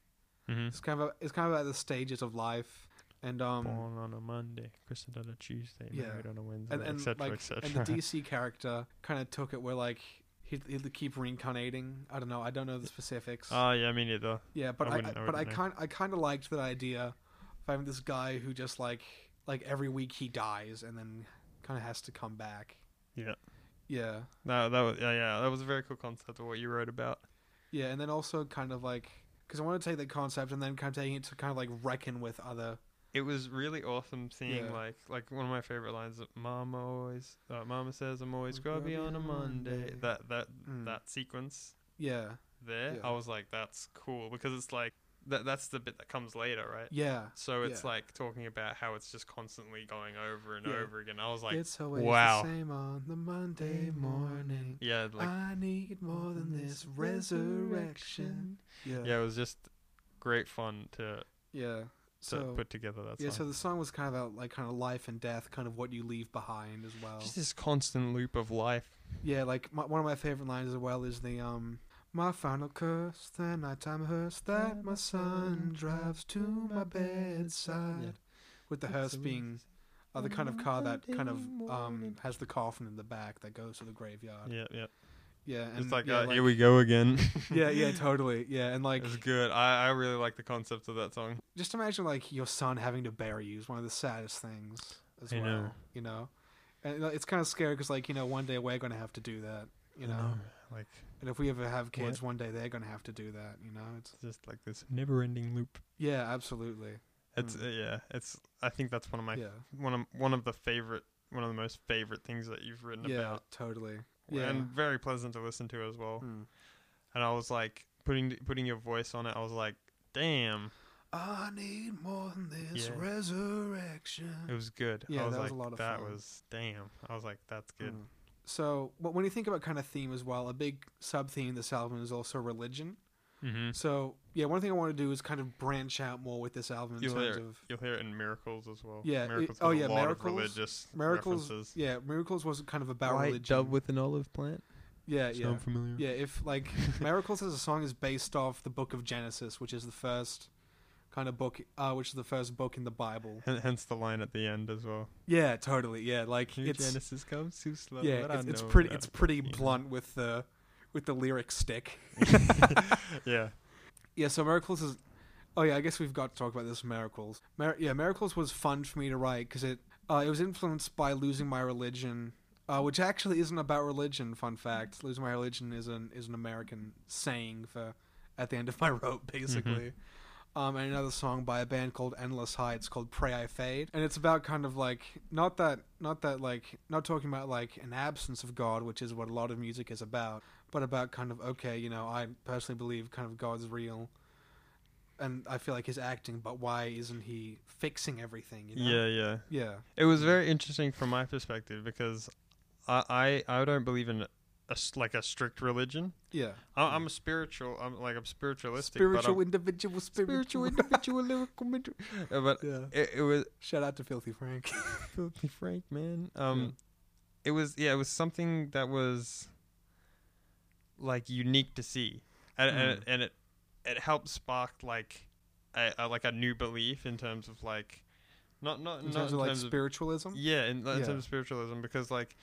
Speaker 3: Mm-hmm.
Speaker 2: It's kind of it's kind of about the stages of life, and um,
Speaker 3: Born on a Monday, christened on a Tuesday,
Speaker 2: Yeah.
Speaker 3: married on a Wednesday,
Speaker 2: and, and
Speaker 3: etc.
Speaker 2: like
Speaker 3: etc.
Speaker 2: and the DC character kind of took it where like he'd, he'd keep reincarnating. I don't know. I don't know the specifics.
Speaker 3: oh yeah, me neither.
Speaker 2: yeah, but
Speaker 3: I
Speaker 2: I,
Speaker 3: wouldn't-
Speaker 2: I-
Speaker 3: I
Speaker 2: but I
Speaker 3: wouldn't know.
Speaker 2: kind I kind of liked that idea of having this guy who just like like every week he dies and then kind of has to come back.
Speaker 3: Yeah.
Speaker 2: Yeah.
Speaker 3: No, that was yeah, yeah. That was a very cool concept of what you wrote about.
Speaker 2: Yeah, and then also kind of like because I want to take that concept and then kind of taking it to kind of like reckon with other.
Speaker 3: It was really awesome seeing
Speaker 2: Yeah.
Speaker 3: like like one of my favorite lines. That Mom always, uh, Mama says, "I'm always grubby on a Monday." That that
Speaker 2: Mm.
Speaker 3: that sequence
Speaker 2: Yeah.
Speaker 3: there,
Speaker 2: Yeah.
Speaker 3: I was like, that's cool because it's like that that's the bit that comes later, right?
Speaker 2: Yeah.
Speaker 3: So it's
Speaker 2: Yeah.
Speaker 3: like talking about how it's just constantly going over and
Speaker 2: Yeah.
Speaker 3: over again. I was like,
Speaker 2: it's always
Speaker 3: wow.
Speaker 2: the same on the Monday morning.
Speaker 3: yeah, like
Speaker 2: I need more than this resurrection. Yeah.
Speaker 3: yeah, it was just great fun to to
Speaker 2: Yeah. So
Speaker 3: put together that
Speaker 2: yeah, so
Speaker 3: song.
Speaker 2: the song was kind of about like kind of life and death, kind of what you leave behind as well.
Speaker 3: just this constant loop of life.
Speaker 2: Yeah, like my, one of my favorite lines as well is the um my final curse, the nighttime hearse that my son drives to my bedside.
Speaker 3: Yeah.
Speaker 2: With the hearse being uh, the kind of car that kind of um has the coffin in the back that goes to the graveyard.
Speaker 3: Yeah, yeah.
Speaker 2: Yeah, and
Speaker 3: it's like,
Speaker 2: yeah,
Speaker 3: uh, here we go again.
Speaker 2: yeah, yeah, totally. Yeah, and like
Speaker 3: it was good. I, I really like the concept of that song.
Speaker 2: just imagine like your son having to bury you is one of the saddest things as
Speaker 3: I
Speaker 2: well.
Speaker 3: know.
Speaker 2: You know, and you know, it's kind of scary because like you know one day we're gonna have to do that. You know,
Speaker 3: like
Speaker 2: and if we ever have kids, one day they're gonna have to do that. You know, it's
Speaker 3: just like this never-ending loop.
Speaker 2: yeah, absolutely.
Speaker 3: It's uh, yeah. It's I think that's one of my
Speaker 2: Hmm. yeah,
Speaker 3: one of one of the favorite one of the most favorite things that you've written
Speaker 2: yeah,
Speaker 3: about,
Speaker 2: totally. Yeah,
Speaker 3: and very pleasant to listen to as well.
Speaker 2: Mm.
Speaker 3: And I was like putting putting your voice on it. I was like, damn,
Speaker 2: I need more than this
Speaker 3: Yeah. it
Speaker 2: resurrection.
Speaker 3: was good.
Speaker 2: Yeah,
Speaker 3: I was
Speaker 2: that was
Speaker 3: like,
Speaker 2: a lot of
Speaker 3: that
Speaker 2: fun.
Speaker 3: was damn. I was like, that's good.
Speaker 2: Mm. So, but when you think about kind of theme as well, a big sub theme of this album is also religion.
Speaker 3: Mm-hmm.
Speaker 2: Hmm. So, yeah, one thing I want to do is kind of branch out more with this album in
Speaker 3: You'll
Speaker 2: terms
Speaker 3: hear-
Speaker 2: of
Speaker 3: You'll hear it in miracles as well.
Speaker 2: Yeah, it-
Speaker 3: miracles
Speaker 2: oh,
Speaker 3: has
Speaker 2: yeah,
Speaker 3: a lot
Speaker 2: Miracles-
Speaker 3: of religious
Speaker 2: miracles.
Speaker 3: references.
Speaker 2: Yeah, miracles was kind of about religion.
Speaker 3: with an olive plant.
Speaker 2: yeah, yeah.
Speaker 3: familiar.
Speaker 2: Yeah, if like Miracles as a song is based off the book of Genesis, which is the first kind of book, uh, which is the first book in the Bible.
Speaker 3: Hen- hence the line at the end as well.
Speaker 2: Yeah, totally. Yeah, like
Speaker 3: Your
Speaker 2: it's
Speaker 3: Genesis comes too slow.
Speaker 2: yeah,
Speaker 3: but I
Speaker 2: it's, it's
Speaker 3: know
Speaker 2: pretty
Speaker 3: that
Speaker 2: it's pretty
Speaker 3: you know.
Speaker 2: blunt with the with the lyric stick.
Speaker 3: yeah.
Speaker 2: Yeah, so Miracles is. Oh yeah, I guess we've got to talk about this Miracles. Mir- yeah, Miracles was fun for me to write because it uh, it was influenced by losing my religion, uh, which actually isn't about religion. Fun fact: losing my religion is an is an American saying for at the end of my rope, basically. Um, and another song by a band called Endless Heights called "Pray I Fade," and it's about kind of like not that not that like not talking about like an absence of God, which is what a lot of music is about, but about kind of okay, you know, I personally believe kind of God's real and I feel like he's acting, but why isn't he fixing everything? You know?
Speaker 3: Yeah, yeah.
Speaker 2: yeah,
Speaker 3: It was very interesting from my perspective because I I, I don't believe in a s like a strict religion.
Speaker 2: yeah.
Speaker 3: I, I'm a spiritual. I'm like I'm spiritualistic.
Speaker 2: Spiritual
Speaker 3: but um,
Speaker 2: individual,
Speaker 3: I'm
Speaker 2: spiritual.
Speaker 3: individual, lyrical. individual. Uh, But
Speaker 2: yeah.
Speaker 3: it, it was
Speaker 2: Shout out to Filthy Frank.
Speaker 3: filthy Frank, man. Um, it was yeah, it was something that was like unique to see, and and, it, and it it helped spark like a, a like a new belief in terms of like not not
Speaker 2: In
Speaker 3: not
Speaker 2: terms
Speaker 3: in
Speaker 2: of like
Speaker 3: terms of
Speaker 2: spiritualism.
Speaker 3: yeah, in, in terms
Speaker 2: Yeah.
Speaker 3: of spiritualism, because like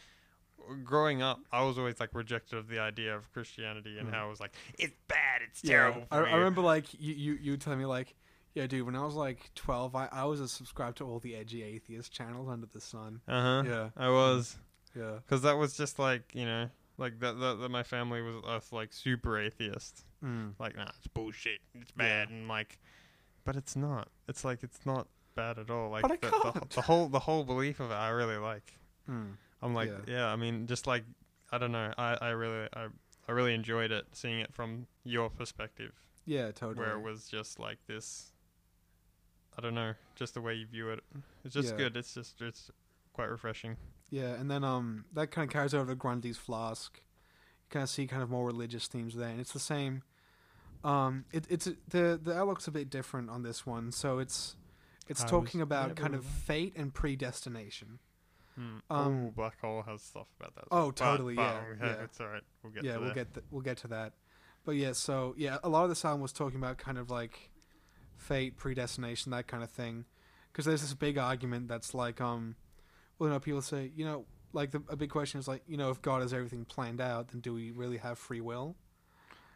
Speaker 3: growing up, I was always like rejected of the idea of Christianity
Speaker 2: Mm-hmm.
Speaker 3: and how it was like it's bad, it's
Speaker 2: Yeah.
Speaker 3: terrible.
Speaker 2: I,
Speaker 3: For
Speaker 2: I
Speaker 3: you."
Speaker 2: remember like you, you you telling me like. Yeah, dude. When I was like twelve, I, I was subscribed to all the edgy atheist channels under the sun.
Speaker 3: Uh huh.
Speaker 2: Yeah, Mm-hmm.
Speaker 3: I was.
Speaker 2: yeah,
Speaker 3: because that was just like you know like that, that, that my family was uh, like super atheist
Speaker 2: mm.
Speaker 3: like nah it's bullshit it's bad and like but it's not it's like it's not bad at all like
Speaker 2: But I
Speaker 3: the, the-
Speaker 2: can't.
Speaker 3: The, whole the whole belief of it i really like
Speaker 2: Mm.
Speaker 3: i'm like
Speaker 2: Yeah.
Speaker 3: yeah, i mean just like i don't know i i really i I really enjoyed it, seeing it from your perspective,
Speaker 2: yeah, totally.
Speaker 3: where it was just like this. I don't know, just the way you view it. It's just
Speaker 2: Yeah.
Speaker 3: good. It's just it's quite refreshing.
Speaker 2: Yeah, and then um that kind of carries over to Grundy's flask. You kind of see kind of more religious themes there, and it's the same. Um, it, it's the the outlook's a bit different on this one, so it's it's
Speaker 3: I was
Speaker 2: talking about
Speaker 3: never
Speaker 2: kind of
Speaker 3: aware.
Speaker 2: fate and predestination.
Speaker 3: Mm.
Speaker 2: Um,
Speaker 3: oh, Black Hole has stuff about that.
Speaker 2: Oh,
Speaker 3: But-
Speaker 2: totally,
Speaker 3: but,
Speaker 2: yeah,
Speaker 3: okay,
Speaker 2: yeah.
Speaker 3: It's all right. We'll get
Speaker 2: yeah,
Speaker 3: to
Speaker 2: we'll
Speaker 3: that.
Speaker 2: get th- we'll get to that. But yeah, so yeah, a lot of the album was talking about kind of like fate, predestination, that kind of thing. Because there's this big argument that's like, um, well, you know, people say, you know, like the, a big question is like, you know, if God has everything planned out, then do we really have free will?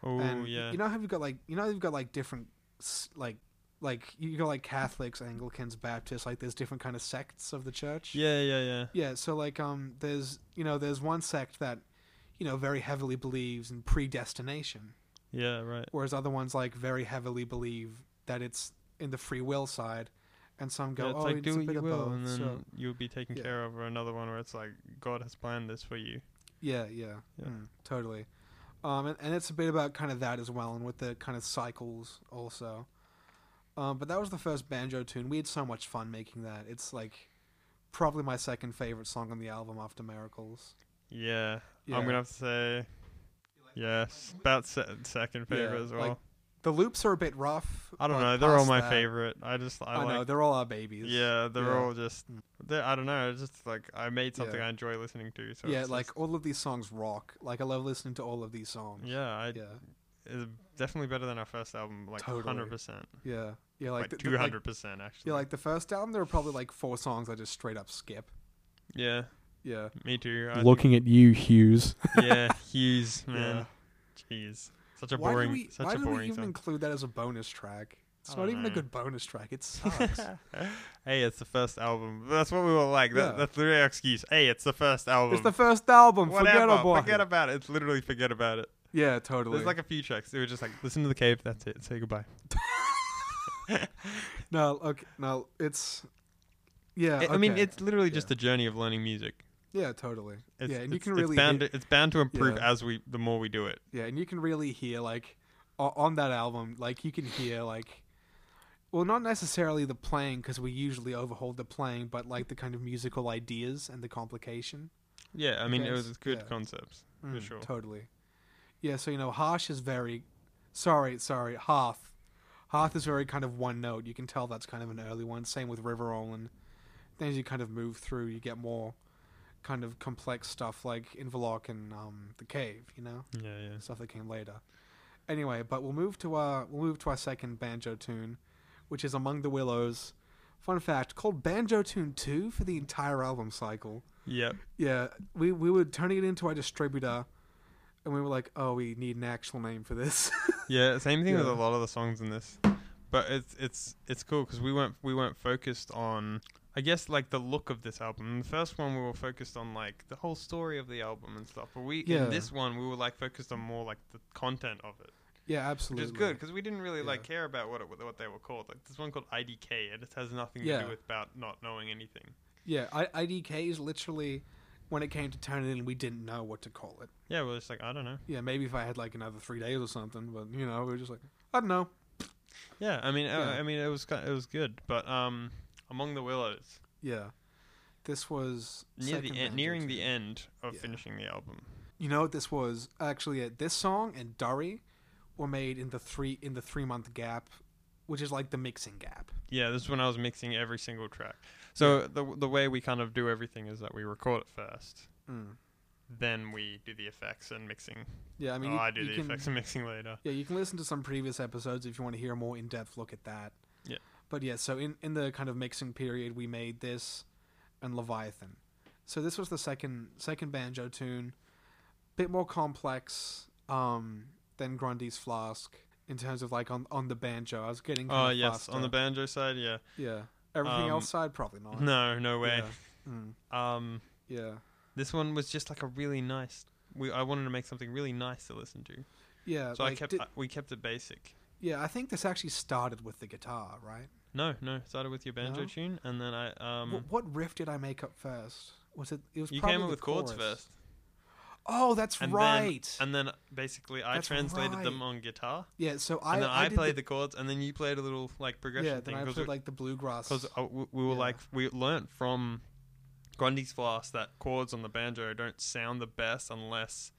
Speaker 3: oh,
Speaker 2: and
Speaker 3: yeah.
Speaker 2: you know how you've got like you know you've got like different s- like like you got like Catholics, Anglicans, Baptists, like there's different kind of sects of the church.
Speaker 3: yeah, yeah, yeah.
Speaker 2: Yeah, so like um there's you know there's one sect that you know very heavily believes in predestination,
Speaker 3: Yeah, right.
Speaker 2: whereas other ones like very heavily believe that it's in the free will side, and some go
Speaker 3: Yeah, it's
Speaker 2: oh
Speaker 3: like
Speaker 2: it's
Speaker 3: do
Speaker 2: a
Speaker 3: what
Speaker 2: bit
Speaker 3: you
Speaker 2: of
Speaker 3: will,
Speaker 2: both.
Speaker 3: and then
Speaker 2: so
Speaker 3: you'll be taken
Speaker 2: yeah.
Speaker 3: care of. Or another one where it's like God has planned this for you.
Speaker 2: yeah, yeah,
Speaker 3: Yeah.
Speaker 2: Mm, totally. Um, and, and it's a bit about kind of that as well, and with the kind of cycles also. Um, but that was the first banjo tune. We had so much fun making that. It's like probably my second favorite song on the album after Miracles.
Speaker 3: Yeah,
Speaker 2: Yeah.
Speaker 3: I'm gonna have to say, yes, about se- second
Speaker 2: Yeah,
Speaker 3: favorite as
Speaker 2: like,
Speaker 3: well.
Speaker 2: The loops are a bit rough.
Speaker 3: I don't
Speaker 2: but
Speaker 3: know. They're all
Speaker 2: past
Speaker 3: my
Speaker 2: that-
Speaker 3: favorite. I just I,
Speaker 2: I,
Speaker 3: like.
Speaker 2: know they're all our babies.
Speaker 3: Yeah, they're
Speaker 2: Yeah.
Speaker 3: all just. They're, I don't know. It's just like I made something
Speaker 2: Yeah.
Speaker 3: I enjoy listening to. So
Speaker 2: yeah.
Speaker 3: it's
Speaker 2: Like
Speaker 3: just-
Speaker 2: all of these songs rock. Like I love listening to all of these songs.
Speaker 3: yeah, I
Speaker 2: yeah,
Speaker 3: it's definitely better than our first album. Like
Speaker 2: Totally.
Speaker 3: hundred percent.
Speaker 2: yeah, yeah. Like,
Speaker 3: like
Speaker 2: the- the-
Speaker 3: two hundred percent actually.
Speaker 2: yeah, like the first album, there were probably like four songs I just straight up skip.
Speaker 3: yeah,
Speaker 2: Yeah.
Speaker 3: me too. I
Speaker 2: at you, Hughes.
Speaker 3: think- yeah, Hughes, man, jeez, such a
Speaker 2: why
Speaker 3: boring,
Speaker 2: did we,
Speaker 3: such
Speaker 2: why
Speaker 3: a
Speaker 2: did we
Speaker 3: boring
Speaker 2: even
Speaker 3: song.
Speaker 2: include that as a bonus track? It's
Speaker 3: I
Speaker 2: not
Speaker 3: don't
Speaker 2: even a
Speaker 3: know.
Speaker 2: good bonus track. It sucks.
Speaker 3: hey, it's the first album. That's what we were like.
Speaker 2: Yeah.
Speaker 3: That, That's the real excuse. Hey, it's the first album.
Speaker 2: it's the first album.
Speaker 3: Whatever,
Speaker 2: Forget about
Speaker 3: forget
Speaker 2: it.
Speaker 3: about it. It's literally forget about it.
Speaker 2: Yeah, totally.
Speaker 3: There's like a few tracks. They were just like, listen to the cave. That's it. Say goodbye.
Speaker 2: No, okay, no, it's yeah.
Speaker 3: I mean,
Speaker 2: Uh, okay.
Speaker 3: it's literally just the journey of learning music.
Speaker 2: yeah, totally.
Speaker 3: It's,
Speaker 2: yeah, and you
Speaker 3: it's-
Speaker 2: can
Speaker 3: it's
Speaker 2: really
Speaker 3: bound
Speaker 2: hear,
Speaker 3: to, it's bound to improve
Speaker 2: Yeah.
Speaker 3: as we the more we do it.
Speaker 2: yeah, and you can really hear like o- on that album, like you can hear like, well, not necessarily the playing because we usually overhaul the playing, but like the kind of musical ideas and the complication.
Speaker 3: Yeah, I mean, it
Speaker 2: guess,
Speaker 3: was good
Speaker 2: yeah.
Speaker 3: concepts for
Speaker 2: Mm,
Speaker 3: sure.
Speaker 2: Totally. Yeah, so you know, harsh is very sorry, sorry, half. Half is very kind of one note. You can tell that's kind of an early one. Same with River Roland. Then as you kind of move through, you get more kind of complex stuff like Inverloch and um, the cave, you know?
Speaker 3: yeah, yeah.
Speaker 2: Stuff that came later. Anyway, but we'll move to our we'll move to our second banjo tune, which is Among the Willows. Fun fact, called Banjo Tune 2 for the entire album cycle.
Speaker 3: Yep.
Speaker 2: Yeah, we we were turning it into our distributor, and we were like, oh, we need an actual name for this.
Speaker 3: Yeah, same thing with a
Speaker 2: Yeah.
Speaker 3: lot of the songs in this, but it's it's it's cool because we weren't we weren't focused on I guess like the look of this album. In the first one we were focused on like the whole story of the album and stuff, but we
Speaker 2: Yeah.
Speaker 3: in this one we were like focused on more like the content of it,
Speaker 2: yeah,
Speaker 3: which
Speaker 2: absolutely.
Speaker 3: is good because we didn't really like
Speaker 2: Yeah.
Speaker 3: care about what it, what they were called. Like this one called IDK, and it has nothing to
Speaker 2: Yeah.
Speaker 3: do with about not knowing anything.
Speaker 2: Yeah, I, IDK is literally when it came to turn it in, we didn't know what to call it.
Speaker 3: Yeah, we're just like I don't know.
Speaker 2: Yeah, maybe if I had like another three days or something, but you know, we were just like, I don't know.
Speaker 3: Yeah, I mean, uh,
Speaker 2: Yeah.
Speaker 3: I, I mean it was ki- it was good, but um, Among the Willows
Speaker 2: Yeah, this was
Speaker 3: near
Speaker 2: second
Speaker 3: the
Speaker 2: banjo
Speaker 3: en- nearing
Speaker 2: tune.
Speaker 3: the end of
Speaker 2: Yeah.
Speaker 3: finishing the album.
Speaker 2: You know what this was actually? uh, This song and Dari were made in the three in the three month gap, which is like the mixing gap.
Speaker 3: Yeah, this is when I was mixing every single track. So the the way we kind of do everything is that we record it first,
Speaker 2: Mm.
Speaker 3: then we do the effects and mixing.
Speaker 2: Yeah, I mean,
Speaker 3: oh,
Speaker 2: you,
Speaker 3: I do
Speaker 2: you
Speaker 3: the
Speaker 2: can,
Speaker 3: effects and mixing later.
Speaker 2: Yeah, you can listen to some previous episodes if you want to hear a more in-depth look at that.
Speaker 3: Yeah.
Speaker 2: But yeah, so in, in the kind of mixing period, we made this and Leviathan. So this was the second second banjo tune, bit more complex um, than Grundy's Flask in terms of like on, on the banjo. I was getting kind
Speaker 3: Oh
Speaker 2: of
Speaker 3: yes,
Speaker 2: faster.
Speaker 3: on the banjo side, yeah.
Speaker 2: yeah. Everything
Speaker 3: Um,
Speaker 2: else side probably not.
Speaker 3: No, no way.
Speaker 2: Yeah. Mm,
Speaker 3: Um,
Speaker 2: yeah.
Speaker 3: this one was just like a really nice. We I wanted to make something really nice to listen to,
Speaker 2: Yeah.
Speaker 3: so I
Speaker 2: Uh, like,
Speaker 3: kept
Speaker 2: di-
Speaker 3: I- we kept it basic.
Speaker 2: yeah, I think this actually started with the guitar, right?
Speaker 3: No, no, started with your banjo
Speaker 2: No?
Speaker 3: tune, and then I um,
Speaker 2: Wh- what riff did I make up first? Was it? It was
Speaker 3: you
Speaker 2: probably
Speaker 3: came up
Speaker 2: the
Speaker 3: with chords
Speaker 2: chorus.
Speaker 3: first,
Speaker 2: Oh, that's
Speaker 3: and
Speaker 2: right.
Speaker 3: then and then basically I
Speaker 2: That's
Speaker 3: translated them
Speaker 2: right.
Speaker 3: on guitar.
Speaker 2: yeah, so I
Speaker 3: and then I,
Speaker 2: did
Speaker 3: played the, chords, and then you played a little like progression
Speaker 2: yeah. Then
Speaker 3: thing
Speaker 2: I
Speaker 3: because
Speaker 2: played like the bluegrass.
Speaker 3: we, uh, we were
Speaker 2: yeah.
Speaker 3: like we learnt from Grundy's flask that chords on the banjo don't sound the best unless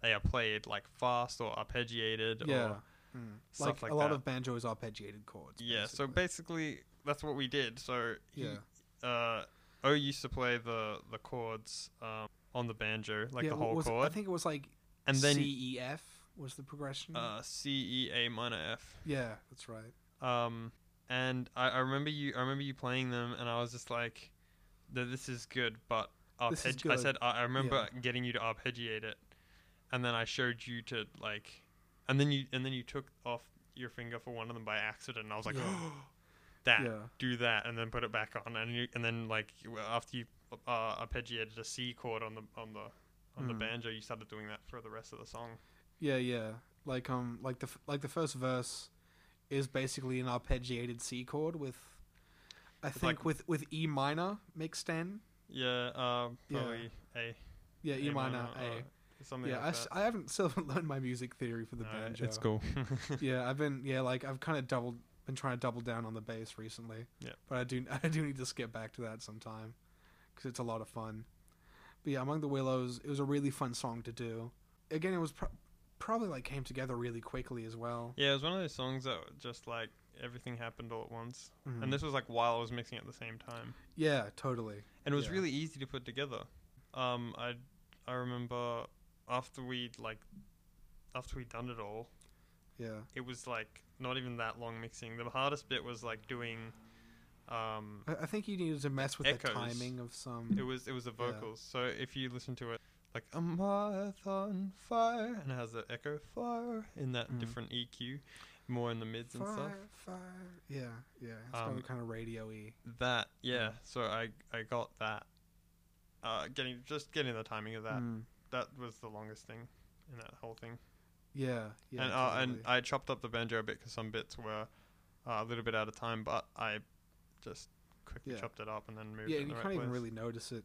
Speaker 3: they are played like fast or arpeggiated
Speaker 2: yeah,
Speaker 3: or
Speaker 2: Mm.
Speaker 3: stuff like,
Speaker 2: a lot
Speaker 3: that.
Speaker 2: of banjo is arpeggiated chords.
Speaker 3: yeah. So
Speaker 2: basically.
Speaker 3: basically, that's what we did. So he,
Speaker 2: yeah,
Speaker 3: uh, O used to play the the chords um, on the banjo, like
Speaker 2: yeah,
Speaker 3: the
Speaker 2: what
Speaker 3: whole
Speaker 2: was it?
Speaker 3: chord,
Speaker 2: I think it was like
Speaker 3: and then
Speaker 2: C E F was the progression.
Speaker 3: uh, C E A minor F.
Speaker 2: yeah, that's right.
Speaker 3: um, and I, I remember you I remember you playing them and I was just like "Th- this is good but
Speaker 2: This is
Speaker 3: arpeg- I
Speaker 2: good.
Speaker 3: said I, I remember getting you to arpeggiate it and then I showed you to like and then you and then you took off your finger for one of them by accident and I was like
Speaker 2: Yeah.
Speaker 3: that
Speaker 2: Yeah.
Speaker 3: do that and then put it back on and you and then like you- after you uh, arpeggiated a C chord on the on the on the
Speaker 2: Mm.
Speaker 3: banjo you started doing that for the rest of the song
Speaker 2: Yeah, yeah. Like um, like the f- like the first verse is basically an arpeggiated C chord with, I think
Speaker 3: like-
Speaker 2: with with E minor mixed in.
Speaker 3: yeah um
Speaker 2: Yeah.
Speaker 3: probably A
Speaker 2: Yeah, E
Speaker 3: A
Speaker 2: minor,
Speaker 3: minor,
Speaker 2: A.
Speaker 3: uh, something
Speaker 2: Yeah,
Speaker 3: like
Speaker 2: I,
Speaker 3: that.
Speaker 2: s- I haven't still haven't learned my music theory for the
Speaker 3: No,
Speaker 2: banjo.
Speaker 3: It's cool.
Speaker 2: yeah, I've been yeah, like I've kind of doubled been trying to double down on the bass recently.
Speaker 3: Yeah.
Speaker 2: But I do I do need to skip back to that sometime because it's a lot of fun. But yeah, among the willows, it was a really fun song to do. Again, it was pro- probably like came together really quickly as well.
Speaker 3: yeah, it was one of those songs that just like everything happened all at once.
Speaker 2: Mhm.
Speaker 3: And this was like while I was mixing at the same time.
Speaker 2: yeah, totally.
Speaker 3: And it was
Speaker 2: Yeah.
Speaker 3: really easy to put together. Um I I remember after we like after we done it all,
Speaker 2: Yeah,
Speaker 3: it was like not even that long mixing. The hardest bit was like doing um
Speaker 2: I, I think you needed to mess with the
Speaker 3: Echoes.
Speaker 2: timing of some.
Speaker 3: it was it was the vocals. So if you listen to it like a marathon fire and it has that echo fire in that
Speaker 2: Mm.
Speaker 3: different EQ, more in the mids and stuff.
Speaker 2: fire, fire. Yeah, yeah. It's
Speaker 3: Um,
Speaker 2: kind of radio-y.
Speaker 3: that
Speaker 2: Mm.
Speaker 3: yeah so i i got that uh getting just getting the timing of that
Speaker 2: Mm.
Speaker 3: that was the longest thing in that whole thing
Speaker 2: Yeah, yeah.
Speaker 3: and uh,
Speaker 2: totally.
Speaker 3: and i chopped up the banjo a bit because some bits were uh, a little bit out of time, but I just quickly
Speaker 2: Yeah.
Speaker 3: chopped it up and then moved.
Speaker 2: Yeah,
Speaker 3: it in
Speaker 2: and you
Speaker 3: the right
Speaker 2: can't even
Speaker 3: place.
Speaker 2: really notice it.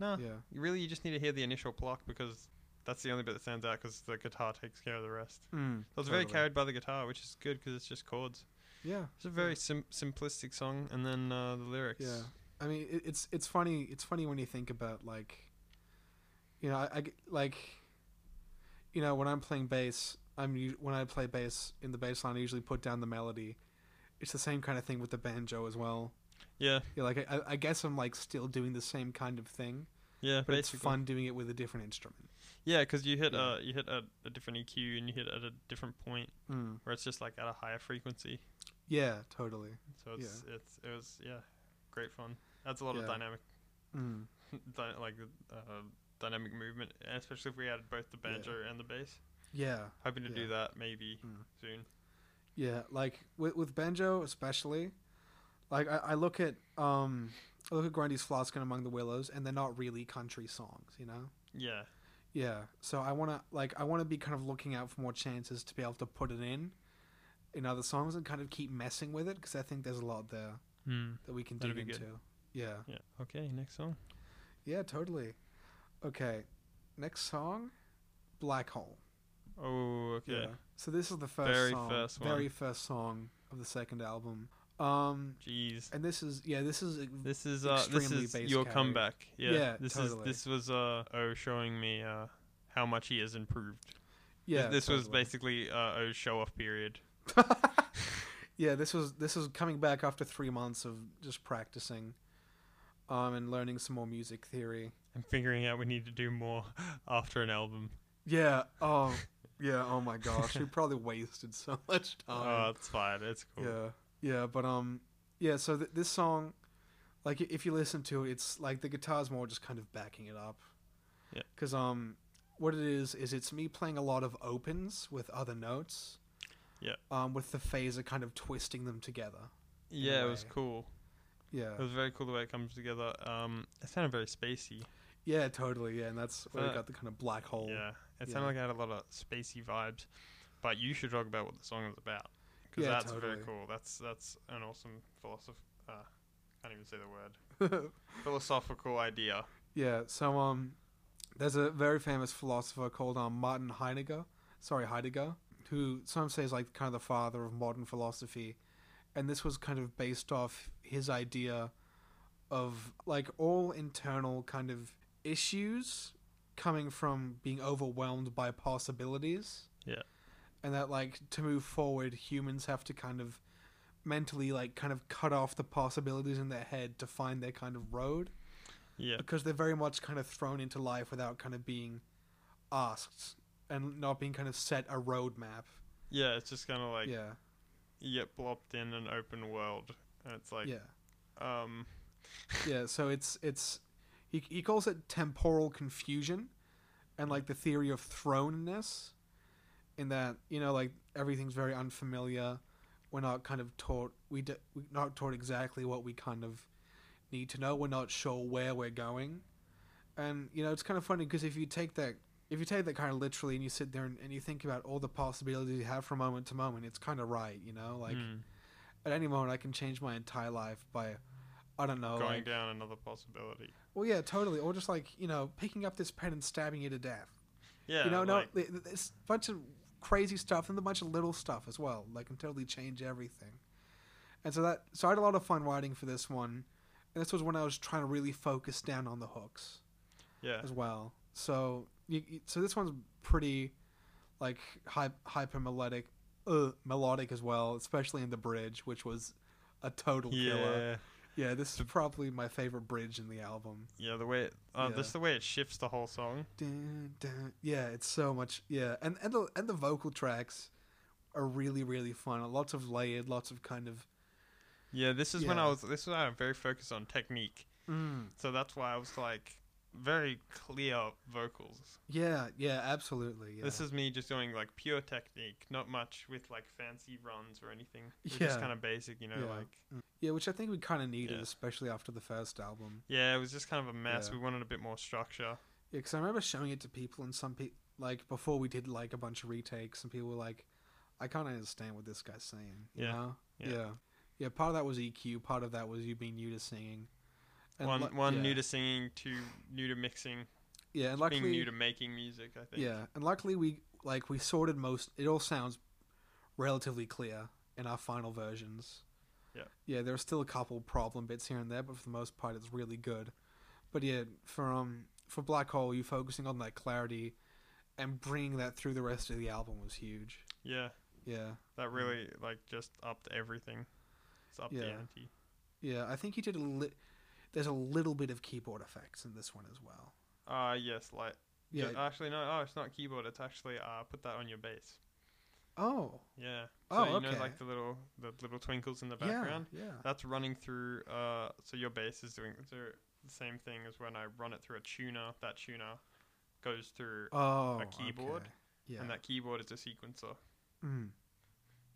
Speaker 3: No,
Speaker 2: Yeah.
Speaker 3: you really, you just need to hear the initial pluck because that's the only bit that stands out because the guitar takes care of the rest.
Speaker 2: Mm,
Speaker 3: I was very carried by the guitar, which is good because it's just chords.
Speaker 2: Yeah.
Speaker 3: It's a very sim- simplistic song, and then uh, the lyrics.
Speaker 2: Yeah, I mean it, it's it's funny it's funny when you think about like, you know, I, I get- like, you know, when I'm playing bass, I'm u- when I play bass in the bass line, I usually put down the melody. It's the same kind of thing with the banjo as well.
Speaker 3: yeah,
Speaker 2: Yeah, like I, I- I guess I'm like still doing the same kind of thing,
Speaker 3: yeah.
Speaker 2: but
Speaker 3: basically.
Speaker 2: it's fun doing it with a different instrument.
Speaker 3: Yeah, because you hit
Speaker 2: Yeah.
Speaker 3: uh you hit a, a different EQ and you hit at a different point
Speaker 2: Mm.
Speaker 3: where it's just like at a higher frequency.
Speaker 2: Yeah, totally.
Speaker 3: So it's it's it was yeah, great fun. That's a lot of
Speaker 2: Yeah.
Speaker 3: dynamic,
Speaker 2: Mm.
Speaker 3: dy- like uh, dynamic movement, and especially if we added both the banjo and the bass.
Speaker 2: Yeah,
Speaker 3: Hoping to do
Speaker 2: Yeah.
Speaker 3: that maybe
Speaker 2: Mm.
Speaker 3: soon.
Speaker 2: Yeah, like with with banjo especially, like I, I look at um I look at Grundy's Flask and Among the Willows, and they're not really country songs, you know.
Speaker 3: Yeah,
Speaker 2: Yeah, so I wanna like I wanna be kind of looking out for more chances to be able to put it in in other songs and kind of keep messing with it because I think there's a lot there that we can
Speaker 3: That'd
Speaker 2: dig
Speaker 3: be
Speaker 2: into.
Speaker 3: good.
Speaker 2: Yeah,
Speaker 3: yeah. Hmm. Okay, next song.
Speaker 2: yeah, totally. Okay, next song, Black Hole.
Speaker 3: Oh, okay.
Speaker 2: So this is the first
Speaker 3: Very
Speaker 2: song,
Speaker 3: first one.
Speaker 2: very first song of the second album. Um,
Speaker 3: Jeez.
Speaker 2: and this is yeah, this is
Speaker 3: This is uh, this
Speaker 2: extremely
Speaker 3: is
Speaker 2: bass
Speaker 3: your
Speaker 2: carried.
Speaker 3: comeback. Yeah,
Speaker 2: Yeah,
Speaker 3: this
Speaker 2: totally.
Speaker 3: is this was uh oh showing me uh how much he has improved. Th-
Speaker 2: yeah.
Speaker 3: this was
Speaker 2: totally.
Speaker 3: basically uh oh show off period.
Speaker 2: yeah, this was this was coming back after three months of just practicing, um, and learning some more music theory.
Speaker 3: I'm figuring out we need to do more after an album.
Speaker 2: Yeah. Oh, yeah. Oh my gosh, we probably wasted so much time.
Speaker 3: oh, it's fine. It's cool.
Speaker 2: yeah. Yeah, but um, yeah. So th- this song, like, i- if you listen to it, it's like the guitar's more just kind of backing it up.
Speaker 3: Yeah.
Speaker 2: Because um, what it is is it's me playing a lot of opens with other notes.
Speaker 3: Yeah.
Speaker 2: Um, with the phaser kind of twisting them together.
Speaker 3: Yeah, it was
Speaker 2: way.
Speaker 3: cool.
Speaker 2: Yeah.
Speaker 3: It was very cool the way it comes together. Um, it sounded very spacey.
Speaker 2: Yeah, totally. Yeah, and that's where
Speaker 3: Uh,
Speaker 2: we got the kind of black hole.
Speaker 3: Yeah, it
Speaker 2: Oh, yeah.
Speaker 3: sounded like it had a lot of spacey vibes. But you should talk about what the song is about because
Speaker 2: Yeah,
Speaker 3: that's very
Speaker 2: totally.
Speaker 3: cool. That's that's an awesome philosoph. Uh, can't even say the word. Philosophical idea.
Speaker 2: yeah. So um, there's a very famous philosopher called um, Martin Heidegger. Sorry, Heidegger, who some say is like kind of the father of modern philosophy, and this was kind of based off his idea of like all internal kind of issues coming from being overwhelmed by possibilities.
Speaker 3: Yeah.
Speaker 2: And that like to move forward humans have to kind of mentally like kind of cut off the possibilities in their head to find their kind of road.
Speaker 3: Yeah,
Speaker 2: because they're very much kind of thrown into life without kind of being asked and not being kind of set a roadmap.
Speaker 3: yeah. It's just kind of like
Speaker 2: yeah,
Speaker 3: you get blopped in an open world, and it's like
Speaker 2: yeah,
Speaker 3: um,
Speaker 2: yeah. So it's it's he he calls it temporal confusion, and like the theory of thrownness, in that you know like everything's very unfamiliar. We're not kind of taught we d- we're not taught exactly what we kind of need to know. We're not sure where we're going. and you know it's kind of funny because if you take that if you take that kind of literally and you sit there and, and you think about all the possibilities you have from moment to moment it's kind of right you know like
Speaker 3: mm,
Speaker 2: at any moment i can change my entire life by i don't know
Speaker 3: going
Speaker 2: like,
Speaker 3: down another possibility.
Speaker 2: well yeah totally or just like you know picking up this pen and stabbing it to death
Speaker 3: Yeah,
Speaker 2: you know
Speaker 3: like,
Speaker 2: no th- th- it's a bunch of crazy stuff and a bunch of little stuff as well like can totally change everything and so that so i had a lot of fun writing for this one and this was when i was trying to really focus down on the hooks
Speaker 3: yeah.
Speaker 2: as well. So you, you- so this one's pretty like hy- hyper melodic, uh, melodic as well, especially in the bridge, which was a total killer.
Speaker 3: Yeah,
Speaker 2: Yeah, this is probably my favorite bridge in the album.
Speaker 3: yeah. The way it, uh,
Speaker 2: Yeah.
Speaker 3: just the way it shifts the whole song.
Speaker 2: Dun, dun. Yeah, it's so much. Yeah, and and the and the vocal tracks are really really fun. Lots of layered, lots of kind of.
Speaker 3: Yeah, this is when I
Speaker 2: Yeah.
Speaker 3: was. This is when I'm very focused on technique. So that's why I was like very clear vocals.
Speaker 2: Yeah, yeah, absolutely. Yeah.
Speaker 3: This is me just doing like pure technique, not much with like fancy runs or anything. It's
Speaker 2: Yeah.
Speaker 3: just kind of basic, you know.
Speaker 2: Yeah.
Speaker 3: Like
Speaker 2: yeah, which I think we kind of needed,
Speaker 3: Yeah.
Speaker 2: especially after the first album.
Speaker 3: yeah, it was just kind of a mess.
Speaker 2: Yeah.
Speaker 3: We wanted a bit more structure.
Speaker 2: Yeah, because I remember showing it to people, and some people like before we did like a bunch of retakes, and people were like, I can't understand what this guy's saying. You
Speaker 3: Yeah.
Speaker 2: know?
Speaker 3: Yeah.
Speaker 2: yeah, Yeah, Part of that was EQ. Part of that was you being new to singing.
Speaker 3: one
Speaker 2: lu-
Speaker 3: one
Speaker 2: yeah.
Speaker 3: new to singing, two new to mixing,
Speaker 2: yeah, and luckily
Speaker 3: being new to making music. I think.
Speaker 2: Yeah, and luckily we like we sorted most. It all sounds relatively clear in our final versions.
Speaker 3: Yeah.
Speaker 2: yeah. There are still a couple problem bits here and there, but for the most part, it's really good. But yeah, for um for Black Hole, you focusing on that clarity and bringing that through the rest of the album was huge.
Speaker 3: Yeah.
Speaker 2: Yeah,
Speaker 3: That really like just upped everything. It's upped the
Speaker 2: Yeah.
Speaker 3: ante.
Speaker 2: yeah. I think you did a li- There's a little bit of keyboard effects in this one as well.
Speaker 3: Uh yes, like
Speaker 2: Yeah.
Speaker 3: ju- actually no, oh it's not keyboard, it's actually uh put that on your bass. uh,
Speaker 2: oh.
Speaker 3: Yeah.
Speaker 2: Oh,
Speaker 3: so you
Speaker 2: okay.
Speaker 3: know like the little the little twinkles in the
Speaker 2: Yeah.
Speaker 3: background?
Speaker 2: Yeah.
Speaker 3: That's running through uh so your bass is doing so the same thing as when I run it through a tuner, that tuner goes through
Speaker 2: Oh.
Speaker 3: keyboard,
Speaker 2: okay. Yeah.
Speaker 3: and that keyboard is a sequencer
Speaker 2: Mm.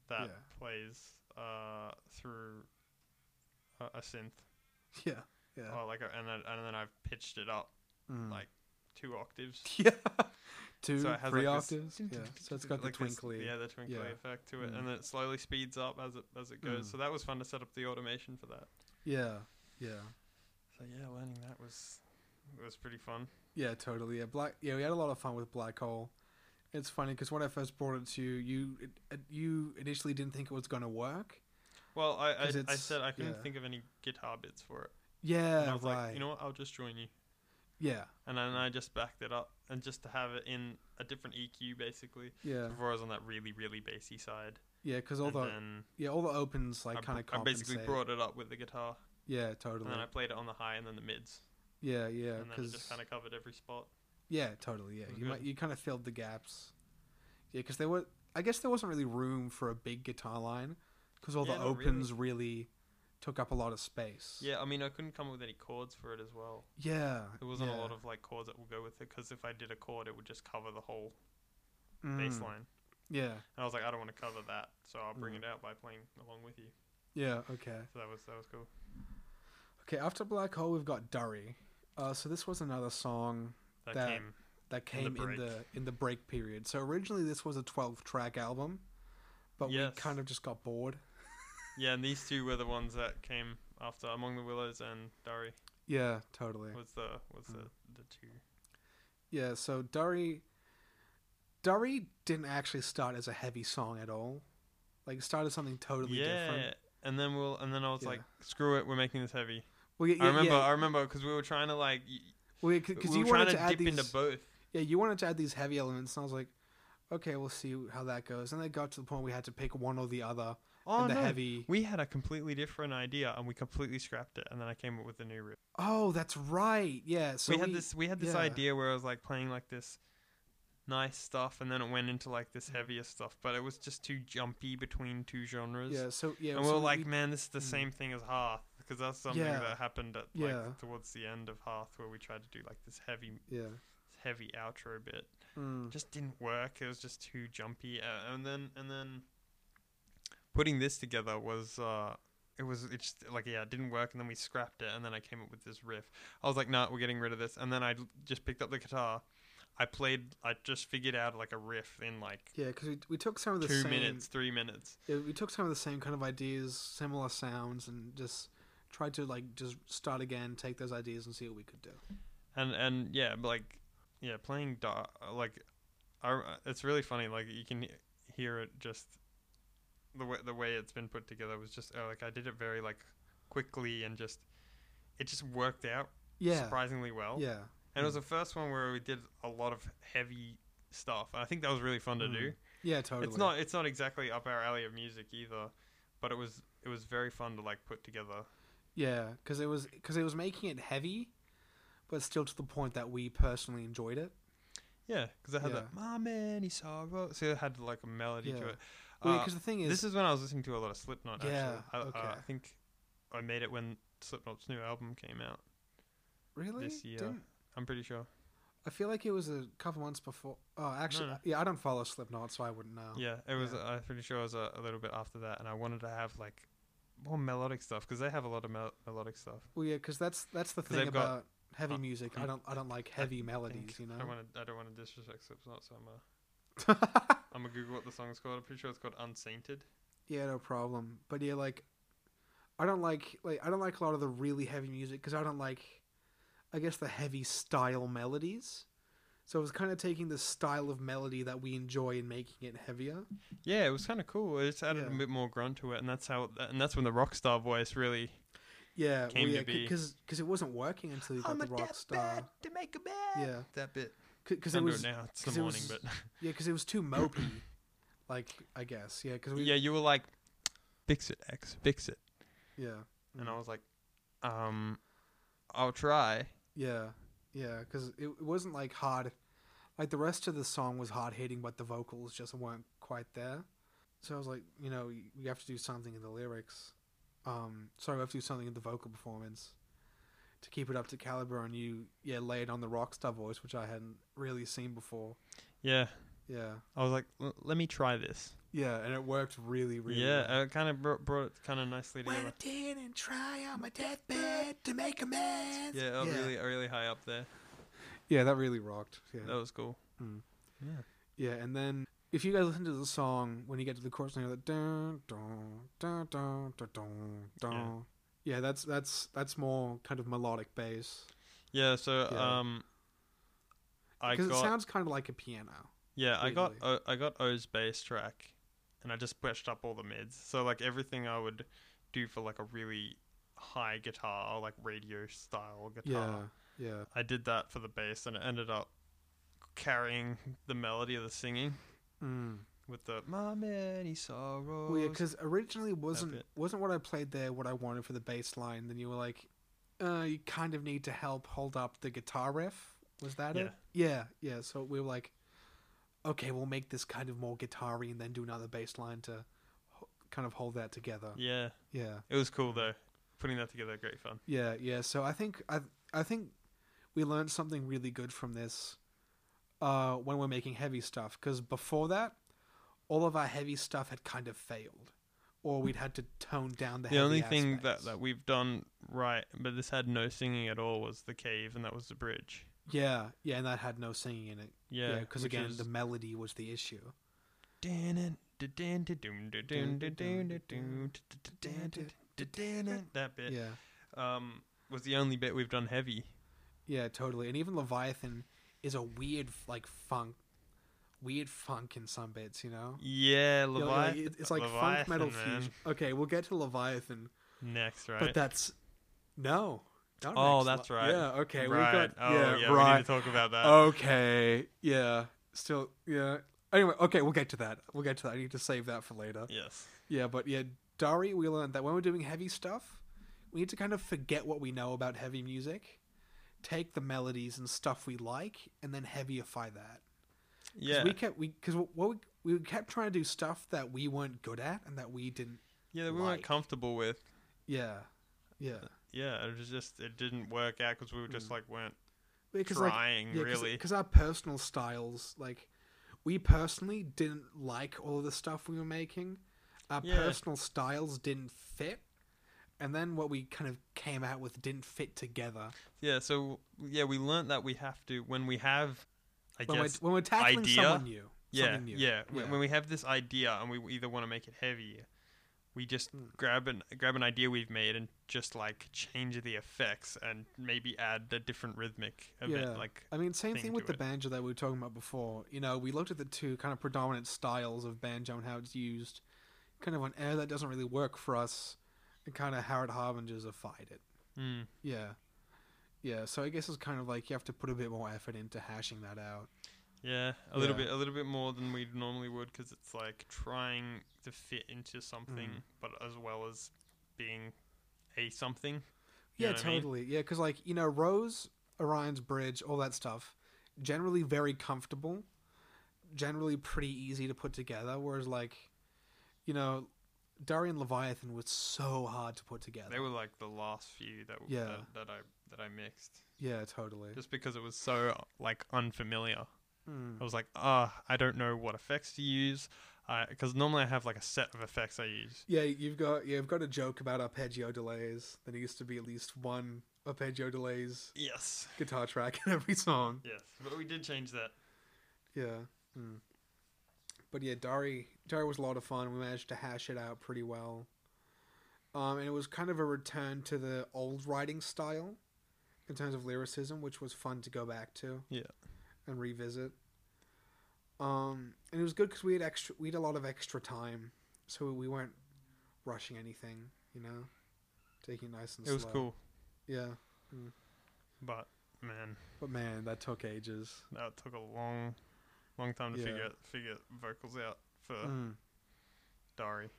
Speaker 3: that
Speaker 2: Yeah.
Speaker 3: plays uh through a, a synth.
Speaker 2: Yeah. Yeah.
Speaker 3: Oh, like a, and then, and then I've pitched it up
Speaker 2: Mm.
Speaker 3: like two octaves.
Speaker 2: Yeah. Two,
Speaker 3: So it has,
Speaker 2: three
Speaker 3: like, this-
Speaker 2: octaves. Yeah. So it's got
Speaker 3: like
Speaker 2: the
Speaker 3: this-
Speaker 2: twinkly.
Speaker 3: yeah, the twinkly
Speaker 2: yeah.
Speaker 3: effect to it,
Speaker 2: Mm.
Speaker 3: and then it slowly speeds up as it as it goes.
Speaker 2: Mm.
Speaker 3: So that was fun to set up the automation for that.
Speaker 2: yeah. Yeah.
Speaker 3: So yeah, learning that was was pretty fun.
Speaker 2: Yeah, totally. Yeah, Black. Yeah, we had a lot of fun with Black Hole. It's funny because when I first brought it to you, you it, it- you initially didn't think it was going to work.
Speaker 3: Well, I I,
Speaker 2: 'Cause
Speaker 3: I
Speaker 2: it's-
Speaker 3: said I couldn't
Speaker 2: yeah.
Speaker 3: think of any guitar bits for it. and I
Speaker 2: Yeah,
Speaker 3: was
Speaker 2: right.
Speaker 3: like, you know what? I'll just join you,
Speaker 2: yeah,
Speaker 3: and then I just backed it up, and just to have it in a different EQ basically.
Speaker 2: yeah,
Speaker 3: Before I was on that really really bassy side,
Speaker 2: yeah. Because all
Speaker 3: and
Speaker 2: the
Speaker 3: then
Speaker 2: yeah, all the opens
Speaker 3: Mm-hmm. I,
Speaker 2: like kind of
Speaker 3: br- I basically
Speaker 2: compensate.
Speaker 3: brought it up with the guitar,
Speaker 2: yeah, totally.
Speaker 3: and then I played it on the high and then the mids,
Speaker 2: yeah, yeah.
Speaker 3: and then it
Speaker 2: Because
Speaker 3: just kind of covered every spot.
Speaker 2: Yeah, totally. Yeah,
Speaker 3: It was
Speaker 2: you
Speaker 3: good.
Speaker 2: might, you kind of filled the gaps. Yeah, because there were. I guess there wasn't really room for a big guitar line because all
Speaker 3: Yeah,
Speaker 2: the
Speaker 3: not really.
Speaker 2: opens really. took up a lot of space.
Speaker 3: Yeah, I mean, I couldn't come up with any chords for it as well.
Speaker 2: yeah.
Speaker 3: There wasn't a
Speaker 2: yeah.
Speaker 3: lot of like chords that would go with it because if I did a chord, it would just cover the whole
Speaker 2: Mm,
Speaker 3: bass line.
Speaker 2: Yeah,
Speaker 3: And I was like, I don't want to cover that, so I'll
Speaker 2: Mm.
Speaker 3: bring it out by playing along with you.
Speaker 2: yeah. Okay,
Speaker 3: So that was that was cool.
Speaker 2: okay. After Black Hole, we've got Durry. Uh, so this was another song
Speaker 3: That,
Speaker 2: That-
Speaker 3: came.
Speaker 2: that
Speaker 3: In the
Speaker 2: came in the, in
Speaker 3: break.
Speaker 2: the break period. So originally this was a twelve track album, but
Speaker 3: Yes.
Speaker 2: we kind of just got bored.
Speaker 3: Yeah, and these two were the ones that came after Among the Willows and Dari
Speaker 2: Yeah, totally.
Speaker 3: was the was the,
Speaker 2: Mm.
Speaker 3: the two.
Speaker 2: Yeah, so Dari Dari didn't actually start as a heavy song at all. Like it started something totally
Speaker 3: yeah.
Speaker 2: different.
Speaker 3: And then we'll and then I was
Speaker 2: Yeah.
Speaker 3: like, screw it, we're making this heavy.
Speaker 2: Well, yeah,
Speaker 3: I remember, I remember, because we were trying to like, y-
Speaker 2: because
Speaker 3: we
Speaker 2: you
Speaker 3: were trying
Speaker 2: wanted
Speaker 3: to,
Speaker 2: to add
Speaker 3: dip
Speaker 2: these.
Speaker 3: into both.
Speaker 2: yeah, you wanted to add these heavy elements, and I was like, okay, we'll see how that goes. And they got to the point we had to pick one or the other.
Speaker 3: Oh
Speaker 2: and the
Speaker 3: no,
Speaker 2: heavy.
Speaker 3: we had a completely different idea and we completely scrapped it and then i came up with a new riff
Speaker 2: Oh, that's right. Yeah. So
Speaker 3: we had this we had this
Speaker 2: yeah.
Speaker 3: idea where i was like playing like this nice stuff and then it went into like this heavier stuff but it was just too jumpy between two genres
Speaker 2: Yeah. So yeah.
Speaker 3: and we
Speaker 2: so
Speaker 3: were like
Speaker 2: we- Mm.
Speaker 3: man this is the same thing as hearth because that's something
Speaker 2: Yeah.
Speaker 3: that happened at like
Speaker 2: Yeah.
Speaker 3: towards the end of hearth where we tried to do like this heavy
Speaker 2: yeah.
Speaker 3: heavy outro bit
Speaker 2: Mm,
Speaker 3: just didn't work. It was just too jumpy. Uh, and then and then putting this together was uh it was it just like yeah, it didn't work and then we scrapped it and then I came up with this riff. I was like, "Nah, we're getting rid of this." And then I l- just picked up the guitar. I played I just figured out like a riff in like
Speaker 2: yeah, because we, we took some of the
Speaker 3: 2
Speaker 2: same
Speaker 3: minutes, 3 minutes.
Speaker 2: yeah, we took some of the same kind of ideas, similar sounds, and just tried to like just start again, take those ideas, and see what we could do.
Speaker 3: And and yeah, but, like yeah, playing da- like I, it's really funny like you can hear it just the way the way it's been put together was just uh, like I did it very like quickly and just it just worked out
Speaker 2: Yeah,
Speaker 3: surprisingly well.
Speaker 2: yeah,
Speaker 3: And it was the first one where we did a lot of heavy stuff. And I think that was really fun to do.
Speaker 2: yeah, Mm, totally.
Speaker 3: It's not it's not exactly up our alley of music either, but it was it was very fun to like put together.
Speaker 2: yeah, because it was because it was making it heavy, but still to the point that we personally enjoyed it.
Speaker 3: Yeah, because it had
Speaker 2: Yeah.
Speaker 3: that "My many sorrow," so it had like a melody
Speaker 2: Yeah.
Speaker 3: to it.
Speaker 2: Well,
Speaker 3: Uh,
Speaker 2: because the thing is,
Speaker 3: this is when I was listening to a lot of Slipknot.
Speaker 2: Yeah,
Speaker 3: actually. I, uh,
Speaker 2: okay.
Speaker 3: I think I made it when Slipknot's new album came out.
Speaker 2: really
Speaker 3: this year-
Speaker 2: Didn't-
Speaker 3: I'm pretty sure.
Speaker 2: I feel like it was a couple months before. Oh, actually,
Speaker 3: no.
Speaker 2: yeah, I don't follow Slipknot, so I wouldn't know.
Speaker 3: Oh, yeah, it was. uh,
Speaker 2: yeah.
Speaker 3: I'm pretty sure it was a, a little bit after that, and I wanted to have like more melodic stuff because they have a lot of mel- melodic stuff.
Speaker 2: Well, yeah, because that's that's the
Speaker 3: 'Cause
Speaker 2: thing
Speaker 3: they've got-
Speaker 2: about heavy
Speaker 3: uh,
Speaker 2: music. I
Speaker 3: mm,
Speaker 2: don't I don't like heavy
Speaker 3: I
Speaker 2: melodies.
Speaker 3: think-
Speaker 2: You know.
Speaker 3: I don't want to. I don't want to disrespect Slipknot, so I'm. Uh, I'm gonna Google what the song's called. I'm pretty sure it's called Unsainted.
Speaker 2: Yeah, no problem. But yeah, like I don't like like I don't like a lot of the really heavy music because I don't like I guess the heavy style melodies. So I was kind of taking the style of melody that we enjoy and making it heavier.
Speaker 3: Yeah, it was kind of cool. It just added
Speaker 2: Yeah.
Speaker 3: a bit more grunt to it, and that's how. And that's when the rock star voice really.
Speaker 2: Yeah,
Speaker 3: Came to be.
Speaker 2: because because it wasn't working until you got
Speaker 4: I'm
Speaker 2: the
Speaker 4: a
Speaker 2: rock
Speaker 4: death
Speaker 2: star.
Speaker 4: to make a bad.
Speaker 2: Yeah,
Speaker 3: That bit.
Speaker 2: because
Speaker 3: I
Speaker 2: it
Speaker 3: know
Speaker 2: was
Speaker 3: it now. It's
Speaker 2: 'cause
Speaker 3: the
Speaker 2: it
Speaker 3: morning,
Speaker 2: was-
Speaker 3: but
Speaker 2: yeah because it was too mopey. like I guess yeah because we
Speaker 3: yeah,
Speaker 2: yeah
Speaker 3: you were like, "Fix it, X, fix it,"
Speaker 2: yeah
Speaker 3: and I was like, "Um, I'll try."
Speaker 2: yeah yeah because it, it wasn't like hard. Like the rest of the song was hard hitting, but the vocals just weren't quite there. So I was like, you know, y- we have to do something in the lyrics. Um, sorry, we have to do something in the vocal performance to keep it up to caliber. And you, yeah, laid on the rock star voice, which I hadn't really seen before.
Speaker 3: Yeah,
Speaker 2: Yeah,
Speaker 3: I was like, "L- "Let me try this."
Speaker 2: yeah, and it worked really, really.
Speaker 3: yeah,
Speaker 2: well.
Speaker 3: uh, it kind of brought, brought it kind of nicely together.
Speaker 4: did and try on my deathbed to make amends.
Speaker 3: Yeah, oh,
Speaker 2: yeah.
Speaker 3: really, oh, really high up there.
Speaker 2: Yeah, that really rocked. Yeah.
Speaker 3: That was cool.
Speaker 2: Mm.
Speaker 3: Yeah.
Speaker 2: Yeah, and then if you guys listen to the song when you get to the chorus, and you're like dun dun dun dun dun dun. dun. Yeah. that's that's that's more kind of melodic bass
Speaker 3: Yeah. So,
Speaker 2: Yeah.
Speaker 3: um, I
Speaker 2: because
Speaker 3: got
Speaker 2: it sounds kind of like a piano.
Speaker 3: yeah, I got
Speaker 2: weirdly.
Speaker 3: o- I got O's bass track, and I just pushed up all the mids. So like everything I would do for like a really high guitar, like radio style guitar.
Speaker 2: Yeah, yeah,
Speaker 3: I did that for the bass, and it ended up carrying the melody of the singing
Speaker 2: mm.
Speaker 3: with the "My many sorrows."
Speaker 2: well, yeah. Because originally wasn't
Speaker 3: bit.
Speaker 2: wasn't what I played there what I wanted for the bass line. Then you were like, uh, you kind of need to help hold up the guitar riff. Was that it? Yeah, yeah. So we were like, okay, we'll make this kind of more guitar-y and then do another bass line to ho- kind of hold that together.
Speaker 3: yeah,
Speaker 2: Yeah,
Speaker 3: it was cool though. Putting that together, great fun.
Speaker 2: yeah, yeah. So I think I I think we learned something really good from this uh, when we're making heavy stuff because before that, all of our heavy stuff had kind of failed, or we'd had to tone down the.
Speaker 3: The
Speaker 2: heavy
Speaker 3: only thing that,
Speaker 2: aspects.
Speaker 3: that we've done right, but this had no singing at all, was the cave, and that was the bridge.
Speaker 2: yeah, yeah, and that had no singing in it.
Speaker 3: Yeah,
Speaker 2: Yeah, because
Speaker 3: which
Speaker 2: again,
Speaker 3: was-
Speaker 2: the melody was the issue.
Speaker 3: that bit
Speaker 2: Yeah.
Speaker 3: um, was the only bit we've done heavy.
Speaker 2: Yeah, totally. And even Leviathan is a weird like funk, weird funk in some bits, you know.
Speaker 3: Yeah,
Speaker 2: Yeah, like-
Speaker 3: Leviathan.
Speaker 2: it- it's like funk
Speaker 3: Leviathan,
Speaker 2: metal
Speaker 3: man.
Speaker 2: fusion. Okay, we'll get to Leviathan,
Speaker 3: Next, right?
Speaker 2: but that's no. not
Speaker 3: Oh,
Speaker 2: next
Speaker 3: that's
Speaker 2: Lev-
Speaker 3: right.
Speaker 2: Yeah. Okay,
Speaker 3: right.
Speaker 2: we've got
Speaker 3: oh,
Speaker 2: yeah,
Speaker 3: yeah, We
Speaker 2: right.
Speaker 3: need to talk about that.
Speaker 2: okay, yeah. Still, yeah. Anyway, okay, we'll get to that. We'll get to that. I need to save that for later.
Speaker 3: Yes.
Speaker 2: Yeah, but yeah, Dari, we learned that when we're doing heavy stuff, we need to kind of forget what we know about heavy music, take the melodies and stuff we like, and then heavyify that. 'Cause
Speaker 3: Yeah.
Speaker 2: we kept we because what we, we kept trying to do stuff that we weren't good at and that we didn't.
Speaker 3: yeah, that we weren't
Speaker 2: like.
Speaker 3: comfortable with.
Speaker 2: Yeah, yeah,
Speaker 3: Yeah, it was just it didn't work out because we were just like weren't
Speaker 2: Mm. because like
Speaker 3: trying really.
Speaker 2: because our personal styles like we personally didn't like all of the stuff we were making our
Speaker 3: Yeah.
Speaker 2: personal styles didn't fit and then what we kind of came out with didn't fit together
Speaker 3: Yeah. So yeah, we learnt that we have to when we have, I
Speaker 2: when,
Speaker 3: guess.
Speaker 2: we're, when we're tackling
Speaker 3: idea.
Speaker 2: someone new
Speaker 3: Yeah,
Speaker 2: something new.
Speaker 3: yeah. When,
Speaker 2: Yeah.
Speaker 3: when we have this idea and we either want to make it heavy, we just
Speaker 2: Hmm.
Speaker 3: grab an grab an idea we've made and just like change the effects and maybe add a different rhythmic event.
Speaker 2: Yeah.
Speaker 3: Like
Speaker 2: I mean, same
Speaker 3: thing
Speaker 2: thing with
Speaker 3: to
Speaker 2: the
Speaker 3: it.
Speaker 2: banjo that we were talking about before. You know, we looked at the two kind of predominant styles of banjo and how it's used, kind of on air that doesn't really work for us, and kind of how it harbingers have fight it.
Speaker 3: mm,
Speaker 2: Yeah. Yeah, so I guess it's kind of like you have to put a bit more effort into hashing that out.
Speaker 3: yeah, a little
Speaker 2: Yeah.
Speaker 3: bit a little bit more than we normally would because it's like trying to fit into something,
Speaker 2: Mm.
Speaker 3: but as well as being a something. You
Speaker 2: yeah,
Speaker 3: know what I mean?
Speaker 2: totally. Yeah, because like you know, Rose, Orion's Bridge, all that stuff, generally very comfortable, generally pretty easy to put together. Whereas like, you know, Darian Leviathan was so hard to put together.
Speaker 3: They were like the last few that w-
Speaker 2: Yeah.
Speaker 3: that, that I that I mixed
Speaker 2: yeah, totally.
Speaker 3: just because it was so like unfamiliar.
Speaker 2: Mm.
Speaker 3: I was like, ah, I don't know what effects to use, because normally I have like a set of effects I use.
Speaker 2: Yeah, you've got yeah, you've got a joke about arpeggio delays. There needs to be at least one arpeggio delays
Speaker 3: Yes,
Speaker 2: guitar track in every song.
Speaker 3: yes, but we did change that.
Speaker 2: Yeah. Mm. Hmm. But yeah, Dari Dari was a lot of fun. We managed to hash it out pretty well. Um, and it was kind of a return to the old writing style in terms of lyricism, which was fun to go back to.
Speaker 3: Yeah.
Speaker 2: And revisit. Um, and it was good because we had extra, we had a lot of extra time, so we weren't rushing anything, you know, taking it nice and
Speaker 3: It was
Speaker 2: slow.
Speaker 3: cool,
Speaker 2: Yeah,
Speaker 3: but man,
Speaker 2: but man, that took ages.
Speaker 3: that took a long, long time to
Speaker 2: Yeah.
Speaker 3: figure figure vocals out for
Speaker 2: Mm.
Speaker 3: Dari.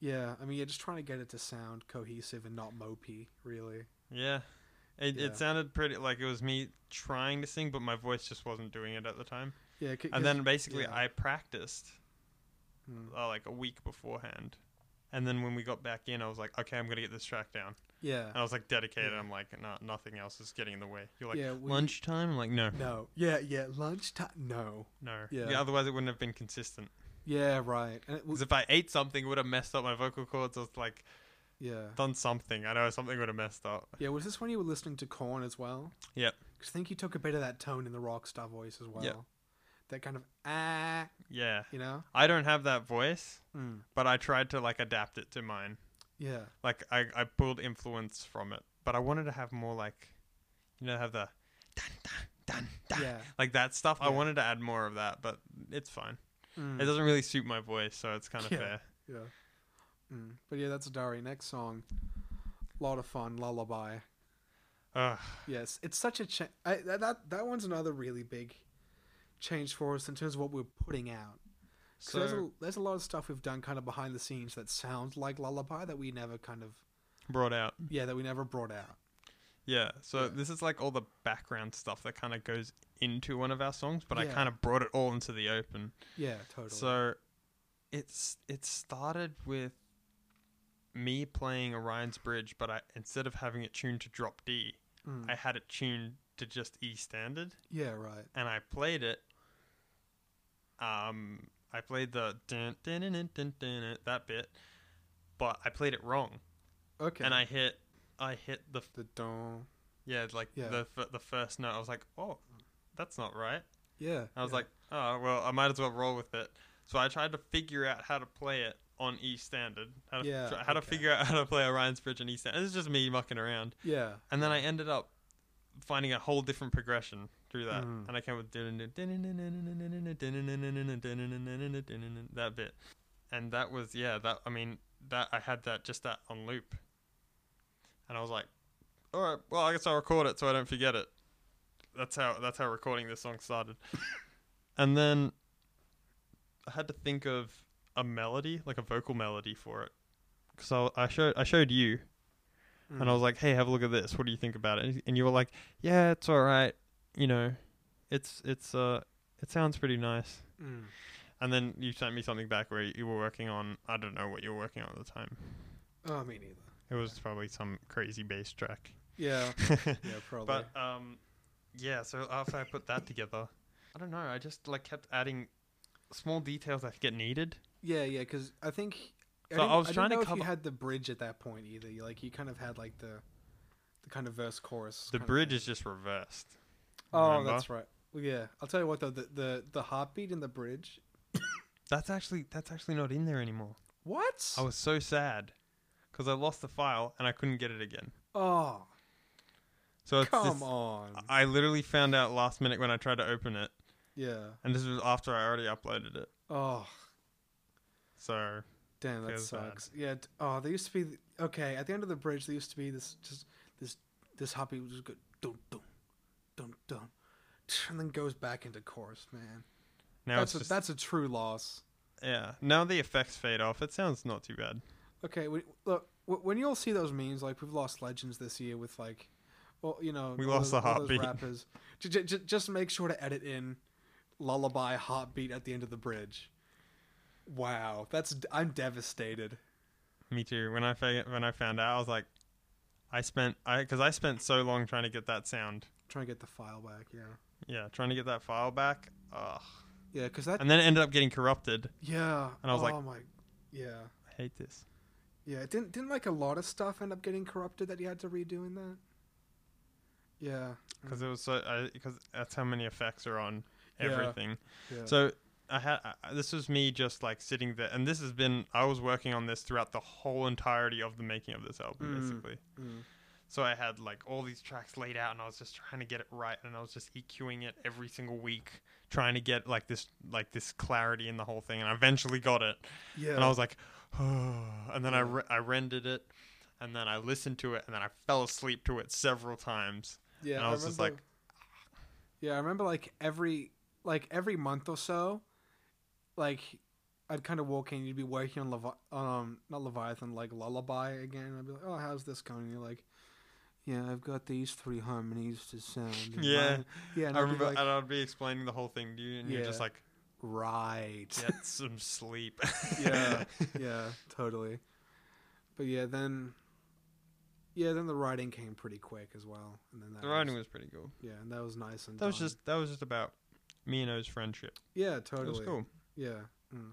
Speaker 2: Yeah, I mean, you're just trying to get it to sound cohesive and not mopey, really.
Speaker 3: Yeah. It,
Speaker 2: Yeah.
Speaker 3: it sounded pretty like it was me trying to sing, but my voice just wasn't doing it at the time.
Speaker 2: Yeah, c- 'cause-
Speaker 3: And then basically,
Speaker 2: yeah.
Speaker 3: I practiced
Speaker 2: Mm.
Speaker 3: uh, like a week beforehand. And then when we got back in, I was like, okay, I'm going to get this track down. And
Speaker 2: yeah,
Speaker 3: I was like, dedicated.
Speaker 2: Yeah.
Speaker 3: I'm like, no, nothing else is getting in the way. You're like,
Speaker 2: yeah, we,
Speaker 3: lunchtime? I'm like, no,
Speaker 2: No, yeah, yeah, lunchtime. No,
Speaker 3: no.
Speaker 2: Yeah.
Speaker 3: Yeah. otherwise, it wouldn't have been consistent.
Speaker 2: yeah, right. And it, we,
Speaker 3: Because if I ate something, it would have messed up my vocal cords. I was like,
Speaker 2: yeah,
Speaker 3: done something. I know something would have messed up.
Speaker 2: yeah. Was this when you were listening to Corn as well?
Speaker 3: Yep.
Speaker 2: 'Cause I think you took a bit of that tone in the rock star voice as well. That kind of ah,
Speaker 3: Yeah.
Speaker 2: you know.
Speaker 3: I don't have that voice,
Speaker 2: Mm.
Speaker 3: but I tried to like adapt it to mine.
Speaker 2: Yeah,
Speaker 3: like I, I pulled influence from it, but I wanted to have more like, you know, have the dun dun dun dun
Speaker 2: yeah.
Speaker 3: like that stuff. I
Speaker 2: Yeah.
Speaker 3: wanted to add more of that, but it's fine.
Speaker 2: Mm.
Speaker 3: It doesn't really suit my voice, so it's kind of
Speaker 2: Yeah.
Speaker 3: fair.
Speaker 2: Yeah. Mm. But yeah, that's Dari. Next song, lot of fun, lullaby.
Speaker 3: Ugh,
Speaker 2: Yes, it's such a change. That, that that one's another really big change for us in terms of what we're putting out. So there's a,
Speaker 3: so
Speaker 2: there's a lot of stuff we've done kind of behind the scenes that sounds like lullaby that we never kind of
Speaker 3: brought out.
Speaker 2: yeah that we never brought out.
Speaker 3: Yeah. So
Speaker 2: Yeah.
Speaker 3: this is like all the background stuff that kind of goes into one of our songs, but I
Speaker 2: Yeah.
Speaker 3: kind of brought it all into the open.
Speaker 2: Yeah, totally.
Speaker 3: So it's it started with me playing Orion's Bridge, but I instead of having it tuned to drop D,
Speaker 2: Mm.
Speaker 3: I had it tuned to just E standard.
Speaker 2: yeah, right.
Speaker 3: and I played it. Um, I played the dun, dun, dun, dun, dun, dun, that bit, but I played it wrong,
Speaker 2: Okay.
Speaker 3: and I hit, I hit the f-
Speaker 2: the don.
Speaker 3: yeah, it's like
Speaker 2: Yeah.
Speaker 3: the f- the first note. I was like, oh, that's not right.
Speaker 2: Yeah.
Speaker 3: I was
Speaker 2: yeah.
Speaker 3: like, oh well, I might as well roll with it. So I tried to figure out how to play it on E standard. How to,
Speaker 2: Yeah,
Speaker 3: try- how to
Speaker 2: okay.
Speaker 3: figure out how to play Orion's Bridge on E standard. This is just me mucking around.
Speaker 2: yeah.
Speaker 3: And then I ended up finding a whole different progression through that.
Speaker 2: Mm.
Speaker 3: And I came with that bit. And that was yeah, that I mean that I had that just that on loop. And I was like, Alright, well I guess I'll record it so I don't forget it. That's how that's how recording this song started. and then I had to think of a melody, like a vocal melody for it. Because I, I showed I showed you and I was like, "Hey, have a look at this. What do you think about it?" And- And you were like, "Yeah, it's all right. You know, it's it's uh, it sounds pretty nice."
Speaker 2: Mm.
Speaker 3: And then you sent me something back where you were working on I don't know what you were working on at the time.
Speaker 2: Oh, me neither.
Speaker 3: It was probably some crazy bass track.
Speaker 2: Yeah. Yeah, probably.
Speaker 3: but um, yeah. So after I put that together, I don't know. I just like kept adding small details that get needed.
Speaker 2: yeah, yeah, because I think. I,
Speaker 3: So I
Speaker 2: didn't-
Speaker 3: was
Speaker 2: I
Speaker 3: trying
Speaker 2: didn't
Speaker 3: to
Speaker 2: know if
Speaker 3: cover-
Speaker 2: you had the bridge at that point either. You, like you kind of had like the, the kind of verse chorus.
Speaker 3: The
Speaker 2: kind of
Speaker 3: bridge
Speaker 2: thing.
Speaker 3: is just reversed.
Speaker 2: Oh,
Speaker 3: remember?
Speaker 2: that's right. Well, yeah, I'll tell you what though. The the, the heartbeat in the bridge.
Speaker 3: That's actually that's actually not in there anymore.
Speaker 2: What?
Speaker 3: I was so sad because I lost the file and I couldn't get it again.
Speaker 2: oh,
Speaker 3: So it's
Speaker 2: come
Speaker 3: this-
Speaker 2: on.
Speaker 3: I literally found out last minute when I tried to open it,
Speaker 2: yeah.
Speaker 3: and this was after I already uploaded it.
Speaker 2: Oh,
Speaker 3: So
Speaker 2: damn, that
Speaker 3: Feels bad.
Speaker 2: sucks. Yeah. d- Oh, there used to be okay at the end of the bridge. There used to be this just this this heartbeat was just go dun dun dun dun, and then goes back into chorus. Man,
Speaker 3: now
Speaker 2: that's a,
Speaker 3: it's just,
Speaker 2: that's a true loss.
Speaker 3: yeah. Now the effects fade off. It sounds not too bad.
Speaker 2: Okay, we, look wh- when you all see those memes, like we've lost legends this year with like, well, you know,
Speaker 3: We
Speaker 2: all
Speaker 3: lost
Speaker 2: those-
Speaker 3: the
Speaker 2: all those
Speaker 3: heartbeat.
Speaker 2: rappers. J- j- j- just make sure to edit in lullaby heartbeat at the end of the bridge. Wow, that's d- I'm devastated.
Speaker 3: Me too. When I fa- when I found out, I was like, I spent I because I spent so long trying to get that sound.
Speaker 2: Trying to get the file back, yeah,
Speaker 3: Yeah, trying to get that file back. Ugh.
Speaker 2: yeah, because that,
Speaker 3: And then it ended up getting corrupted.
Speaker 2: yeah,
Speaker 3: and I was
Speaker 2: oh
Speaker 3: like-
Speaker 2: my, yeah,
Speaker 3: I hate this.
Speaker 2: yeah. It Didn't didn't like a lot of stuff end up getting corrupted that you had to redo in that. Yeah,
Speaker 3: Because it was so, because that's how many effects are on
Speaker 2: Yeah.
Speaker 3: everything.
Speaker 2: yeah,
Speaker 3: So I had I, this was me just like sitting there, and this has been I was working on this throughout the whole entirety of the making of this album,
Speaker 2: Mm.
Speaker 3: basically.
Speaker 2: Mm.
Speaker 3: So I had like all these tracks laid out, and I was just trying to get it right, and I was just EQing it every single week, trying to get like this like this clarity in the whole thing, and I eventually got it.
Speaker 2: Yeah.
Speaker 3: And I was like, and then I, re- I rendered it, and then I listened to it, and then I fell asleep to it several times.
Speaker 2: yeah,
Speaker 3: and I was just
Speaker 2: remember-
Speaker 3: like-
Speaker 2: Yeah, I remember like every like every month or so, like I'd kind of walk in, you'd be working on Levi- um not Leviathan, like Lullaby again. And I'd be like, oh, how's this going? And you're like, yeah, I've got these three harmonies to sound. in
Speaker 3: Yeah.
Speaker 2: my-" yeah. And
Speaker 3: I
Speaker 2: I'd be
Speaker 3: remember,
Speaker 2: like,
Speaker 3: and I'd be explaining the whole thing to you, and you're just
Speaker 2: Yeah.
Speaker 3: like,
Speaker 2: right.
Speaker 3: get some sleep.
Speaker 2: yeah, yeah, totally. But yeah, then, yeah, then the writing came pretty quick as well, and then that
Speaker 3: the writing
Speaker 2: was,
Speaker 3: was pretty cool.
Speaker 2: yeah, and that was nice and
Speaker 3: That was
Speaker 2: done.
Speaker 3: just that was just about me and O's friendship.
Speaker 2: yeah,
Speaker 3: It
Speaker 2: totally
Speaker 3: was cool.
Speaker 2: yeah. Mm.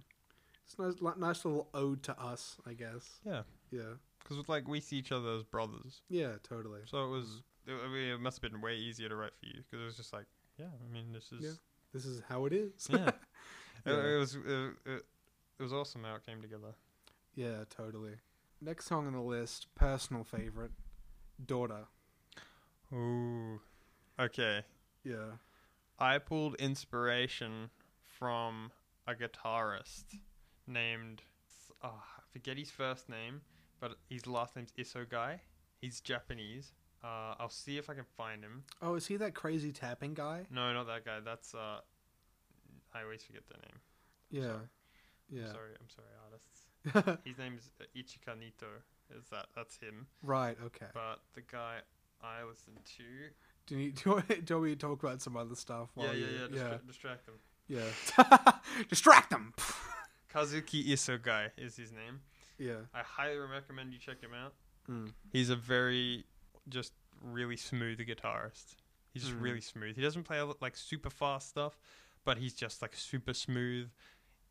Speaker 2: It's nice, li- nice little ode to us, I guess.
Speaker 3: Yeah.
Speaker 2: yeah,
Speaker 3: Because like we see each other as brothers,
Speaker 2: yeah, totally.
Speaker 3: so it
Speaker 2: Mm.
Speaker 3: was. It, I mean, it must have been way easier to write for you because it was just like, yeah, I mean, this is
Speaker 2: This is how it is.
Speaker 3: yeah. It,
Speaker 2: Yeah.
Speaker 3: it was it, it, it was awesome how it came together.
Speaker 2: yeah, totally. Next song on the list, personal favorite, daughter.
Speaker 3: Ooh, okay.
Speaker 2: Yeah,
Speaker 3: I pulled inspiration from a guitarist named oh, I forget his first name, but his last name's Isogai. He's Japanese. Uh, I'll see if I can find him.
Speaker 2: Oh, is he that crazy tapping guy?
Speaker 3: No, not that guy. That's uh, I always forget the name.
Speaker 2: Yeah,
Speaker 3: sorry. I'm
Speaker 2: yeah.
Speaker 3: sorry, I'm sorry, artists. His name's uh, Ichika Nito. Is that that's him?
Speaker 2: right. Okay.
Speaker 3: But the guy I listen to.
Speaker 2: Do you, do, you want, do you want me to talk about some other stuff?
Speaker 3: yeah,
Speaker 2: While you,
Speaker 3: yeah, yeah. Distra- Distract them.
Speaker 2: yeah, yeah. Distract them.
Speaker 3: Kazuki Isogai is his name.
Speaker 2: yeah.
Speaker 3: I highly recommend you check him out.
Speaker 2: Mm.
Speaker 3: He's a very just really smooth guitarist. He's just
Speaker 2: Mm.
Speaker 3: really smooth. He doesn't play a lot- like super fast stuff, but he's just like super smooth,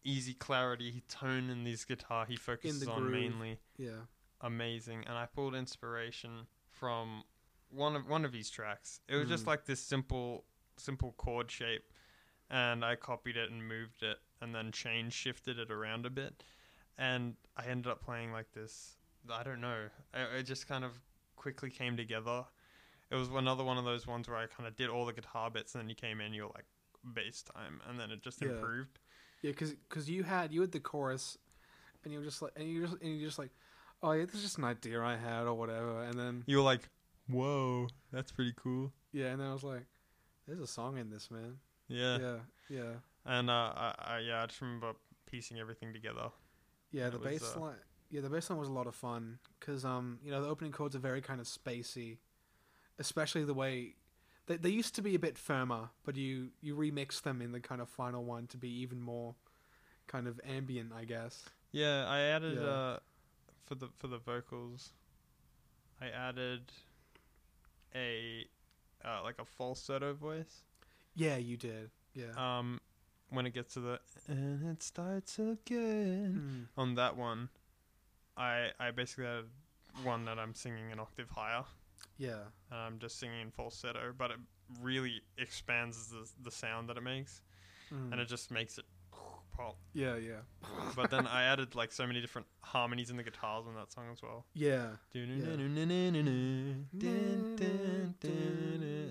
Speaker 3: easy clarity, he tone in his guitar. He focuses on
Speaker 2: groove.
Speaker 3: mainly
Speaker 2: Yeah.
Speaker 3: amazing, and I pulled inspiration from one of one of his tracks. It was just
Speaker 2: Mm.
Speaker 3: like this simple simple chord shape, and I copied it and moved it, and then change shifted it around a bit, and I ended up playing like this. I don't know. It, it just kind of quickly came together. It was another one of those ones where I kind of did all the guitar bits, and then you came in, you were like bass time, and then it just
Speaker 2: Yeah.
Speaker 3: improved.
Speaker 2: Yeah, because you had you had the chorus, and you're just like and you just and you're just like, oh yeah, this is just an idea I had or whatever, and then
Speaker 3: You were like, "Whoa, that's pretty cool."
Speaker 2: yeah, and then I was like, there's a song in this man. Yeah. Yeah. Yeah.
Speaker 3: And uh, I, I, yeah, I just remember piecing everything together.
Speaker 2: the
Speaker 3: That was,
Speaker 2: bass
Speaker 3: uh,
Speaker 2: line. Yeah, the bass line was a lot of fun because um you know the opening chords are very kind of spacey, especially the way. They, they used to be a bit firmer, but you, you remix them in the kind of final one to be even more kind of ambient, I guess.
Speaker 3: Yeah, I added
Speaker 2: Yeah.
Speaker 3: uh, for the for the vocals, I added a uh, like a falsetto voice.
Speaker 2: Yeah, you did. Yeah.
Speaker 3: Um, when it gets to the and it starts again
Speaker 2: Mm.
Speaker 3: on that one, I I basically added one that I'm singing an octave higher.
Speaker 2: Yeah.
Speaker 3: and I'm just singing in falsetto, but it really expands the the sound that it makes,
Speaker 2: Mm.
Speaker 3: and it just makes it pop.
Speaker 2: Yeah, yeah.
Speaker 3: but then I added like so many different harmonies in the guitars on that song as well.
Speaker 2: Yeah.
Speaker 3: And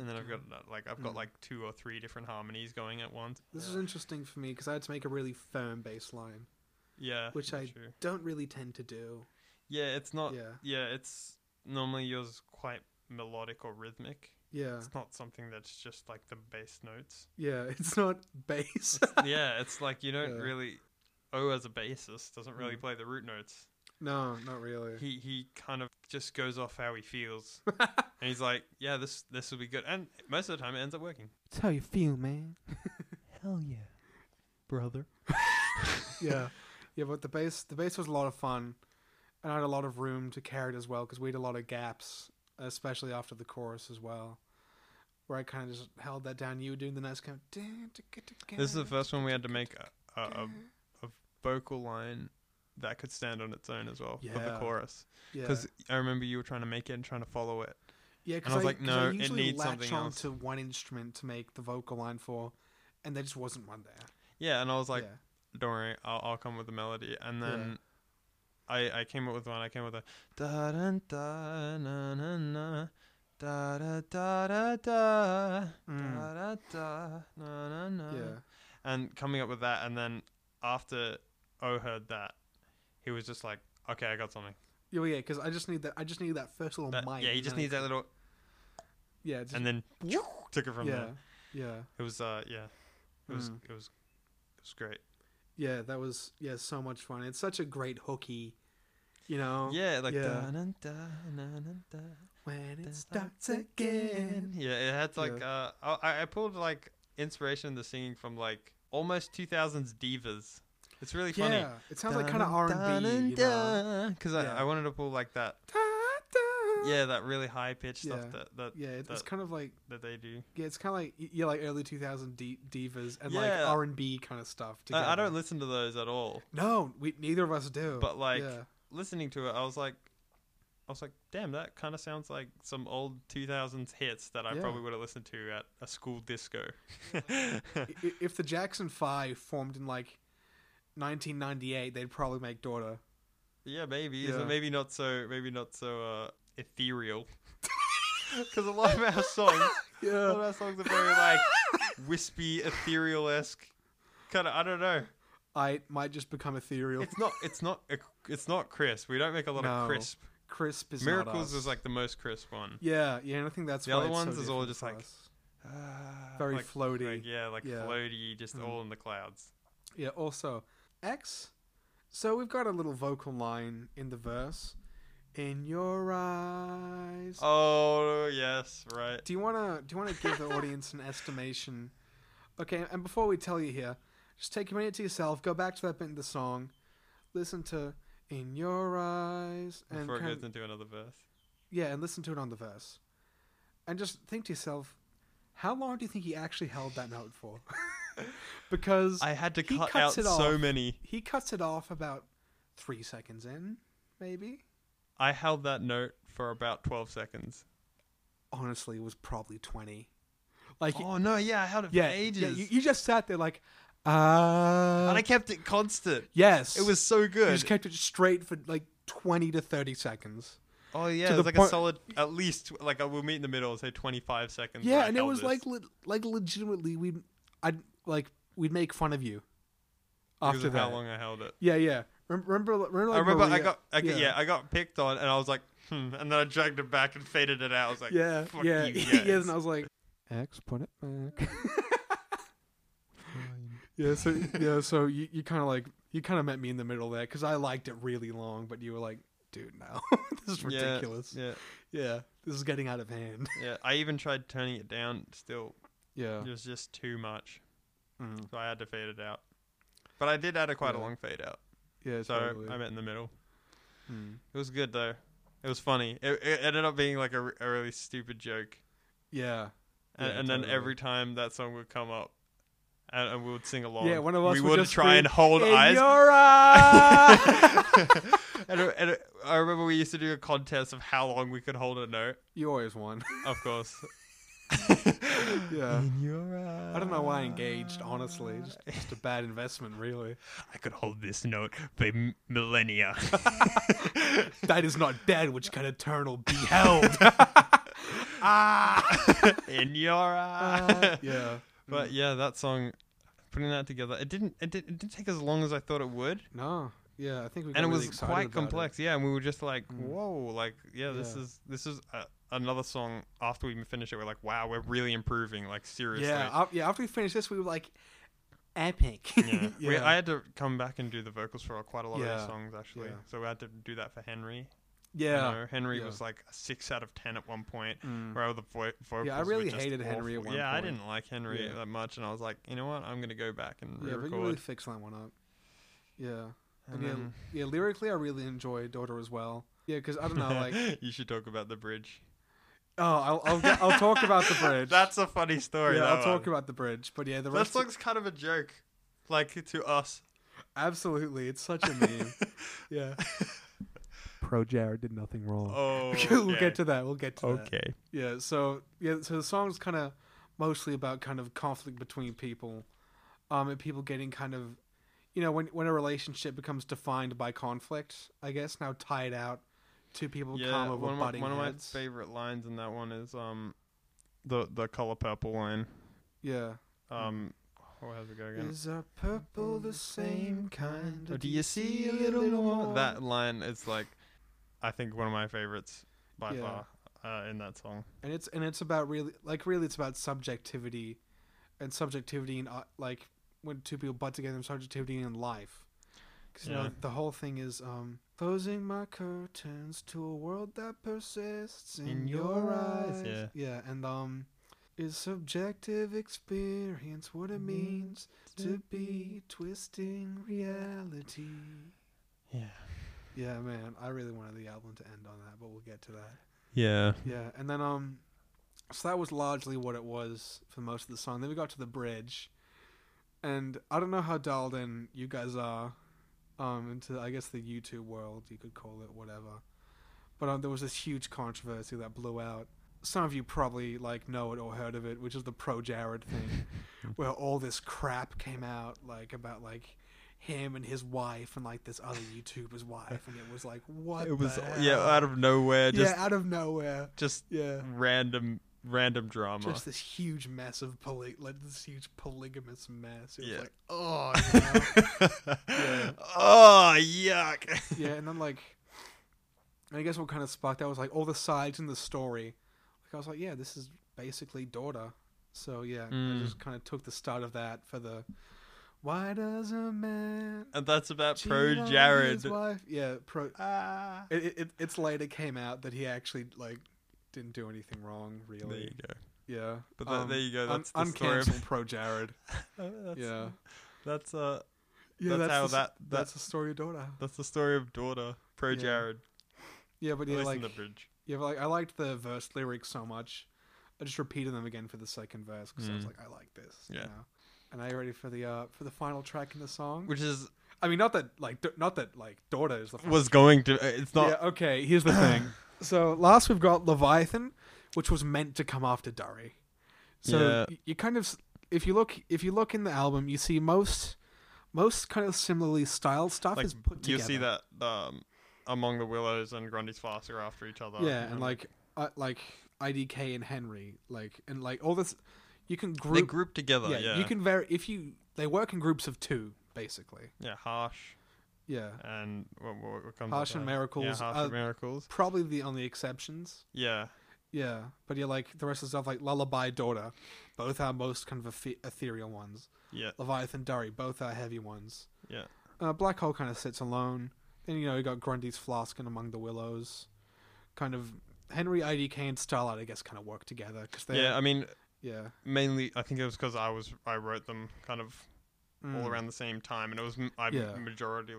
Speaker 3: then I've got uh, like I've got
Speaker 2: Mm.
Speaker 3: like two or three different harmonies going at once.
Speaker 2: This is interesting for me because I had to make a really firm bass line.
Speaker 3: Yeah,
Speaker 2: Which I-
Speaker 3: true.
Speaker 2: Don't really tend to do.
Speaker 3: yeah, it's not.
Speaker 2: Yeah.
Speaker 3: Yeah, it's normally yours is quite melodic or rhythmic.
Speaker 2: Yeah.
Speaker 3: It's not something that's just like the bass notes.
Speaker 2: Yeah. It's not bass.
Speaker 3: yeah, it's like you don't
Speaker 2: Yeah. Mm.
Speaker 3: really. O as a bassist doesn't really play the root notes.
Speaker 2: no, not really.
Speaker 3: He he kind of just goes off how he feels, and he's like, "Yeah, this this will be good." And most of the time, it ends up working.
Speaker 2: It's how you feel, man.
Speaker 4: Hell yeah.
Speaker 3: brother.
Speaker 2: yeah. Yeah, but the bass the bass was a lot of fun. And I had a lot of room to carry it as well because we had a lot of gaps, especially after the chorus as well. Where I kind of just held that down. You were doing the nice kind of.
Speaker 3: This is the first one we had to make a, a, a, a vocal line that could stand on its own as well for the
Speaker 2: Yeah.
Speaker 3: chorus.
Speaker 2: Yeah.
Speaker 3: Because I remember you were trying to make it and trying to follow it.
Speaker 2: Yeah, because
Speaker 3: I
Speaker 2: I,
Speaker 3: was like,
Speaker 2: 'cause
Speaker 3: "No,
Speaker 2: I
Speaker 3: it
Speaker 2: usually
Speaker 3: needs
Speaker 2: latch
Speaker 3: something
Speaker 2: on
Speaker 3: else."
Speaker 2: to one instrument to make the vocal line for, and there just wasn't one there.
Speaker 3: Yeah, and I was like,
Speaker 2: yeah.
Speaker 3: don't worry, I'll, I'll come with the melody. And
Speaker 2: Yeah.
Speaker 3: then I I came up with one. I came up with a da dun da na na na da da da da da
Speaker 2: Mm.
Speaker 3: da da da na na na.
Speaker 2: yeah.
Speaker 3: And coming up with that, and then after O heard that, he was just like, okay, I got something.
Speaker 2: Yeah, well, yeah, because I just need that. I just need that first little
Speaker 3: That-
Speaker 2: mic.
Speaker 3: yeah, he
Speaker 2: and
Speaker 3: just
Speaker 2: then
Speaker 3: needs
Speaker 2: I-
Speaker 3: that little,
Speaker 2: Yeah, Oh just,
Speaker 3: and then took it from
Speaker 2: yeah,
Speaker 3: there.
Speaker 2: yeah,
Speaker 3: It was uh yeah, it was
Speaker 2: Mm.
Speaker 3: it was it was great.
Speaker 2: yeah. That was yeah, so much fun. It's such a great hooky, you know.
Speaker 3: Yeah, like
Speaker 2: Oh. yeah.
Speaker 3: da dun da na na da.
Speaker 2: When
Speaker 3: Then
Speaker 2: it starts again.
Speaker 3: Yeah, it had like
Speaker 2: Yeah.
Speaker 3: uh, I, I pulled like inspiration in the singing from like almost 2000s divas. It's really funny.
Speaker 2: Yeah, it sounds like kind of R and B.
Speaker 3: Because
Speaker 2: Yeah.
Speaker 3: I, I wanted to pull like that, yeah, that really high pitched
Speaker 2: Yeah.
Speaker 3: stuff that that,
Speaker 2: Yeah, it- it's
Speaker 3: that,
Speaker 2: kind of like
Speaker 3: that they do.
Speaker 2: yeah, it's kind of like y- yeah, like early 2000 d- divas and like
Speaker 3: Yeah.
Speaker 2: R and B kind of stuff. Together.
Speaker 3: I, I don't listen to those at all.
Speaker 2: No, we neither of us do.
Speaker 3: But, like,
Speaker 2: yeah,
Speaker 3: Listening to it, I was like, I was like, damn, that kind of sounds like some old 2000s hits that I
Speaker 2: Yeah.
Speaker 3: probably would have listened to at a school disco.
Speaker 2: I- i- if the Jackson Five formed in like 1998, they'd probably make Daughter.
Speaker 3: Yeah, maybe.
Speaker 2: Yeah.
Speaker 3: So maybe not so. Maybe not so uh, ethereal. Because a lot of our songs, a lot of
Speaker 2: Yeah,
Speaker 3: our songs are very like wispy, ethereal esque. Kind of. I don't know.
Speaker 2: I might just become ethereal.
Speaker 3: It's not. It's not. a- It's not crisp. We don't make a lot
Speaker 2: No,
Speaker 3: of crisp.
Speaker 2: Crisp is not
Speaker 3: Miracles
Speaker 2: us.
Speaker 3: is like the most crisp one.
Speaker 2: yeah, yeah. And I think that's
Speaker 3: The
Speaker 2: why
Speaker 3: other
Speaker 2: it's so
Speaker 3: ones is all
Speaker 2: different
Speaker 3: just
Speaker 2: for
Speaker 3: like-
Speaker 2: us.
Speaker 3: Very
Speaker 2: very floaty.
Speaker 3: yeah, like
Speaker 2: yeah. Mm-hmm.
Speaker 3: floaty, just all in the clouds.
Speaker 2: Yeah, also X. So we've got a little vocal line in the verse. In your eyes.
Speaker 3: Oh yes, right.
Speaker 2: Do you wanna do you wanna give the audience an estimation? Okay, and before we tell you here, just take a minute to yourself, go back to that bit in the song, listen to In Your Eyes and
Speaker 3: Before it
Speaker 2: kind-
Speaker 3: goes into another verse.
Speaker 2: Yeah, and listen to it on the verse. And just think to yourself, how long do you think he actually held that note for? because
Speaker 3: I had to
Speaker 2: He
Speaker 3: cut out
Speaker 2: cuts it
Speaker 3: so
Speaker 2: off.
Speaker 3: many.
Speaker 2: he cuts it off about three seconds in, maybe.
Speaker 3: I held that note for about twelve seconds.
Speaker 2: Honestly, it was probably twenty. Like,
Speaker 3: Oh no, yeah, I held it
Speaker 2: yeah,
Speaker 3: for ages.
Speaker 2: yeah, you, you just sat there like, ah,
Speaker 3: and I kept it constant.
Speaker 2: yes.
Speaker 3: It was so
Speaker 2: You
Speaker 3: good.
Speaker 2: just kept it straight for like twenty to thirty seconds.
Speaker 3: oh yeah,
Speaker 2: to
Speaker 3: it
Speaker 2: the
Speaker 3: was like
Speaker 2: point-
Speaker 3: a solid, at least like I will meet in the middle, say twenty five seconds.
Speaker 2: Yeah,
Speaker 3: where I
Speaker 2: and it
Speaker 3: held
Speaker 2: was
Speaker 3: this.
Speaker 2: like, le- like legitimately, we, would I'd like we'd make fun of you
Speaker 3: Because
Speaker 2: after
Speaker 3: of
Speaker 2: that.
Speaker 3: how long I held it.
Speaker 2: Yeah, yeah. Rem- Remember, remember. Like, uh,
Speaker 3: I remember I
Speaker 2: Maria-
Speaker 3: got, I,
Speaker 2: yeah.
Speaker 3: got- yeah. I got picked on, and I was like, hmm, and then I dragged it back and faded it out. I was like,
Speaker 2: yeah,
Speaker 3: fuck
Speaker 2: yeah,
Speaker 3: you
Speaker 2: yeah.
Speaker 3: guys.
Speaker 2: And I was like, X, put it back. yeah, so yeah, so you, you kind of like you kind of met me in the middle there because I liked it really long, but you were like, dude, no, this is
Speaker 3: Yeah,
Speaker 2: ridiculous. Yeah,
Speaker 3: Yeah,
Speaker 2: this is getting out of hand.
Speaker 3: yeah. I even tried turning it down. Still,
Speaker 2: Yeah,
Speaker 3: it was just too much,
Speaker 2: Mm.
Speaker 3: so I had to fade it out. But I did add a quite a
Speaker 2: Yeah.
Speaker 3: long fade out,
Speaker 2: yeah.
Speaker 3: so
Speaker 2: totally.
Speaker 3: I met in the middle.
Speaker 2: Mm.
Speaker 3: It was good though. It was funny. It, it ended up being like a, re- a really stupid joke,
Speaker 2: Yeah,
Speaker 3: and,
Speaker 2: Yeah,
Speaker 3: and then
Speaker 2: totally.
Speaker 3: every time that song would come up, and, and we would sing along.
Speaker 2: yeah. One of us
Speaker 3: we
Speaker 2: would,
Speaker 3: would
Speaker 2: just
Speaker 3: try and
Speaker 2: scream,
Speaker 3: hold
Speaker 2: "In
Speaker 3: eyes.
Speaker 2: your eye!"
Speaker 3: and, it- and it- I remember we used to do a contest of how long we could hold a note.
Speaker 2: you always won.
Speaker 3: Of course.
Speaker 2: Yeah.
Speaker 3: In your eyes.
Speaker 2: I don't know why I engaged. Honestly, just, just a bad investment, really.
Speaker 3: I could hold this note for m- millennia.
Speaker 2: that is not dead, which can eternal be held.
Speaker 3: In your eyes.
Speaker 2: Uh, yeah. Hmm.
Speaker 3: But yeah, that song, putting that together, it didn't it, did, it didn't take as long as I thought it would,
Speaker 2: No. Yeah, I think we. Got
Speaker 3: and it
Speaker 2: really
Speaker 3: was
Speaker 2: excited
Speaker 3: quite
Speaker 2: about Hmm.
Speaker 3: complex. Yeah, and we were just like, whoa, like yeah, this
Speaker 2: Yeah.
Speaker 3: is this is a, another song. After we finish it, we're like, wow, we're really improving. Like
Speaker 2: It.
Speaker 3: seriously,
Speaker 2: Yeah. af- yeah. After we finished this, we were like, epic.
Speaker 3: yeah. We, I had to come back and do the vocals for quite a lot of
Speaker 2: Yeah.
Speaker 3: these songs actually.
Speaker 2: Yeah.
Speaker 3: So we had to do that for Henry. I
Speaker 2: yeah.
Speaker 3: know Henry
Speaker 2: Yeah.
Speaker 3: was like a six out of ten at one point.
Speaker 2: Mm.
Speaker 3: Where all the vo- vocals
Speaker 2: Yeah, I
Speaker 3: were
Speaker 2: really
Speaker 3: just
Speaker 2: hated Henry at
Speaker 3: awful.
Speaker 2: one
Speaker 3: yeah, I
Speaker 2: point.
Speaker 3: didn't like Henry
Speaker 2: Yeah.
Speaker 3: that much, and I was like, you know what, I'm gonna go back
Speaker 2: Yeah,
Speaker 3: and
Speaker 2: but
Speaker 3: re-record.
Speaker 2: you really fixed that one up. Yeah.
Speaker 3: and
Speaker 2: And yeah,
Speaker 3: then-
Speaker 2: yeah, lyrically, I really enjoy Daughter as well. Yeah, because I don't know, like,
Speaker 3: you should talk about the bridge.
Speaker 2: oh, I'll, I'll, get- I'll talk about the bridge.
Speaker 3: That's a funny story.
Speaker 2: yeah,
Speaker 3: that
Speaker 2: I'll talk
Speaker 3: one.
Speaker 2: about the bridge. But yeah, the
Speaker 3: That
Speaker 2: rest,
Speaker 3: song's kind of a joke, like to us.
Speaker 2: absolutely, it's such a meme. yeah. Pro Jared Oh, did nothing wrong.
Speaker 3: Oh,
Speaker 2: we'll
Speaker 3: okay.
Speaker 2: get to that. We'll get to that.
Speaker 3: okay.
Speaker 2: Yeah. So yeah. So the song's kind of mostly about kind of conflict between people, um, and people getting kind of, you know, when when a relationship becomes defined by conflict, I guess now tied out, two people calm over
Speaker 3: one, of my,
Speaker 2: butting
Speaker 3: one of my
Speaker 2: heads.
Speaker 3: favorite lines in that one is um, the the color purple line.
Speaker 2: yeah,
Speaker 3: Um, oh, how's it go again?
Speaker 2: is a purple the same kind?
Speaker 3: Or do you see a little more? That line is like, I think one of my favorites by
Speaker 2: Yeah.
Speaker 3: far uh, in that song.
Speaker 2: and it's and it's about really like really it's about subjectivity and subjectivity and uh, like when two people butt together and subjectivity in life because you
Speaker 3: Yeah.
Speaker 2: know the whole thing is um closing my curtains to a world that persists in, your eyes
Speaker 3: Yeah.
Speaker 2: yeah and um is subjective experience what it means to be twisting reality
Speaker 3: Yeah.
Speaker 2: yeah man i really wanted the album to end on that but we'll get to that
Speaker 3: Yeah.
Speaker 2: yeah, and then um, so that was largely what it was for most of the song. Then we got to the bridge, and I don't know how dialed in you guys are, um, into I guess the YouTube world you could call it whatever, but um, there was this huge controversy that blew out. Some of you probably like know it or heard of it, which is the pro Jared thing, where all this crap came out like about like him and his wife and like this other YouTuber's wife, and it was like what
Speaker 3: It was
Speaker 2: the
Speaker 3: yeah
Speaker 2: hell?
Speaker 3: out of nowhere. Just
Speaker 2: yeah out of nowhere
Speaker 3: just
Speaker 2: yeah
Speaker 3: random random drama.
Speaker 2: just this huge mess of poly like this huge polygamous mess. It was
Speaker 3: Yeah.
Speaker 2: like, oh yeah. Yeah.
Speaker 3: Oh yuck!
Speaker 2: yeah, and then like I guess what kind of sparked that was like all the sides in the story. Like I was like, yeah, this is basically daughter. So yeah,
Speaker 3: Mm.
Speaker 2: I just kind of took the start of that for the why does a man
Speaker 3: And that's about pro
Speaker 2: cheat on his
Speaker 3: Jared.
Speaker 2: wife? Yeah, pro.
Speaker 3: Ah.
Speaker 2: It, it, it- it's later came out that he actually like didn't do anything wrong
Speaker 3: There you
Speaker 2: really.
Speaker 3: go.
Speaker 2: Yeah, um,
Speaker 3: But that- there you go, that's the
Speaker 2: un-
Speaker 3: story of-
Speaker 2: uncancelled pro Jared.
Speaker 3: Oh, that's,
Speaker 2: yeah.
Speaker 3: That's uh.
Speaker 2: Yeah,
Speaker 3: That's
Speaker 2: that's,
Speaker 3: how
Speaker 2: the, that,
Speaker 3: that- that-
Speaker 2: that's the story of Dora.
Speaker 3: That's the story of daughter pro
Speaker 2: Yeah.
Speaker 3: Jared.
Speaker 2: Yeah, but
Speaker 3: At
Speaker 2: yeah,
Speaker 3: least
Speaker 2: like
Speaker 3: in the bridge.
Speaker 2: yeah, but like I liked the verse lyrics so much, I just repeated them again for the second verse because I was
Speaker 3: Mm.
Speaker 2: like, I like this.
Speaker 3: Yeah.
Speaker 2: You know? And are you ready for the uh for the final track in the song?
Speaker 3: Which is
Speaker 2: I mean, not that like d- not that like Dora is the final
Speaker 3: was going to. uh, It's not.
Speaker 2: yeah, okay, here's the thing. so last we've got Leviathan, which was meant to come after Durry. So
Speaker 3: Yeah.
Speaker 2: y- you kind of s- if you look if you look in the album, you see most most kind of similarly styled stuff
Speaker 3: like
Speaker 2: is put
Speaker 3: you
Speaker 2: together.
Speaker 3: see that um, among the willows and Grundy's flask are after each other.
Speaker 2: Yeah, and like uh, like IDK and Henry, like and like all this you can
Speaker 3: they
Speaker 2: group
Speaker 3: group together. Yeah,
Speaker 2: yeah, you can very if you they work in groups of two basically.
Speaker 3: yeah, harsh
Speaker 2: Yeah.
Speaker 3: and what, what what comes
Speaker 2: Harsh
Speaker 3: after
Speaker 2: and
Speaker 3: that? Yeah,
Speaker 2: Miracles
Speaker 3: harsh
Speaker 2: are-
Speaker 3: and miracles.
Speaker 2: Probably the only exceptions.
Speaker 3: Yeah,
Speaker 2: Yeah, but yeah, like the rest of the stuff, like Lullaby Daughter, both are most kind of ethe- ethereal ones.
Speaker 3: yeah,
Speaker 2: Leviathan Durry, both are heavy ones.
Speaker 3: yeah.
Speaker 2: Uh, Black Hole kind of sits alone. Then you know you got Grundy's Flask and Among the Willows. Kind of Henry IDK and Starlight, I guess, kind of work together because they
Speaker 3: Yeah, I mean,
Speaker 2: yeah
Speaker 3: mainly I think it was because I was I wrote them kind of
Speaker 2: Mm.
Speaker 3: all around the same time, and it was m- I
Speaker 2: Yeah.
Speaker 3: majority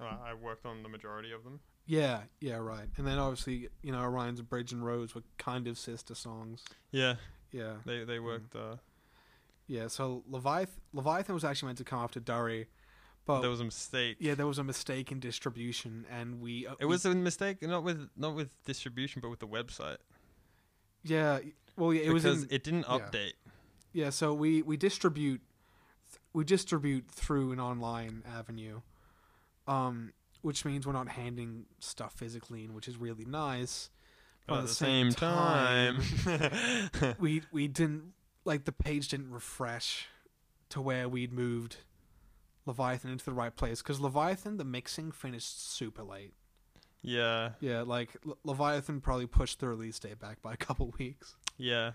Speaker 3: uh, I worked on the majority of them.
Speaker 2: Yeah, yeah, right. And then obviously, you know, Orion's Bridge and Rose were kind of sister songs.
Speaker 3: Yeah,
Speaker 2: Yeah, Mm.
Speaker 3: they they worked. Uh,
Speaker 2: yeah. So Leviathan, Leviathan was actually meant to come after Durry, but
Speaker 3: There was a mistake.
Speaker 2: yeah, there was a mistake in distribution, and we
Speaker 3: It was a mistake, not with not with distribution, but with the website.
Speaker 2: yeah. Well, yeah, it was
Speaker 3: because
Speaker 2: in,
Speaker 3: it didn't
Speaker 2: yeah.
Speaker 3: update.
Speaker 2: yeah. So we we distribute we distribute through an online avenue, um, which means we're not handing stuff physically, in, which is really nice. Oh,
Speaker 3: But at the, same, time,
Speaker 2: we we didn't like the page didn't refresh to where we'd moved Leviathan into the right place because Leviathan the mixing finished super late.
Speaker 3: yeah,
Speaker 2: Yeah, like Le- Leviathan probably pushed the release date back by a couple weeks.
Speaker 3: yeah.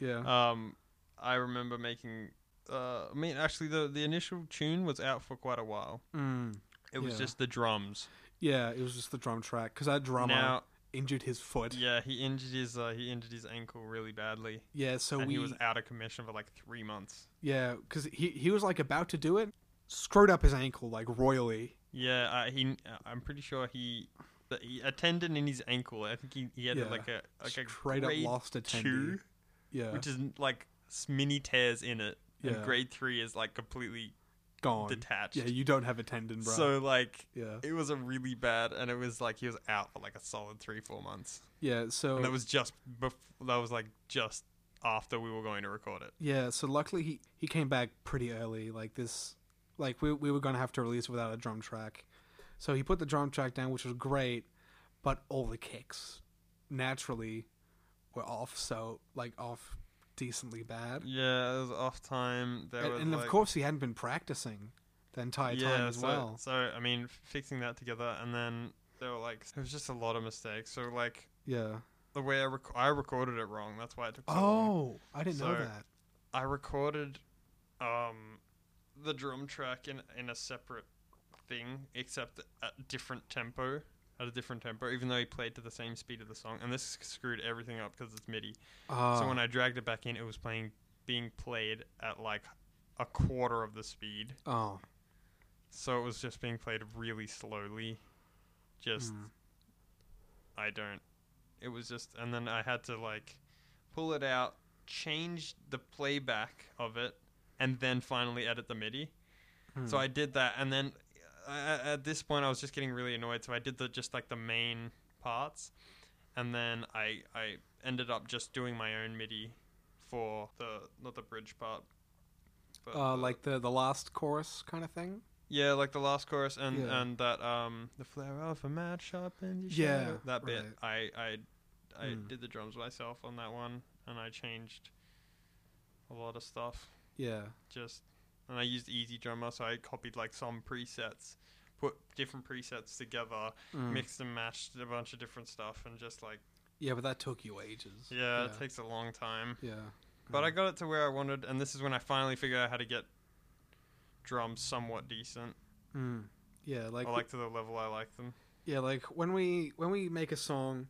Speaker 2: Yeah,
Speaker 3: Um, I remember making. Uh, I mean, actually, the the initial tune was out for quite a while.
Speaker 2: mm.
Speaker 3: It was
Speaker 2: Yeah.
Speaker 3: just the drums.
Speaker 2: yeah, it was just the drum track because our drummer
Speaker 3: Now,
Speaker 2: injured his foot. Yeah,
Speaker 3: yeah, he injured his uh, he injured his ankle really badly,
Speaker 2: so
Speaker 3: and
Speaker 2: we
Speaker 3: he was out of commission for like three months.
Speaker 2: yeah because he he was like about to do it, screwed up his ankle like royally.
Speaker 3: Yeah, uh, he. I'm pretty sure he. that he- A tendon in his ankle. I think he, he had
Speaker 2: Yeah.
Speaker 3: like a like a
Speaker 2: Straight up
Speaker 3: grade
Speaker 2: lost a
Speaker 3: two,
Speaker 2: tendon. Yeah,
Speaker 3: which is like s- mini tears in it, and
Speaker 2: Yeah.
Speaker 3: grade three is like completely
Speaker 2: gone.
Speaker 3: detached.
Speaker 2: Yeah, you don't have a tendon, bro.
Speaker 3: so like
Speaker 2: yeah.
Speaker 3: it was a really bad, and it was like he was out for like a solid three four months,
Speaker 2: Yeah, so
Speaker 3: and that was just bef- that was like just after we were going to record it.
Speaker 2: Yeah, so luckily he, he came back pretty early. Like this, like we we were gonna have to release without a drum track, so he put the drum track down, which was great, but all the kicks naturally were off. So like off decently bad,
Speaker 3: Yeah, it was off time. There
Speaker 2: and,
Speaker 3: was
Speaker 2: and
Speaker 3: like,
Speaker 2: of course he hadn't been practicing the entire time as
Speaker 3: so,
Speaker 2: well.
Speaker 3: So I mean, f- fixing that together, and then there were like there was just a lot of mistakes. So like
Speaker 2: Yeah.
Speaker 3: the way I, rec- I recorded it wrong. That's why it took so long.
Speaker 2: Oh, I didn't know
Speaker 3: So-
Speaker 2: that.
Speaker 3: I recorded um the drum track in in a separate thing, except at different tempo, at a different tempo. Even though he played to the same speed of the song, and this screwed everything up because it's MIDI.
Speaker 2: Uh,
Speaker 3: So when I dragged it back in, it was playing being played at like a quarter of the speed.
Speaker 2: oh,
Speaker 3: So it was just being played really slowly. Just
Speaker 2: Mm.
Speaker 3: I don't it was just and then I had to like pull it out, change the playback of it, and then finally edit the MIDI.
Speaker 2: hmm.
Speaker 3: So I did that and then uh, at this point I was just getting really annoyed, so I did the just like the main parts and then I I ended up just doing my own MIDI for the not the bridge part. But
Speaker 2: uh,
Speaker 3: the-
Speaker 2: like the the last chorus kind of thing.
Speaker 3: yeah, like the last chorus and
Speaker 2: Yeah.
Speaker 3: and that um the flare of a mad shop and you
Speaker 2: Yeah,
Speaker 3: that bit.
Speaker 2: right.
Speaker 3: I I I
Speaker 2: Mm.
Speaker 3: did the drums myself on that one and I changed a lot of stuff
Speaker 2: Yeah.
Speaker 3: just and I used Easy Drummer so I copied like some presets, put different presets together,
Speaker 2: Mm.
Speaker 3: mixed and matched a bunch of different stuff and just like
Speaker 2: Yeah, but that took you ages.
Speaker 3: yeah,
Speaker 2: Yeah. Hmm.
Speaker 3: it takes a long time.
Speaker 2: yeah.
Speaker 3: But I got it to where I wanted and this is when I finally figured out how to get drums somewhat decent
Speaker 2: Mm. Yeah, like,
Speaker 3: or like to the level I like them.
Speaker 2: yeah, like when we when we make a song,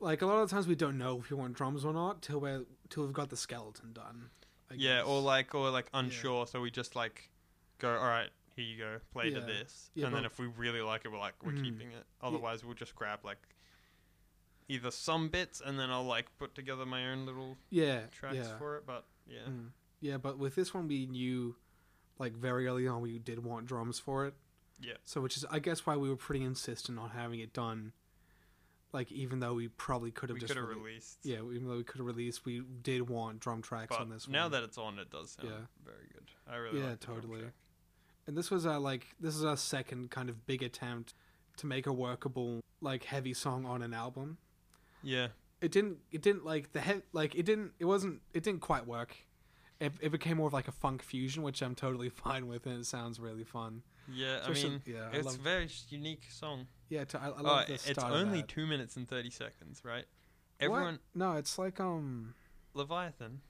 Speaker 2: like a lot of times we don't know if we want drums or not till we are till we've got the skeleton done. I
Speaker 3: yeah, or
Speaker 2: guess.
Speaker 3: like or like unsure, so we just like go, all right, here you go, play to
Speaker 2: Yeah.
Speaker 3: this,
Speaker 2: Yeah,
Speaker 3: and then
Speaker 2: but-
Speaker 3: if we really like it, we're like we're
Speaker 2: Mm.
Speaker 3: keeping it. Otherwise, we'll just grab like either some bits, and then I'll like put together my own little
Speaker 2: yeah,
Speaker 3: tracks
Speaker 2: yeah,
Speaker 3: for it. But yeah,
Speaker 2: Mm. yeah. But with this one, we knew like very early on we did want drums for it.
Speaker 3: Yeah.
Speaker 2: So which is I guess why we were pretty insistent on having it done. Like even though we probably could have
Speaker 3: we
Speaker 2: just
Speaker 3: could have
Speaker 2: rele-
Speaker 3: released.
Speaker 2: yeah, even though we could have released, we did want drum tracks
Speaker 3: but
Speaker 2: on this.
Speaker 3: now
Speaker 2: one.
Speaker 3: that it's on, it does sound
Speaker 2: Yeah.
Speaker 3: very good. I really
Speaker 2: Yeah,
Speaker 3: like the drum
Speaker 2: totally.
Speaker 3: track.
Speaker 2: and this was our like this is our second kind of big attempt to make a workable like heavy song on an album
Speaker 3: Yeah,
Speaker 2: it didn't it didn't like the head like it didn't it wasn't it didn't quite work it, it became more of like a funk fusion which i'm totally fine with and it sounds really fun
Speaker 3: yeah. I
Speaker 2: Especially-
Speaker 3: mean,
Speaker 2: yeah, I
Speaker 3: it's
Speaker 2: love-
Speaker 3: very s- unique song.
Speaker 2: yeah to, i, I love
Speaker 3: Oh,
Speaker 2: the
Speaker 3: it's
Speaker 2: style of
Speaker 3: only
Speaker 2: that.
Speaker 3: two minutes and thirty seconds, right?
Speaker 2: What?
Speaker 3: Everyone,
Speaker 2: no it's like um
Speaker 3: Leviathan.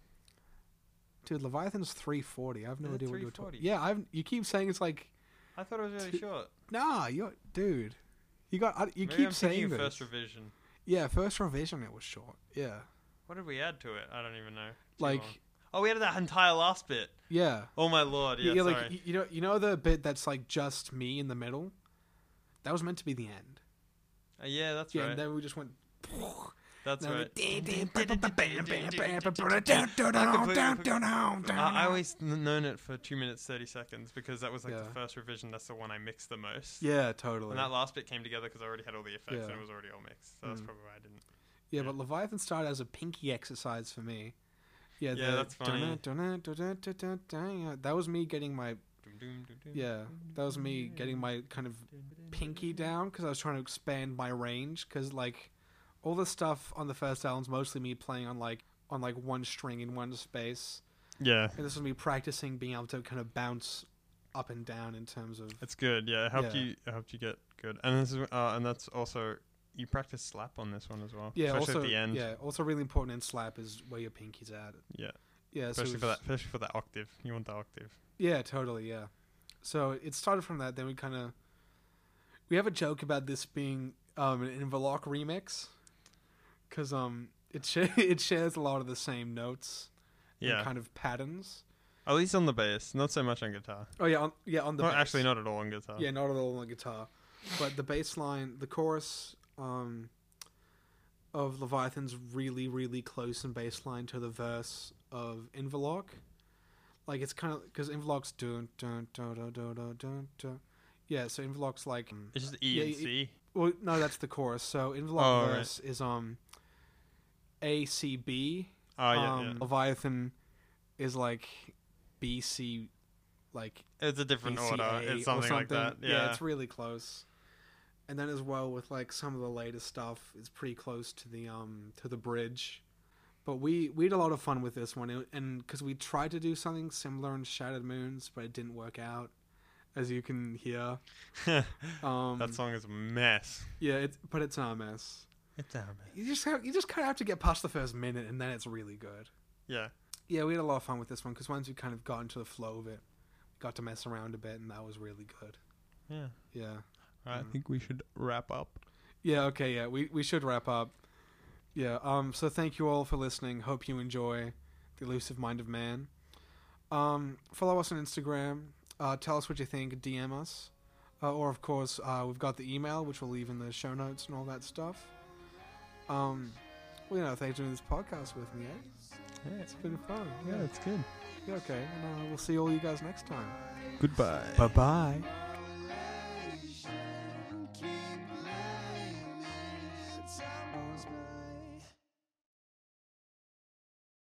Speaker 2: dude leviathan's 340 i have no
Speaker 3: Is it
Speaker 2: idea what you're talking
Speaker 3: 340?
Speaker 2: yeah i've you keep saying it's like
Speaker 3: I thought it was really
Speaker 2: Two-
Speaker 3: short.
Speaker 2: nah you're dude you got I, you
Speaker 3: Maybe
Speaker 2: keep
Speaker 3: I'm
Speaker 2: saying
Speaker 3: thinking
Speaker 2: this
Speaker 3: first revision.
Speaker 2: yeah first revision it was short yeah
Speaker 3: What did we add to it? I don't even know. Too
Speaker 2: like
Speaker 3: long. oh, we added that entire last bit.
Speaker 2: yeah
Speaker 3: Oh my lord! Yeah,
Speaker 2: you're
Speaker 3: sorry.
Speaker 2: like y- you know you know the bit that's like just me in the middle that was meant to be the end
Speaker 3: Uh, yeah, that's
Speaker 2: yeah
Speaker 3: right.
Speaker 2: and then we just went
Speaker 3: that's
Speaker 2: then we
Speaker 3: right. I, I
Speaker 4: I
Speaker 3: always kn- known it for two minutes thirty seconds because that was like
Speaker 2: Yeah.
Speaker 3: the first revision. That's the one I mixed the most.
Speaker 2: yeah totally
Speaker 3: And that last bit came together because I already had all the effects
Speaker 2: Yeah.
Speaker 3: and it was already all mixed. So that's
Speaker 2: Mm.
Speaker 3: probably why I didn't.
Speaker 2: yeah but leviathan started as a pinky exercise for me yeah,
Speaker 3: Yeah,
Speaker 2: the,
Speaker 3: that's funny.
Speaker 2: dun- dun- dun- dun- dun- dun- that was me getting my
Speaker 3: Doom, doom, doom, doom.
Speaker 2: yeah that was me getting my kind of pinky down because i was trying to expand my range because like all the stuff on the first album's mostly me playing on like on like one string in one space
Speaker 3: Yeah,
Speaker 2: And this was me practicing being able to kind of bounce up and down in terms of
Speaker 3: it's good. Yeah, it helped
Speaker 2: Yeah.
Speaker 3: you. It helped you get good. And this is uh, and that's also you practice slap on this one as well.
Speaker 2: yeah.
Speaker 3: especially
Speaker 2: also,
Speaker 3: at the end.
Speaker 2: yeah. Also, really important in slap is where your pinky's at.
Speaker 3: Yeah.
Speaker 2: Yeah.
Speaker 3: especially
Speaker 2: so it
Speaker 3: for
Speaker 2: was-
Speaker 3: that, especially for that octave. You want the octave.
Speaker 2: Yeah, totally. Yeah. So it started from that. Then we kind of we have a joke about this being um, an Inverloch remix because um it sh- it shares a lot of the same notes
Speaker 3: Yeah,
Speaker 2: and kind of patterns.
Speaker 3: at least on the bass, not so much on guitar.
Speaker 2: Oh yeah, on, yeah. On the
Speaker 3: Well,
Speaker 2: bass.
Speaker 3: actually, not at all on guitar.
Speaker 2: Yeah, not at all on the guitar. But the bass line, the chorus um, of Leviathan's really, really close in bass line to the verse of Inverloch. Like, it's kind of. Because Inverloch's. Dun, dun, dun, dun, dun, dun, dun, dun. Yeah, so Inverloch's like.
Speaker 3: it's just E
Speaker 2: Yeah,
Speaker 3: and
Speaker 2: it-
Speaker 3: C.
Speaker 2: Well, no, that's the chorus. So Inverloch
Speaker 3: Oh, right.
Speaker 2: verse is um, A, um, C, B,
Speaker 3: Oh yeah,
Speaker 2: um, Leviathan is like BC, like
Speaker 3: yeah. It's a different
Speaker 2: BCA
Speaker 3: order. It's
Speaker 2: or
Speaker 3: something, like that. Yeah.
Speaker 2: it's really close. And then as well with like some of the latest stuff, it's pretty close to the um to the bridge. But we we had a lot of fun with this one, and because we tried to do something similar in Shattered Moons, but it didn't work out, as you can hear. Um,
Speaker 3: that song is a mess.
Speaker 2: yeah, it's, but it's not a mess.
Speaker 3: It's a mess.
Speaker 2: You just have, you just kind of have to get past the first minute, and then it's really good.
Speaker 3: Yeah.
Speaker 2: Yeah, we had a lot of fun with this one because once we kind of got into the flow of it, we got to mess around a bit, and that was really good.
Speaker 3: Yeah.
Speaker 2: Yeah.
Speaker 3: I think we should wrap up.
Speaker 2: Yeah, okay, yeah. We we should wrap up. Yeah, um so thank you all for listening. Hope you enjoy The Elusive Mind of Man. Um follow us on Instagram. Uh tell us what you think, DM us. Uh, or of course, uh, we've got the email which we'll leave in the show notes and all that stuff. Um well, you know, thanks for doing this podcast with me. Eh? It's been fun. Yeah,
Speaker 3: it's good.
Speaker 2: yeah okay. And uh, we'll see all you guys next time.
Speaker 3: Goodbye.
Speaker 1: Bye bye.